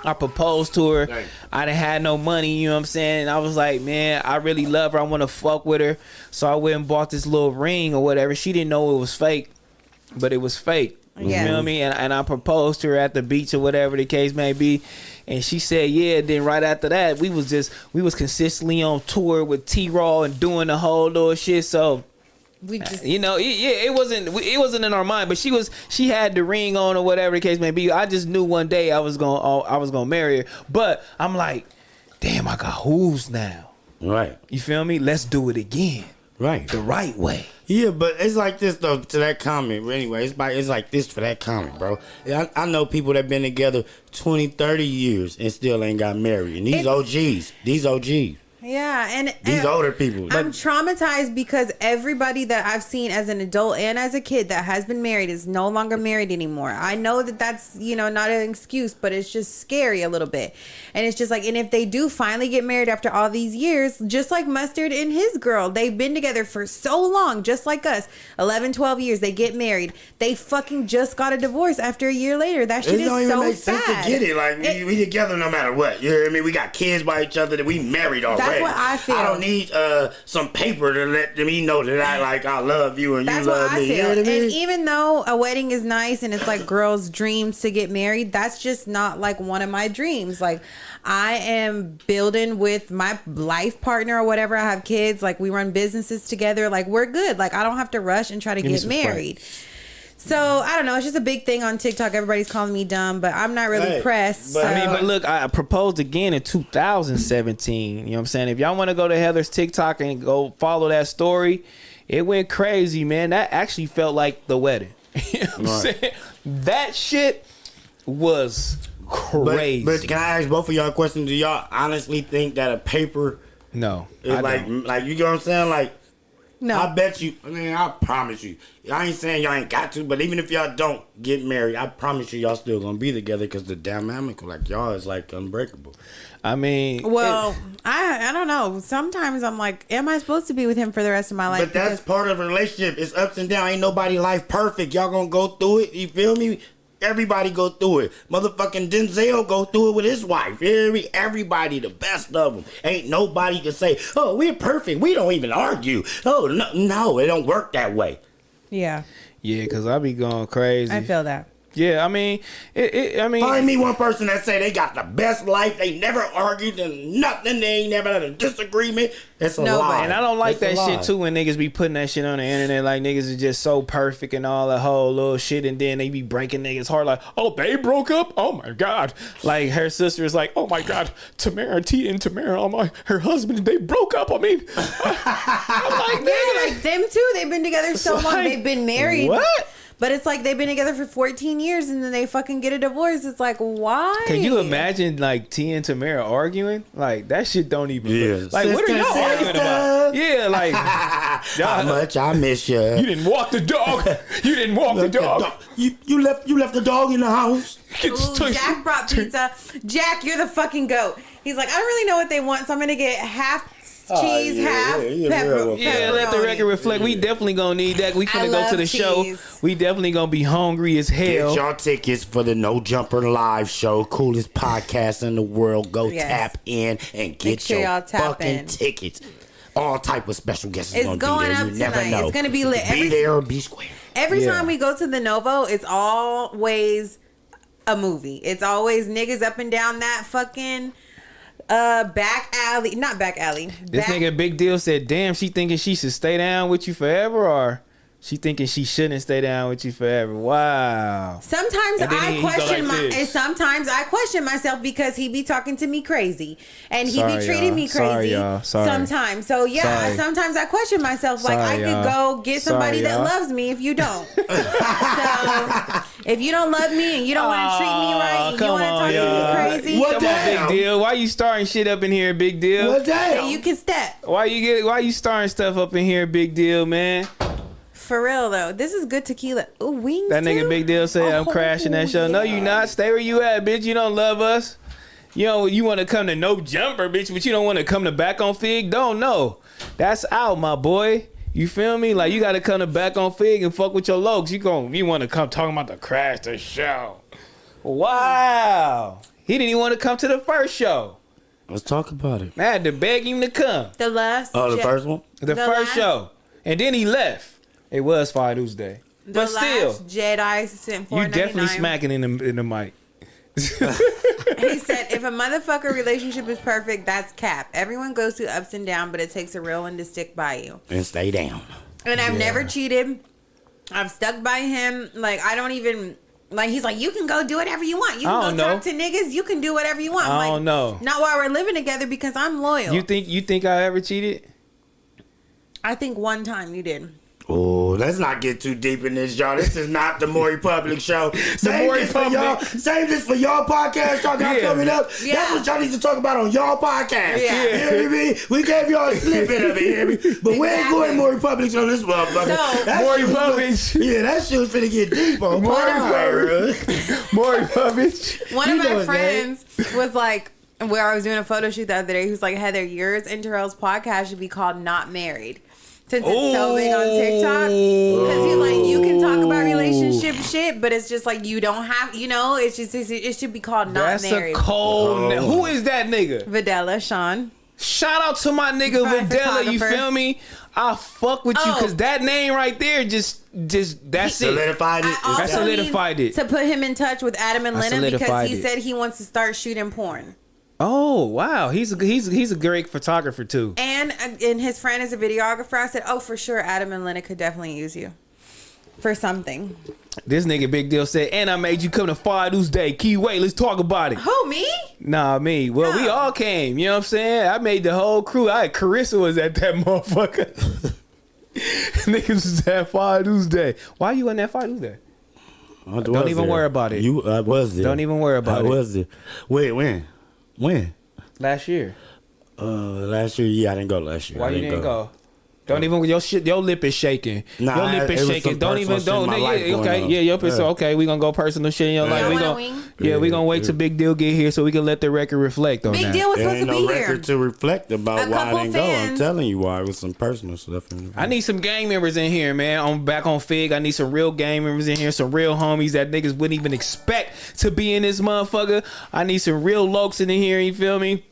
C: I proposed to her. I didn't had no money, you know what I'm saying? And I was like, man, I really love her. I want to fuck with her. So I went and bought this little ring or whatever. She didn't know it was fake, but it was fake.
E: Yes.
C: You know what I mean? And, and I proposed to her at the beach or whatever the case may be. And she said, yeah. Then right after that, we was just, we was consistently on tour with T-Raw and doing the whole little shit. So
E: we just
C: You know, it, yeah, it wasn't it wasn't in our mind, but she was she had the ring on or whatever the case may be. I just knew one day I was gonna oh, I was gonna marry her, but I'm like, damn, I got hooves now.
D: Right.
C: You feel me? Let's do it again.
D: Right.
C: The right way.
D: Yeah, but it's like this though to that comment. But anyway, it's like it's like this for that comment, bro. I, I know people that been together 20, 30 years and still ain't got married. And these OGs, these OGs,
E: yeah, and,
D: these
E: and
D: older people.
E: I'm traumatized because everybody that I've seen as an adult and as a kid that has been married is no longer married anymore. I know that that's, you know, not an excuse, but it's just scary a little bit. And it's just like, and if they do finally get married after all these years, just like Mustard and his girl, they've been together for so long, just like us 11, 12 years, they get married. They fucking just got a divorce after a year later. That shit
D: it
E: is
D: don't even
E: so
D: make
E: sad.
D: sense to get it. Like we, we together no matter what. You know what I mean? We got kids by each other that we married
E: That's
D: already.
E: what I feel.
D: I don't need uh some paper to let me know that I like I love you and
E: That's
D: you
E: what
D: love
E: I
D: me.
E: feel.
D: You know what I mean?
E: And even though a wedding is nice and it's like girls' dreams to get married, that's just not like one of my dreams. Like I am building with my life partner or whatever. I have kids. Like we run businesses together. Like we're good. Like I don't have to rush and try to
P: Give me
E: get
P: some Sprite.
E: married. So I don't know. It's just a big thing on TikTok. Everybody's calling me dumb, but I'm not really
C: Hey,
E: pressed.
C: But I mean,
E: so-
C: but look, I proposed again in 2017. You know what I'm saying? If y'all want to go to Heather's TikTok and go follow that story, it went crazy, man. That actually felt like the wedding. You know what I'm
D: Right.
C: saying? That shit was crazy.
D: But, but can I ask both of y'all a question? Do y'all honestly think that a paper
C: no,
D: is
C: I
D: like
C: don't.
D: like you know what I'm saying? Like
E: no.
D: I bet you I mean, I promise you. I ain't saying y'all ain't got to, but even if y'all don't get married, I promise you y'all still gonna be together because the dynamic like y'all is like unbreakable.
C: I mean
E: well, I I don't know. Sometimes I'm like, am I supposed to be with him for the rest of my life?
D: But that's part of a relationship. It's ups and downs. Ain't nobody life perfect. Y'all gonna go through it. You feel me? Everybody go through it. Motherfucking Denzel go through it with his wife. Every everybody, the best of them. Ain't nobody can say, "Oh, we're perfect. We don't even argue." Oh, no, no, it don't work that way.
E: yeah,
C: yeah, because I be going crazy.
E: I feel that.
C: Yeah, I mean, it, it, I mean,
D: Find me one person that say they got the best life. They never argued and nothing. They ain't never had a disagreement. It's a lie.
C: And I don't like
D: It's a
C: that
D: lie.
C: shit too when niggas be putting that shit on the internet. Like niggas is just so perfect and all that whole little shit, and then they be breaking niggas hard. Like, oh, they broke up. Oh my god. Like her sister is like, oh my god, Tamara T and Tamara, oh my, her husband, they broke up. I mean,
E: yeah, like them too. They've been together so
C: It's
E: long.
C: like,
E: they've been married.
C: what?
E: But it's like they've been together for 14 years and then they fucking get a divorce. It's like, why?
C: can you imagine like T and Tamara arguing? Like that shit don't even. Like what are
D: Sister,
C: y'all arguing about? Yeah, like
D: How much I miss you. You
C: didn't walk the dog. You didn't walk the dog.
D: You you left you left the dog in the house.
E: Ooh, Jack brought pizza. Jack, you're the fucking goat. He's like, I don't really know what they want, so I'm gonna get half
C: Oh,
E: cheese,
C: yeah,
E: half
C: yeah, yeah,
E: pepper.
C: Yeah, let the record reflect. We definitely gonna need that. We
E: I
C: finna go
E: love
C: to the show.
E: cheese.
C: We definitely gonna be hungry as hell.
D: Get y'all tickets for the No Jumper Live Show, coolest podcast in the world. Go
E: Yes.
D: tap in and get
E: sure
D: your
E: y'all tap
D: fucking
E: in.
D: tickets. All type of special guests
E: It's
D: is gonna
E: going
D: be there.
E: up
D: you never
E: tonight.
D: know.
E: It's gonna be lit. Every-
D: Be there or be square.
E: Every
D: Yeah.
E: time we go to the Novo, it's always a movie. It's always niggas up and down that fucking uh back alley. Not back alley.
C: This nigga Big Deal said, "Damn, she thinking she should stay down with you forever, or she thinking she shouldn't stay down with you forever." Wow.
E: Sometimes
C: And then he-
E: I
C: he go
E: question
C: like
E: my
C: this.
E: and sometimes I question myself because he be talking to me crazy and he
C: Sorry,
E: be treating
C: y'all.
E: me crazy
C: Sorry, y'all. Sorry.
E: sometimes. So yeah,
C: Sorry.
E: sometimes I question myself like
C: Sorry,
E: I could
C: y'all.
E: go get
C: Sorry,
E: somebody that
C: y'all.
E: loves me if you don't. so if you don't love me and you don't want to treat me right and you
C: come
E: want to
C: on,
E: talk to
C: y'all.
E: me crazy,
C: What come on, Big Deal? Why you starting shit up in here, Big Deal?
E: Then you can step.
C: Why you get? Why you starting stuff up in here, Big Deal, man?
E: For real though, this is good tequila. Ooh, wings.
C: That nigga
E: too?
C: Big Deal said I'm
E: Oh,
C: crashing that show. No,
E: yeah.
C: you not. Stay where you at, bitch. You don't love us. You know you want to come to no jumper, bitch, but you don't want to come to back on fig. Don't know. That's out, my boy. You feel me? Like you got to come to back on fig and fuck with your lokes. You gon' you want to come talking about the crash the show? Wow. He didn't even want to come to the first show.
D: Let's talk about it.
C: I had to beg him to come.
E: The last.
D: Oh, the
E: ja-
D: first one?
C: The,
E: The
C: first
E: last-
C: show, and then he left. It was Fire Tuesday.
E: The
C: but still,
E: last Jedi sent
C: you
E: for
C: definitely smacking in the in the mic.
E: He said, if a motherfucker relationship is perfect, that's cap. Everyone goes through ups and downs, but it takes a real one to stick by you.
D: And stay down.
E: and I've
D: Yeah.
E: never cheated. I've stuck by him. Like I don't even like. He's like, you can go do whatever you want. You
C: I
E: can
C: don't
E: go
C: know.
E: talk to niggas. You can do whatever you want. I'm
C: I
E: like,
C: don't know.
E: Not while we're living together because I'm loyal.
C: You think you think I ever cheated?
E: I think one time you did.
D: Oh, let's not get too deep in this, y'all. This is not the Maury Public Show. Save
J: Maury
D: this
J: Public.
D: for y'all. Save this for y'all podcast y'all got
J: Yeah.
D: coming up. That's
J: Yeah.
D: what y'all need to talk about on y'all podcast.
J: Yeah. Yeah.
D: You hear me? We gave y'all a snippet of it, you hear me? But we ain't going Maury Public on this motherfucker.
J: So-
D: That
J: Maury
D: shit was- Yeah, that shit was finna get deep on
J: Maury
D: Public.
C: Maury Public.
E: One of my friends was like, where I was doing a photo shoot the other day, he was like, Heather, yours and Terrell's podcast should be called Not Married. Since it's so big on TikTok. Because he's like, you can talk
C: Oh.
E: about relationship shit, but it's just like, you don't have, you know, it's just, it's, it should be called Not
C: That's
E: Married.
C: a cold.
J: Oh.
C: Who is that nigga?
E: Videla, Sean.
C: Shout out to my nigga
E: Fine
C: Videla. You
E: photographer.
C: feel me? I fuck with you
E: Oh.
C: because that name right there just just that's it.
D: Solidified
C: it. That
E: Also
C: solidified
E: need
C: it.
E: To put him in touch with Adam and
C: I
E: Lennon because
C: solidified
E: he
C: it.
E: said he wants to start shooting porn.
C: Oh wow, he's a, he's he's a great photographer too.
E: And uh, and his friend is a videographer. I said, oh, for sure, Adam and Lennon could definitely use you for something.
C: This nigga Big Deal said, and I made you come to Fadu's Day. Key wait, let's talk about it.
E: Who me?
C: Nah, me. Well, we all came. You know what I'm saying? I made the whole crew. I Carissa was at that motherfucker. Niggas was at Fadu's Day. Why you in that Fadu's Day? Don't even worry about it.
D: You I was there.
C: Don't even worry about
D: I
C: it.
D: was there. Wait, when? When?
C: Last year.
D: Uh, last year, yeah, I didn't go last year.
C: Why
D: I
C: you didn't go? Don't even your shit. Your lip is shaking.
D: Nah,
C: your
D: it
C: lip
D: was
C: is
D: some
C: shaking. Don't
D: personal
C: even
D: shit in
C: don't.
D: my
C: Yeah,
D: life going
C: okay,
D: on.
C: yeah, your personal.
D: Yeah.
C: Okay, we gonna go personal shit in your
D: Yeah.
C: life. We
D: Y'all
C: gonna
D: wanna wing?
C: yeah, we
D: Yeah,
C: gonna wait till Big Deal get here so we can let the record reflect on
E: Big
C: that.
E: Deal was
D: There
E: supposed
D: ain't
E: to
D: no
E: be here.
D: record to reflect about
E: A
D: why I
E: couple
D: didn't go. I'm
E: fans-
D: telling you why. It was some personal stuff. In
C: I need some gang members in here, man. I'm back on Fig. I need some real gang members in here, some real homies that niggas wouldn't even expect to be in this motherfucker. I need some real lokes in here, you feel me?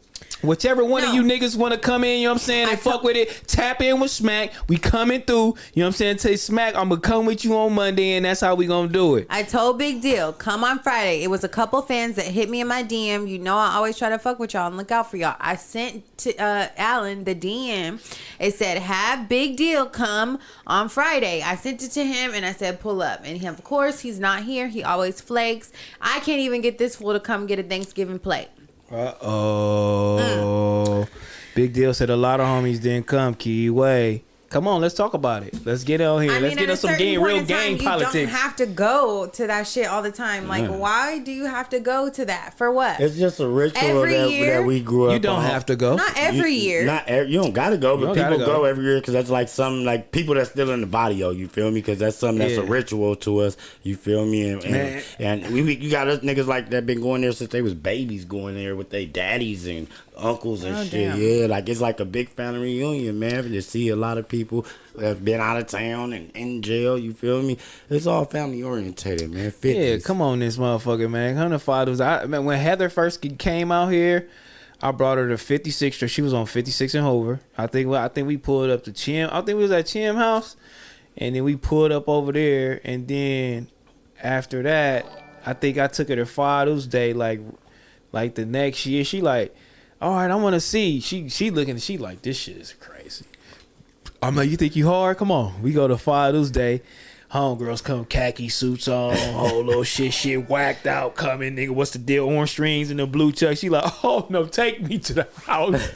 C: Whichever one of you niggas want to come in, you know what I'm saying, and fuck with it, tap in with Smack. We coming through, you know what I'm saying? Say Smack, I'm going to come with you on Monday, and that's how we going to do it.
E: I told Big Deal, come on Friday. It was a couple fans that hit me in my DM. You know I always try to fuck with y'all and look out for y'all. I sent to uh, Alan the DM. It said, have Big Deal come on Friday. I sent it to him and I said, pull up. And he, of course, he's not here. He always flakes. I can't even get this fool to come get a Thanksgiving plate.
C: Uh-oh. Mm. Big Deal said a lot of homies didn't come, Key Way. Come on, let's talk about it. Let's get on here.
E: I
C: let's
E: mean, at
C: get
E: a
C: us some
E: certain
C: game,
E: point
C: real
E: in time,
C: game
E: you You
C: politics.
E: don't have to go to that shit all the time. Like,
D: Yeah.
E: why do you have to go to that? For what?
D: It's just a ritual
E: Every
D: that,
E: year?
D: that we grew up.
C: You don't
D: on.
C: have to go.
E: Not every
D: You-
E: year.
D: Not ev- you don't gotta go,
C: You
D: but
C: don't gotta
D: people go.
C: go.
D: every year because that's like some like people that's still in the body. Oh, you feel me? Because that's something that's a
C: Yeah.
D: ritual to us. You feel me? And
C: Man.
D: and, and we, we you got us niggas like that been going there since they was babies, going there with their daddies and uncles and
C: Oh,
D: shit.
C: damn.
D: Yeah, like it's like a big family reunion, man. And You see a lot of people that've been out of town and in jail. You feel me? It's all family orientated, man. 50s.
C: Yeah, come on, this motherfucker, man. Come to Fathers. I man, when Heather first came out here, I brought her to 56. She was on 56 and Hover. I think. Well, I think we pulled up to Chim. I think we was at Chim house, and then we pulled up over there. And then after that, I think I took her to Fathers Day, like, like the next year. She like, all right, I want to see. She she looking. She like, this shit is crazy. I'm like, you think you hard? Come on, we go to Father's Day. Homegirls come khaki suits on, whole little shit, shit whacked out. Coming, nigga, what's the deal? Orange strings and the blue chuck. She like, oh no, take me to the house.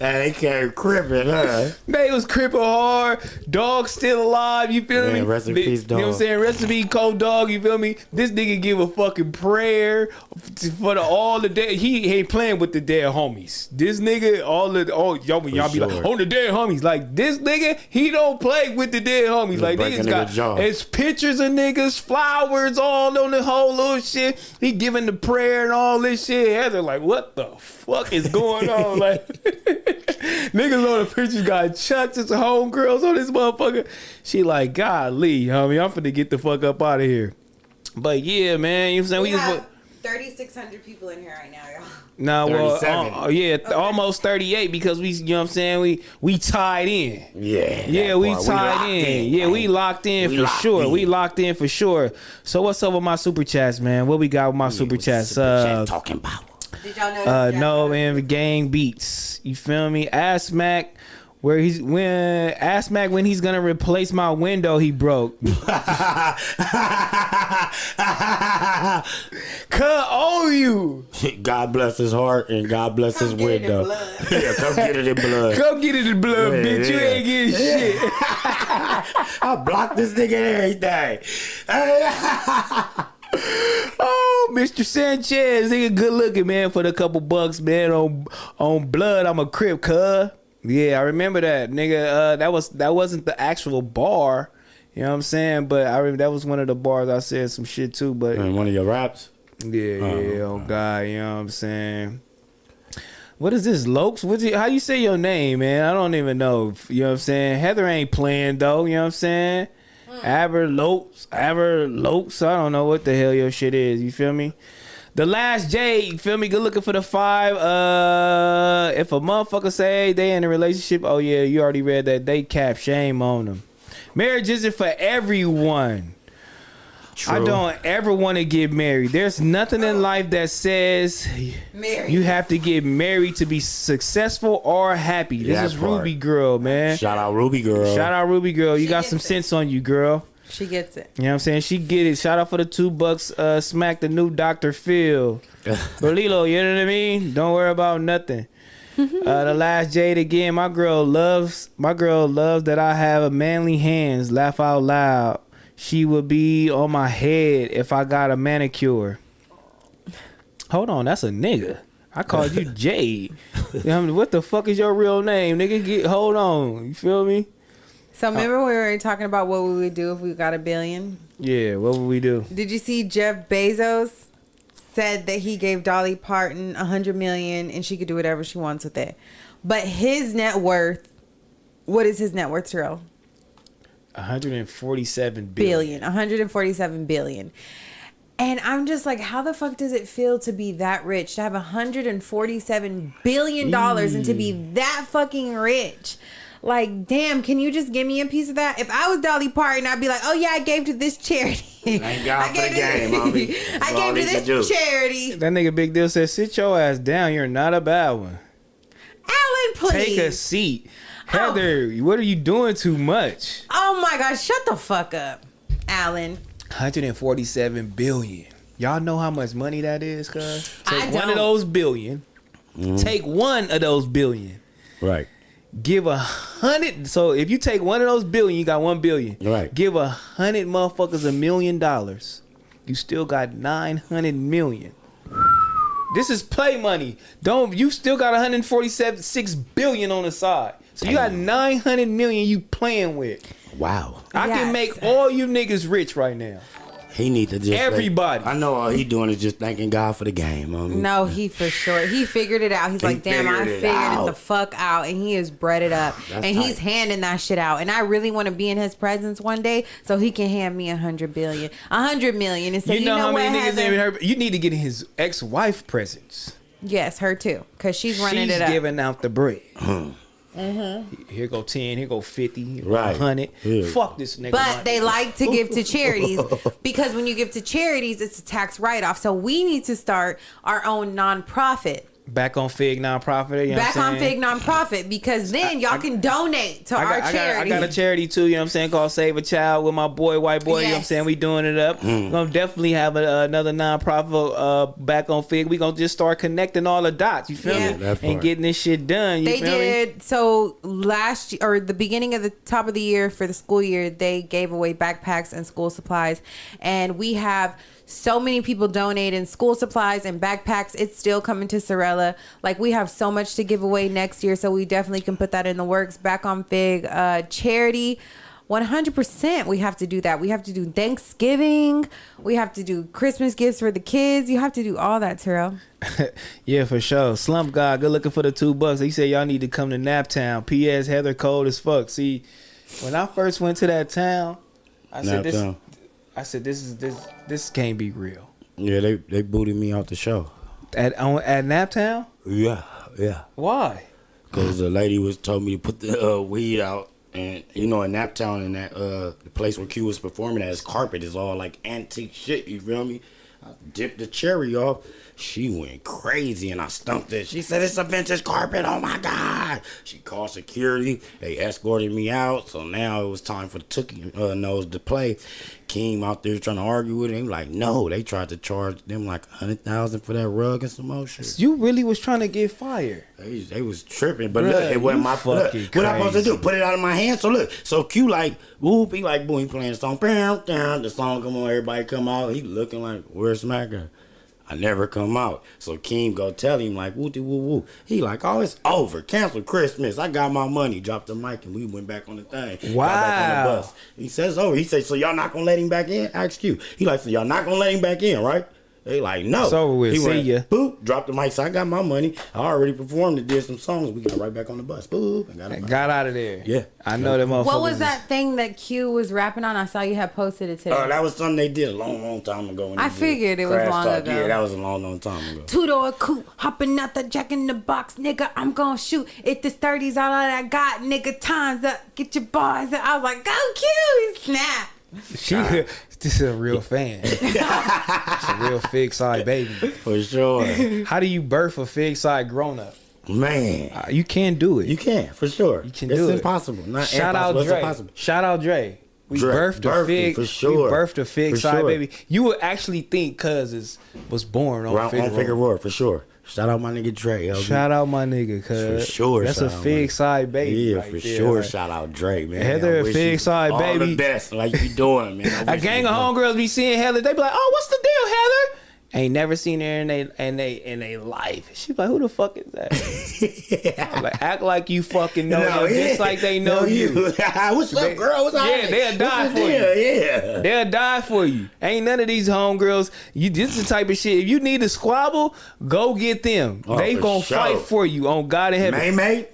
D: Hey, they came crippin', huh?
C: They was crippled hard. Dog still alive. You feel
D: Man,
C: me?
D: rest in
C: Bi-
D: peace,
C: You know what
D: dog.
C: I'm saying? Recipe cold dog. You feel me? This nigga give a fucking prayer for the, all the dead. He ain't playing with the dead homies. This nigga, all the oh y'all when y'all be like
D: sure.
C: on the dead homies. Like this nigga, he don't play with the dead homies. like
D: break a
C: niggas
D: nigga
C: got
D: jaw.
C: it's pictures of niggas, flowers, all on the whole little shit. He giving the prayer and all this shit. Heather like, what the fuck is going on? Like. Niggas on the pictures got chucks. It's homegirls on this motherfucker. She like, golly, homie, I'm finna get the fuck up out of here. But yeah, man, you know what I'm saying? We, just
E: have
C: put-
E: 3,600 people in here right now, y'all.
C: Nah, well,
D: 37.
C: uh, yeah, th- almost 38 because we, you know what I'm saying? We we tied in.
D: Yeah.
C: Yeah, we
D: part. We
C: tied
D: locked
C: in.
D: in,
C: Yeah, we
D: man.
C: locked in
D: We
C: for
D: locked
C: sure.
D: in.
C: We locked in for sure. So what's up with my super chats, man? What we got with my super chats? uh,
D: talking about?
E: Did y'all know?
C: Uh, no, man, the gang beats. You feel me? Ass Mac where he's when asked Mac when he's gonna replace my window he broke. Cut on you.
D: God bless his heart and God bless his window. yeah, come get it in blood.
C: Come get it in blood,
D: Yeah,
C: bitch. You
D: yeah.
C: ain't getting shit.
D: I blocked this nigga and everything.
C: Oh, Mr. Sanchez, nigga, good looking man for the couple bucks, man. On on blood, I'm a crip, cuz. Yeah, I remember that, nigga. Uh, that was that wasn't the actual bar, you know what I'm saying? But I remember that was one of the bars I said some shit too. But
D: And one of your raps.
C: yeah, yeah, oh god, you know what I'm saying? What is this, Lokes? What's it, how you say your name, man? I don't even know. You know what I'm saying? Heather ain't playing though. You know what I'm saying? Aber Lokes, Aber Lokes. I don't know what the hell your shit is. You feel me? The last J, you feel me? Good looking for the five. Uh, if a motherfucker say they in a relationship, oh yeah, you already read that. They cap shame on them. Marriage isn't for everyone. I
D: True.
C: don't ever want to get married. There's nothing in life that says
E: Married.
C: you have to get married to be successful or happy. This
D: That
C: is
D: part.
C: Ruby Girl, man.
D: Shout out Ruby Girl.
C: Shout out Ruby Girl. You got some sense on you, girl.
E: She gets it.
C: You know what I'm saying? She get it. Shout out for the two bucks. Uh, smack the new Dr. Phil. Bolilo, you know what I mean? Don't worry about nothing. Uh, the last Jade again. My girl loves. My girl loves that I have a manly hands. Laugh out loud. She would be on my head if I got a manicure. Hold on, that's a nigga. I called you Jade. You know what I mean? What the fuck is your real name, nigga? Get hold on. You feel me? Uh,
E: So remember we were talking about what we would do if we got a billion?
C: Yeah. What would we do?
E: Did you see Jeff Bezos said that he gave Dolly Parton a hundred million and she could do whatever she wants with it? But his net worth, what is his net worth, Terrell?
C: 147
E: billion, 147 billion. And I'm just like, how the fuck does it feel to be that rich? To have 147 billion dollars and to be that fucking rich? Like, damn, can you just give me a piece of that? If I was Dolly Parton, I'd be like, oh yeah, I gave to this charity.
D: Thank God for the game,
E: to-
D: homie. That's all
E: I
D: they
E: gave
D: can
E: to
D: do.
E: this charity.
C: That nigga Big Deal said, "Sit your ass down. You're not a bad one.
E: Alan, please.
C: Take a seat, Heather. What are you doing? Too much.
E: Oh my gosh, shut the fuck up, Alan.
C: 147 billion. Y'all know how much money that is, cuz. Mm-hmm.
E: I
C: Take one
E: don't.
C: of those 1000000000 Take one of those billion.
D: Right.
C: Give a hundred. So if you take one of those billion, you got one billion.
D: Right.
C: Give a hundred motherfuckers a million dollars. You still got nine hundred million. This is play money. Don't you still got 147 six billion on the side. So you got 900 million you playing with.
D: Wow.
C: I can make all you niggas rich right now.
D: He need to just like-
C: Everybody.
D: I know all he doing is just thanking God for the game, homie.
E: No, he for sure. He figured it out. He's
D: He
E: like, damn, I
D: figured it
E: figured it, the
D: out."
E: fuck out. And he has bred it up.
D: That's
E: and he's
D: tight.
E: handing that shit out. And I really want to be in his presence one day so he can hand me a hundred billion. A hundred million. And say,
C: you, know, how
E: what,
C: many niggas
E: Heather?
C: in her you need to get in his ex-wife presents.
E: Yes, her too. Because she's running
C: She's
E: it up.
C: giving out the bread.
D: Hmm.
C: Mm-hmm.
E: Mhm.
C: Here go 10, here go 50, here go
D: Right.
C: 100.
D: Yeah.
C: Fuck this nigga. money.
E: But they like to give to charities because when you give to charities, it's a tax write off. So we need to start our own nonprofit.
C: back on Fig nonprofit. You know
E: Back
C: what I'm
E: on
C: saying?
E: Fig nonprofit because then y'all can donate to
C: I
E: our
C: got, I, got, I
E: charity.
C: got a charity too, you know what I'm saying, called Save a Child with my boy, white boy, you know what I'm
E: Yes.
C: saying? We doing it up.
D: Mm.
C: We're gonna definitely have a, another nonprofit uh back on Fig. We gonna just start connecting all the dots, you feel
E: Yeah.
C: me?
D: That
C: And
D: part.
C: getting this shit done. You
E: they
C: feel me?
E: did so last year or the beginning of the top of the year for the school year they gave away backpacks and school supplies and we have so many people donating school supplies and backpacks it's still coming to sorella like we have so much to give away next year so we definitely can put that in the works back on fig uh charity 100% we have to do that we have to do thanksgiving we have to do christmas gifts for the kids you have to do all that terrell
C: Yeah, for sure. Slump God, good looking for the two bucks. He said y'all need to come to Nap Town. P.S. Heather cold as fuck. See, when I first went to that town, I said this.
D: Naptown.
C: I said this is this this can't be real.
D: Yeah, they they booted me out the show.
C: At on at Nap Town?
D: Yeah, yeah.
C: Why?
D: Because the lady was told me to put the uh, weed out, and you know, in Naptown, in that uh, the place where Q was performing at, his carpet is all like antique shit. You feel me? I dipped the cherry off. She went crazy and I stumped it. She said, It's a vintage carpet. Oh my God. She called security. They escorted me out. So now it was time for the Tookie uh, Nose to play. Came out there trying to argue with him. Like, no, they tried to charge them like 100000 for that rug and some more shit.
C: You really was trying to get fired.
D: They, they was tripping, but
C: Bruh,
D: look, it wasn't
C: you
D: my fault.
C: fucking
D: What I supposed to do?
C: crazy.
D: Put it out of my hand. So look, so Q like whoop, he like boom, he playing the song, bam, down. The song come on, everybody come out. He looking like where's Smacker? I never come out. So Keem go tell him like woo woo woo. He like oh it's over. Cancel Christmas. I got my money. Dropped the mic and we went back on the thing. Got back on
C: Wow.
D: the bus. He says oh he says so y'all not gonna let him back in? Ask Q. He like so y'all not gonna let him back in right? They like no.
C: It's over with.
D: He
C: See
D: went,
C: ya.
D: Boop. Dropped the mic. So I got my money. I already performed and did some songs. We got right back on the bus. Boop. And got, him
C: Got out of there.
D: Yeah.
C: I know that motherfucker.
E: What was that thing that Q was rapping on? I saw you had posted it today.
D: Oh, that was something they did a long, long time ago. when
E: I
D: they did
E: figured it was
D: Crash
E: long ago.
D: Yeah, that was a long, long time ago.
E: Two door coupe, hopping out the jack in the box, nigga. I'm gonna shoot. If this 30's all I got, nigga, time's up. Get your bars up. I was like, go Q, he snap.
C: She, this is a real fan. She's a real fig side baby.
D: For sure.
C: How do you birth a fig side grown up?
D: Man,
C: you can do it. You
D: can for sure.
C: You can
D: It's
C: do it.
D: impossible. Not
C: shout
D: impossible.
C: out
D: It's
C: Dre.
D: impossible.
C: Shout out Dre. We
D: Dre.
C: birthed, a
D: Birthed him,
C: fig.
D: for sure.
C: We birthed a fig
D: For
C: side
D: sure.
C: baby. You would actually think Cuz is was born on
D: Round-
C: fig.
D: on
C: Road.
D: Figure Road, for sure. Shout out my nigga Dre. LB.
C: Shout out my nigga,
D: For
C: cuz
D: sure.
C: That's
D: shout
C: a
D: out,
C: fig
D: man.
C: side baby.
D: Yeah,
C: right
D: for
C: there,
D: sure.
C: like.
D: Shout out Drake, man.
C: Heather,
D: I wish
C: fig
D: you
C: side
D: all
C: baby.
D: the best, like you doing, man. I
C: A
D: wish
C: gang
D: you
C: of
D: the
C: homegirls be seeing Heather. They be like, "Oh, what's the deal, Heather?" Ain't never seen her in they in they in they life. She be like, "Who the fuck is that?" I'm like, act like you fucking know
D: No,
C: them, just
D: yeah.
C: like they know
D: Know
C: you.
D: you. What's up,
C: They-
D: girl? What's
C: yeah,
D: happening?
C: they'll die
D: What's the
C: for
D: deal?
C: you.
D: Yeah.
C: they'll die for you. Ain't none of these homegirls. You this the type of shit. If you need to squabble, go get them.
D: Oh,
C: they
D: for
C: gonna
D: sure.
C: fight for you on God in heaven.
D: May May.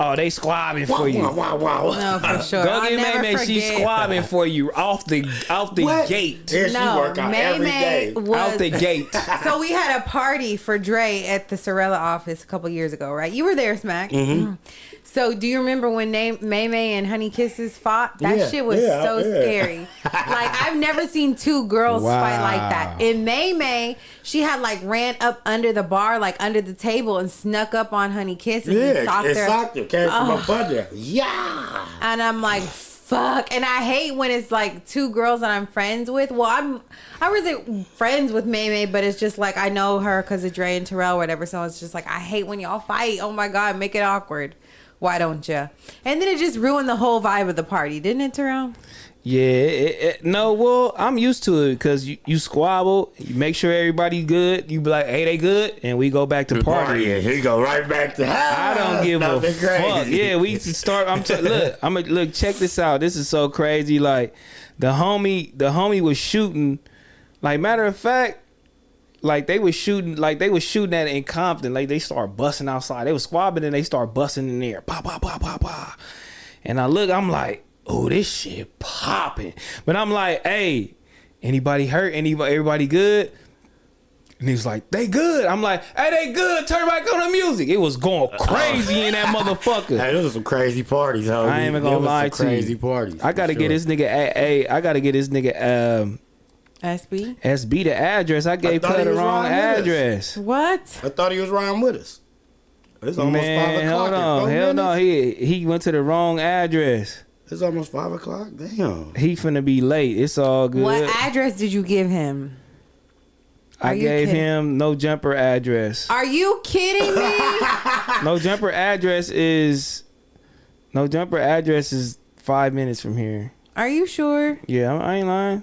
C: Oh, they squabbing
D: Wah,
C: for you.
D: wah, wah, wah, wah. No, for sure.
C: Go
D: I'll
C: get May
D: never
C: May. She
D: forget.
C: squabbing for you off the off the
E: What?
C: gate.
E: Yeah, she No, work out May every May day. was-
C: Out the gate.
E: so we had a party for Dre at the Sorella office a couple years ago, right? You were there, Smack.
C: Mhm.
E: So do you remember when Nay- May May and Honey Kisses fought? That
C: Yeah,
E: shit was
C: yeah,
E: so
C: yeah.
E: scary. like I've never seen two girls fight like
C: Wow.
E: that. And May May, she had like ran up under the bar, like under the table, and snuck up on Honey Kisses
D: Yeah,
E: and socked
D: it's
E: her.
D: soccer. Came from
E: Oh.
D: up under. Yeah.
E: and I'm like, fuck. And I hate when it's like two girls that I'm friends with. Well, I'm I wasn't friends with May May, but it's just like I know her because of Dre and Terrell, whatever. So it's just like I hate when y'all fight. Oh my god, make it awkward. Why don't you? And then it just ruined the whole vibe of the party, didn't it, Terrell?
C: Yeah, it, it, no. Well, I'm used to it because you, you squabble, you make sure everybody good. You be like, hey, they good, and we go back to party.
D: Yeah, here you go right back to.
C: I don't give a
D: Nothing crazy.
C: fuck. Yeah, we should start. I'm t- look. I'm a, look. Check this out. This is so crazy. Like the homie, the homie was shooting. Like matter of fact, like they was shooting. Like they was shooting at it in Compton. Like they start busting outside. They was squabbing and they start busting in there. Pop, pop, pop, pop, pop. And I look. I'm like, oh, this shit popping. But I'm like, hey, anybody hurt? Anybody? Everybody good? And he was like, they good. I'm like, hey, they good. Turn back on the music. It was going crazy in that motherfucker.
D: Hey, those are some crazy parties, homie.
C: I ain't even
D: Those
C: gonna
D: were
C: lie
D: some
C: to
D: crazy
C: you.
D: parties.
C: I gotta
D: for
C: get
D: sure.
C: this nigga. a- Hey, I gotta get this nigga. Um,
E: SB.
C: SB the address. I gave
D: thought
C: her
D: he
C: the
D: was
C: wrong
D: riding with us.
C: address.
E: What?
D: I thought he was riding with us. It's almost five o'clock.
C: Hold
D: in
C: on,
D: four
C: hell no.
D: minutes?
C: He he went to the wrong address.
D: It's almost five o'clock. Damn.
C: He finna be late. It's all good.
E: What address did you give him?
C: I
E: Are you
C: gave
E: kidding?
C: him no jumper address.
E: Are you kidding me?
C: no jumper address is no jumper address is five minutes from here.
E: Are you sure?
C: Yeah, I ain't lying.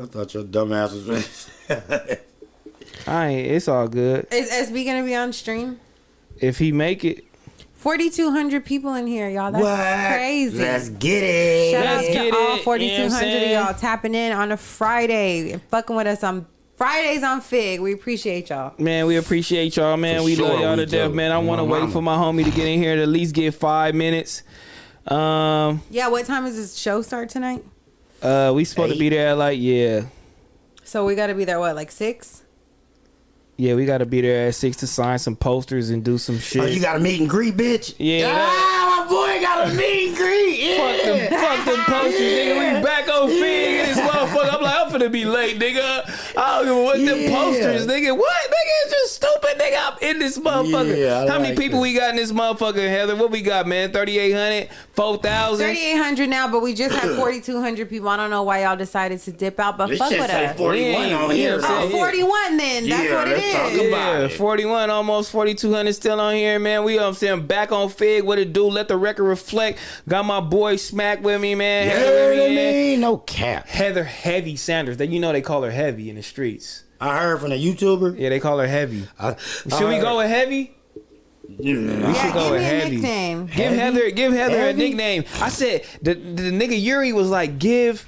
D: I thought your dumb ass was.
C: I ain't. It's all good.
E: Is SB gonna be on stream?
C: If he make it,
E: Forty two hundred people in here, y'all. That's
C: What?
E: crazy.
C: Let's get it.
E: Shout
C: Let's
E: out
C: get
E: to all
C: it.
E: forty
C: You know
E: two
C: what I'm
E: hundred of
C: saying?
E: y'all tapping in on a Friday and fucking with us on Fridays on Fig. We appreciate y'all.
C: Man, we appreciate y'all, man.
E: For
C: we
E: sure
C: love y'all
E: we
C: to death,
E: do. Mm-hmm.
C: man. I want to
E: My
C: wait
E: mama.
C: for my homie to get in here to at least get five minutes. Um,
E: Yeah, what time is this show start tonight?
C: uh, we supposed to be there at like yeah,
E: So we gotta be there what, like six?
C: yeah. We got to be there at six to sign some posters and do some shit.
D: Oh, you got a meet and greet, bitch.
C: Yeah. that-
D: Ah, my boy got a meet and greet.
C: Fuck
D: Yeah.
C: them, fuck them posters, nigga. We back on Fig and this
D: Yeah.
C: motherfucker. I'm like, I'm finna be late, nigga. I talking about what them
D: Yeah.
C: posters, nigga. What, nigga? It's just stupid, nigga. I'm in this motherfucker.
D: Yeah, I
C: How many
D: like
C: people
D: it.
C: we got in this motherfucker, Heather? What we got, man? 3,800, 4,000?
E: 3,800 now, but we just had 4,200 people. I don't know why y'all decided to dip out, but
C: This
E: fuck
C: shit
E: with
C: say
E: us.
C: 41 on here,
E: Oh,
C: so yeah.
E: 41 then. That's what it is.
C: yeah, 41, almost 4,200 still on here, man. We, I'm saying, back on Fig. What it do? Let the record reflect. Got my boy Smack with me, man.
D: Yeah, I mean, no cap.
C: Heather Heavy Sanders. That You know they call her Heavy in the streets.
D: I heard from a YouTuber.
C: Yeah, they call her Heavy. Should we go with Heavy? we should go with Heavy. Give Heather, give Heather
D: Heavy?
C: a nickname. I said the the nigga Yuri was like, give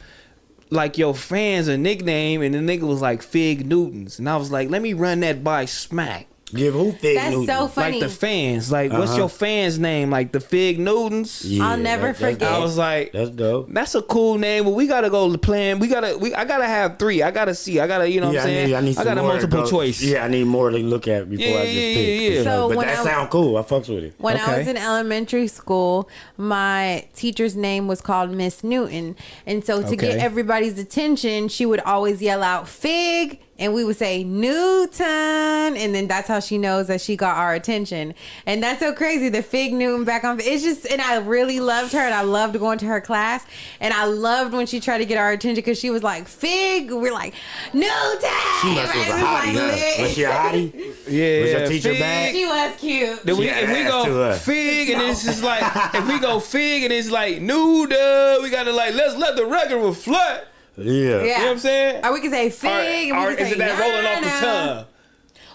C: like your fans a nickname, and the nigga was like Fig Newtons, and I was like, let me run that by Smack.
D: Give who Fig
E: That's so Newtons? funny.
C: Like the fans, like what's
D: Uh-huh.
C: your fans name? Like the Fig Newtons.
D: Yeah,
E: I'll never that- that's forget.
C: I
E: dope.
C: was like,
D: that's dope.
C: That's a cool name, but we gotta go plan. We gotta, we I gotta have three. I gotta see. I gotta, you know
D: yeah,
C: what I'm
D: I
C: saying?
D: need, I, need some
C: got a
D: more to
C: multiple
D: go-
C: choice.
D: Yeah, I need more to look at before I
C: Yeah,
D: just
C: yeah,
D: pick.
C: yeah, yeah.
D: for sure.
E: So
D: but
E: when
D: that
E: I-
D: sound cool. I fucks with it.
E: When I was in elementary school, my teacher's name was called Miss Newton. And so to get
D: Okay.
E: everybody's attention, she would always yell out fig and we would say Newton. And then that's how she knows that she got our attention. And that's so crazy. The fig Newton back on it's just and I really loved her and I loved going to her class. And I loved when she tried to get our attention because she was like, Fig, we're like, Newton.
D: she must was a
E: Everybody's like,
D: hottie. huh? Was she a hottie?
C: Yeah,
D: Was
C: yeah,
D: your teacher
C: Fig.
D: bad?
E: She was cute.
C: Then we,
D: Yeah,
C: if we
D: that's too
C: go
D: us.
C: fig and it's just like if we go fig and it's like nuda, we gotta like let's let the record reflect.
D: Yeah.
C: You know what I'm saying?
E: Or we can say fig.
C: Or-
E: and
C: or
E: we can
C: is
E: say
C: it that rolling off the
E: "Nana."
C: tongue?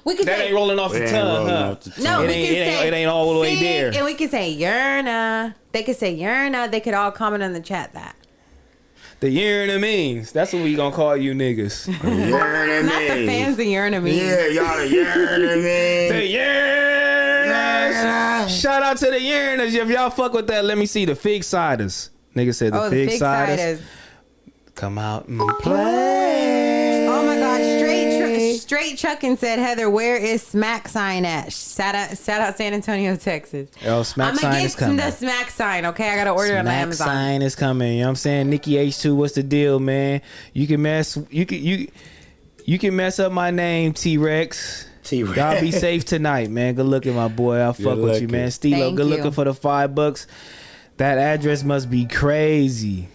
E: We can
C: That
E: say,
C: ain't rolling off the
D: It ain't
C: tongue,
D: rolling
C: huh?
D: off the tongue.
E: No,
C: it,
E: we
C: ain't,
E: can
C: it, ain't,
E: say
C: it ain't all the way
E: fig,
C: there.
E: And we can say Yerna. They could say Yerna. They could all comment on the chat that.
C: the year in the means. That's what we gonna call you niggas.
D: Yearning
E: Not the fans of Yerna means.
D: Yeah, y'all the yearning means.
C: The yearners. Shout out to the yearners. If y'all fuck with that, let me see the fig ciders. Nigga said the
E: Oh, the
C: fig,
E: fig
C: ciders.
E: ciders.
C: Come out and
E: Play. Oh my God! Straight Chuck, straight Chuckin said, "Heather, where is Smack sign at?" Shout out, shout out, San Antonio, Texas.
C: Yo, smack
E: I'm
C: sign
E: gonna
C: is
E: get
C: coming.
E: the Smack sign. Okay, I gotta order it on
C: Smack
E: Amazon.
C: sign is coming. You know what I'm saying? Nikki H2, what's the deal, man? You can mess you can you you can mess up my name, T Rex. T
D: T-Rex.
C: Y'all be safe tonight, man. Good looking, my boy. I'll fuck
D: Good
C: with you,
D: looking.
C: man. Steve,
D: Thank
C: good
D: you.
C: looking for the five bucks. That address must be crazy.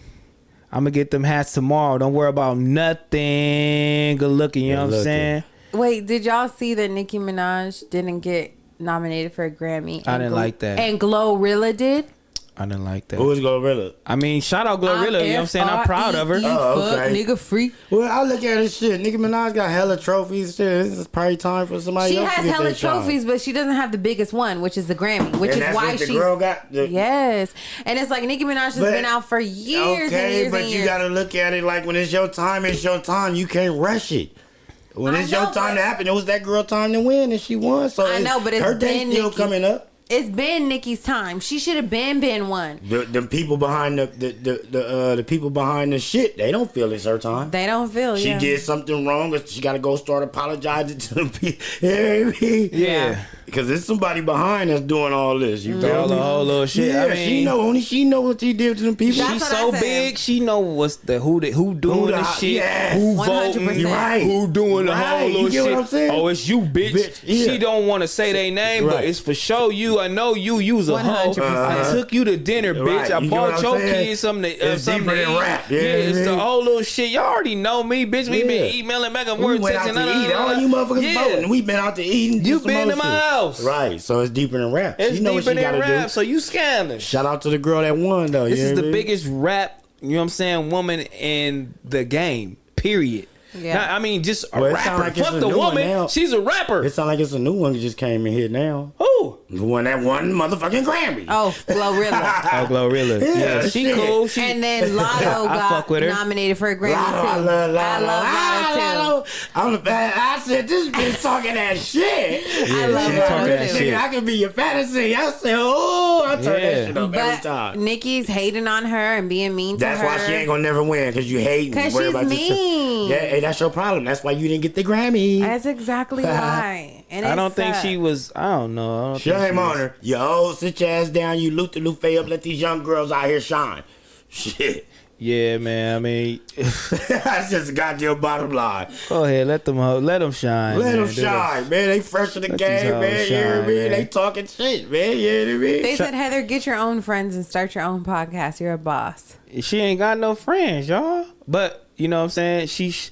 C: I'm gonna get them hats tomorrow. Don't worry about nothing. Good looking, you know
D: Good
C: what I'm
D: looking.
C: saying?
E: Wait, did y'all see that Nicki Minaj didn't get nominated for a Grammy?
C: I
E: and
C: didn't
E: Glo-
C: like that.
E: And Glorilla did.
C: I didn't like that.
D: Who is Glorilla?
C: I mean, shout out Glorilla, you know what I'm saying? I'm proud of her.
E: F R E E,
D: Oh,
E: fuck nigga free.
D: Well, I look at this shit. Nigga Minaj got hella trophies. Shit, this is probably time for somebody
E: She
D: else.
E: has
D: to get
E: hella
D: their shine.
E: trophies, but she doesn't have the biggest one, which is the Grammy, which
D: And
E: is
D: that's
E: why
D: what the
E: she's
D: girl got? The-
E: yes. And it's like Nicki Minaj has
D: But-
E: been out for years and
D: Okay,
E: years
D: but
E: and
D: you
E: years.
D: gotta look at it like when it's your time, it's your time. You can't rush it. When
E: I
D: it's
E: know,
D: your time to happen, it was that girl time to win, and she won. So
E: I know, but it's
D: her day
E: been
D: still
E: Nicki.
D: coming up.
E: it's been Nicki's time. She should have been been one.
D: The, the people behind the the the the, uh, the people behind the shit, they don't feel it's her time.
E: They don't feel.
D: she
E: yeah.
D: did something wrong, or she got to go start apologizing to the people. You know what I mean?
C: Yeah.
D: because there's somebody behind us doing all this. You
C: All
D: feel
C: the
D: me?
C: whole little shit.
D: Yeah,
C: I mean,
D: she know only she know what she did to them people.
C: She's so big, she know what's the who the, who doing
D: Who
C: the,
D: the-
C: shit,
D: yes.
C: who
D: 100%.
C: voting,
D: You're right.
C: who doing the
D: Right.
C: whole
D: You
C: little
D: get what
C: shit.
D: I'm saying?
C: Oh, it's you, bitch.
D: Bitch, yeah.
C: She don't want to say their name, but
D: Right.
C: it's for sure you. I know you. You was a hoe.
D: 100%.
C: I took you to dinner, bitch.
D: Right.
C: I
D: You get what I'm
C: bought your
D: saying?
C: kids something. To, uh,
D: It's
C: something
D: deeper
C: to
D: than
C: eat.
D: rap. You
C: Yeah,
D: know what I
C: it's the
D: mean?
C: whole little shit. Y'all already know me, bitch. We been
D: Yeah.
C: emailing back and
D: We
C: forth,
D: went out
C: texting.
D: to
C: la, la,
D: eat.
C: la, la.
D: All you motherfuckers
C: Yeah.
D: voting. We been out to eat. and do
C: You
D: some
C: been
D: other
C: to my
D: shit.
C: house.
D: right? So it's deeper than rap.
C: It's
D: she know what
C: deeper
D: she gotta
C: than rap,
D: do.
C: so you scamming.
D: Shout out to the girl that won though.
C: This
D: you
C: is
D: know what
C: the
D: I mean?
C: biggest rap, you know what I'm saying, woman in the game. Period.
D: Yeah.
C: Now, I mean, just a
D: Well, it sound
C: rapper.
D: like it's
C: Fuck
D: a
C: the
D: new one now.
C: woman. She's a rapper.
D: It sound like it's a new one that just came in here now.
C: Who?
D: The one that won motherfucking Grammy.
E: Oh, Glorilla.
C: Oh, Glorilla.
D: Yeah,
C: Yeah, she
D: shit.
C: cool. She,
E: and then Lotto
C: I
E: got
C: fuck with her.
E: nominated for a Grammy
D: Lotto,
E: too. I
D: Lotto,
E: love
D: Lotto,
E: Lotto too.
D: Lotto. I'm the bad. I said this bitch talking that shit.
C: Yeah, love she Lotto talking that too. shit.
D: Nigga, I can be your fantasy. I said, oh, I turn
C: Yeah.
D: that shit up every
E: But
D: time.
E: Nikki's hating on her and being mean to
D: That's
E: her.
D: why she ain't gonna never win because you hate.
E: 'Cause she's mean.
D: Yeah, and that's your problem. That's why you didn't get the Grammy.
E: That's exactly why. And
C: I
E: it
C: don't think
E: sucks.
C: she was. I don't know. I don't think
D: Shame
C: she
D: on
C: was-
D: her. You old, sit your ass down. You Luther Lufe up. Let these young girls out here shine. Shit.
C: Yeah, man. I mean,
D: That's just the goddamn bottom line.
C: go ahead. Let them ho- let them shine.
D: Let
C: man.
D: them
C: Do this.
D: shine, man. They fresh in the
C: Let these
D: game, man. you know
C: hoes
D: what I
C: shine,
D: mean?
C: man.
D: They talking shit, man. You know what I mean?
E: They said, Heather, get your own friends and start your own podcast. You're a boss.
C: She ain't got no friends, y'all. But you know what I'm saying? She. Sh-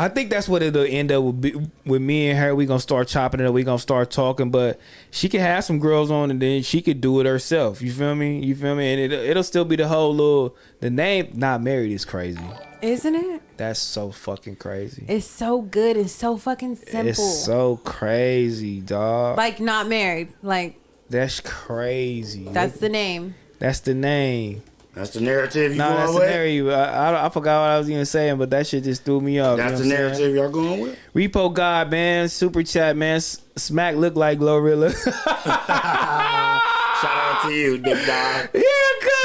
C: I think that's what it'll end up with. Be, with me and her, we gonna start chopping it up. We gonna start talking, but she could have some girls on, and then she could do it herself. You feel me? You feel me? And it, it'll still be the whole little. The name not married is crazy.
E: Isn't it?
C: That's so fucking crazy.
E: It's so good and so fucking simple.
C: It's so crazy, dog.
E: like, not married. Like,
C: that's crazy.
E: that's the name.
C: That's the name.
D: That's the narrative you
C: No,
D: going
C: that's the
D: with?
C: narrative. I, I, I forgot what I was even saying, but that shit just threw me off. you
D: That's
C: know
D: the
C: what I'm
D: narrative
C: saying?
D: y'all going with?
C: Repo God, man. Super chat, man. S- Smack look like Glorilla.
D: Shout out to you, Big Dog. Yeah,
C: good.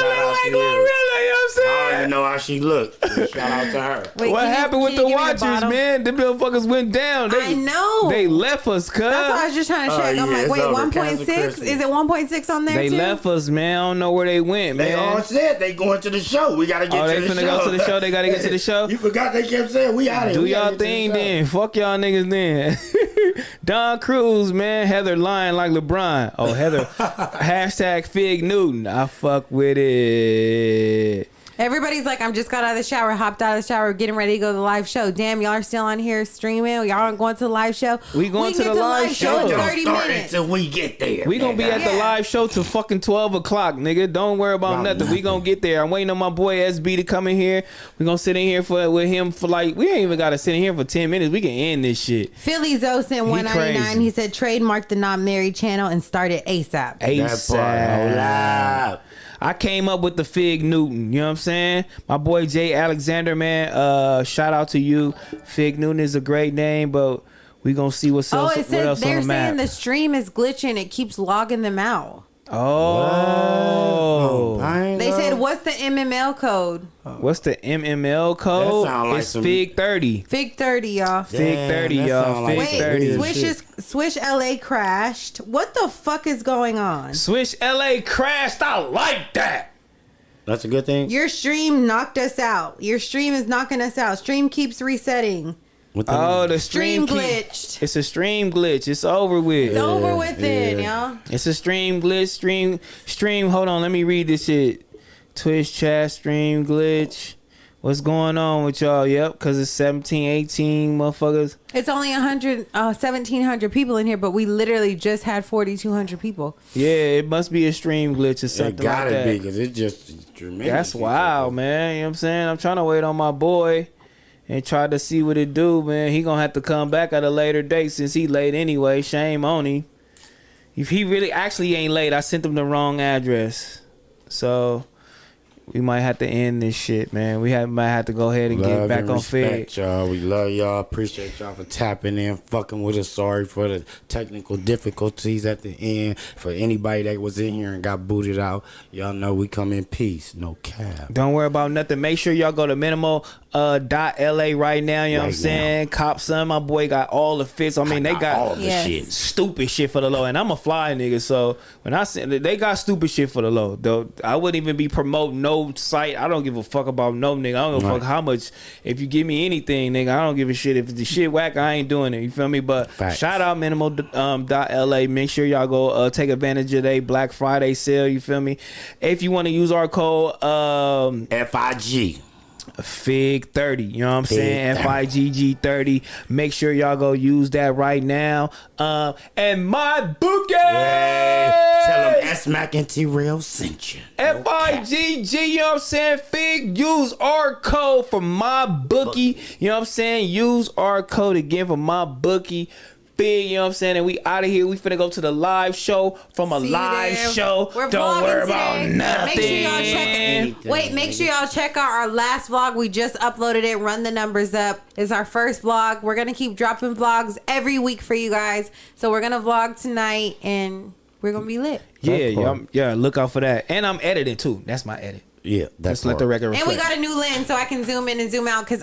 D: Look like Glorilla, you know
C: what I'm saying?
D: I don't even know how she looked. Shout out to her.
C: what happened with the watchers, man? The motherfuckers went down. They,
E: I know.
C: They left us, cuz.
E: That's what I was just trying to
C: Oh,
E: check. I'm
C: yeah,
E: like,
C: it's
E: wait,
C: over.
E: 1.6? Is
C: Cancel
E: it 1.6 on there
C: They
E: too?
C: left us, man. I don't know where they went,
D: They
C: man.
D: all said they going to the show. We gotta get
C: Oh,
D: to
C: they
D: the show.
C: finna go to the show. They gotta get to the show.
D: you forgot they kept saying we out here.
C: Do
D: we outta
C: y'all
D: here to the
C: thing
D: show."
C: then. Fuck y'all niggas then. Don Cruz, man. Heather lying like LeBron. Oh, Heather. hashtag Fig Newton. I fuck with it.
E: Everybody's like, I'm just got out of the shower, hopped out of the shower, getting ready to go to the live show. Damn, y'all are still on here streaming. Y'all aren't going to the live show.
C: We going to
E: get
C: the live show.
E: in
C: Don't
E: 30
D: Start
E: minutes.
D: until we get there.
C: We gonna be
D: nigga.
C: at the live show till fucking twelve o'clock, nigga. Don't worry about nothing. We gonna get there. I'm waiting on my boy SB to come in here. We gonna sit in here for with him for like we ain't even gotta sit in here for ten minutes. We can end this shit.
E: Philly Zoe sent
C: He
E: 199.
C: crazy.
E: He said, trademark the Not Married channel and start it ASAP.
C: ASAP. I came up with the Fig Newton, you know what I'm saying? My boy Jay Alexander, man, uh, shout out to you. Fig Newton is a great name, but we gonna see what's
E: Oh,
C: else,
E: it
C: what
E: says
C: else on
E: they're
C: the map.
E: saying the stream is glitching. It keeps logging them out.
C: oh,
E: They said, what's the MML code?
C: what's the MML code?
D: That sound like
C: it's
D: some-
C: Fig Thirty.
E: Fig 30, y'all.
C: Fig Thirty,
D: that
C: y'all.
D: sound like
C: Fig
D: some
C: Thirty.
D: weird
E: Swish, is, Swish LA crashed. What the fuck is going on?
C: Swish LA crashed out like that.
D: That's a good thing.
E: Your stream knocked us out. Your stream is knocking us out. Stream keeps resetting.
C: oh, the
E: Stream
C: stream, keep- It's a stream glitch. It's over with.
E: It's over with then, y'all.
C: It's a stream glitch. Stream stream. Hold on, let me read this shit. Twitch chat stream glitch. What's going on with y'all? Yep, cause it's 17, 18 motherfuckers.
E: It's only 100, uh, 1,700 people in here, but we literally just had 4,200 people.
C: Yeah, it must be a stream glitch or something
D: It gotta
C: like that.
D: be because it just tremendous.
C: That's wild, man. You know what I'm saying? I'm trying to wait on my boy and try to see what it do, man. He gonna have to come back at a later date since he late anyway. Shame on him. If he really actually ain't late, I sent him the wrong address. So we might have to end this shit, man. We have, might have to go ahead and get
D: Love
C: back
D: and
C: on
D: respect,
C: fed.
D: y'all. We love y'all. Appreciate y'all for tapping in, fucking with us. Sorry for the technical difficulties at the end. For anybody that was in here and got booted out, y'all know we come in peace, no cap.
C: Don't worry about nothing. Make sure y'all go to minimal uh, dot la right now. You know what I'm
D: Right
C: saying? Cop son, my boy got all the fits. I mean, they got
D: all the Yes. shit.
C: stupid shit for the low. And I'm a fly nigga, so when I said they got stupid shit for the low, though, I wouldn't even be promoting no site. I don't give a fuck about no nigga. I don't give a
D: Right.
C: fuck how much. If you give me anything, nigga, I don't give a shit. If the shit whack, I ain't doing it. You feel me? But
D: Facts.
C: shout out minimal um, dot la. Make sure y'all go uh, take advantage of their Black Friday sale. You feel me? If you want to use our code um,
D: FIG.
C: Fig 30, you know what I'm
D: Fig
C: saying?
D: 30.
C: FIGG 30. Make sure y'all go use that right now. Um, and my bookie!
D: Tell them S Mac and T Rail sent you.
C: F-I-G-G, you know what I'm saying? Fig, use our code for my bookie. You know what I'm saying? Use our code again for my bookie. Fig, you know what I'm saying? And we out of here. We finna go to the live show from a
E: See you
C: live
E: there.
C: show.
E: We're
C: Don't
E: vlogging
C: worry
E: today.
C: about nothing.
E: Make sure y'all check. Wait, make sure y'all check out our last vlog. We just uploaded it. Run the numbers up. It's our first vlog. We're gonna keep dropping vlogs every week for you guys. So we're gonna vlog tonight, and we're gonna be lit.
C: Yeah, yeah, yeah, look out for that. And I'm editing too. That's my edit.
D: Yeah, that's
C: Just let the record
E: And
C: reflect.
E: we got a new lens, so I can zoom in and zoom out because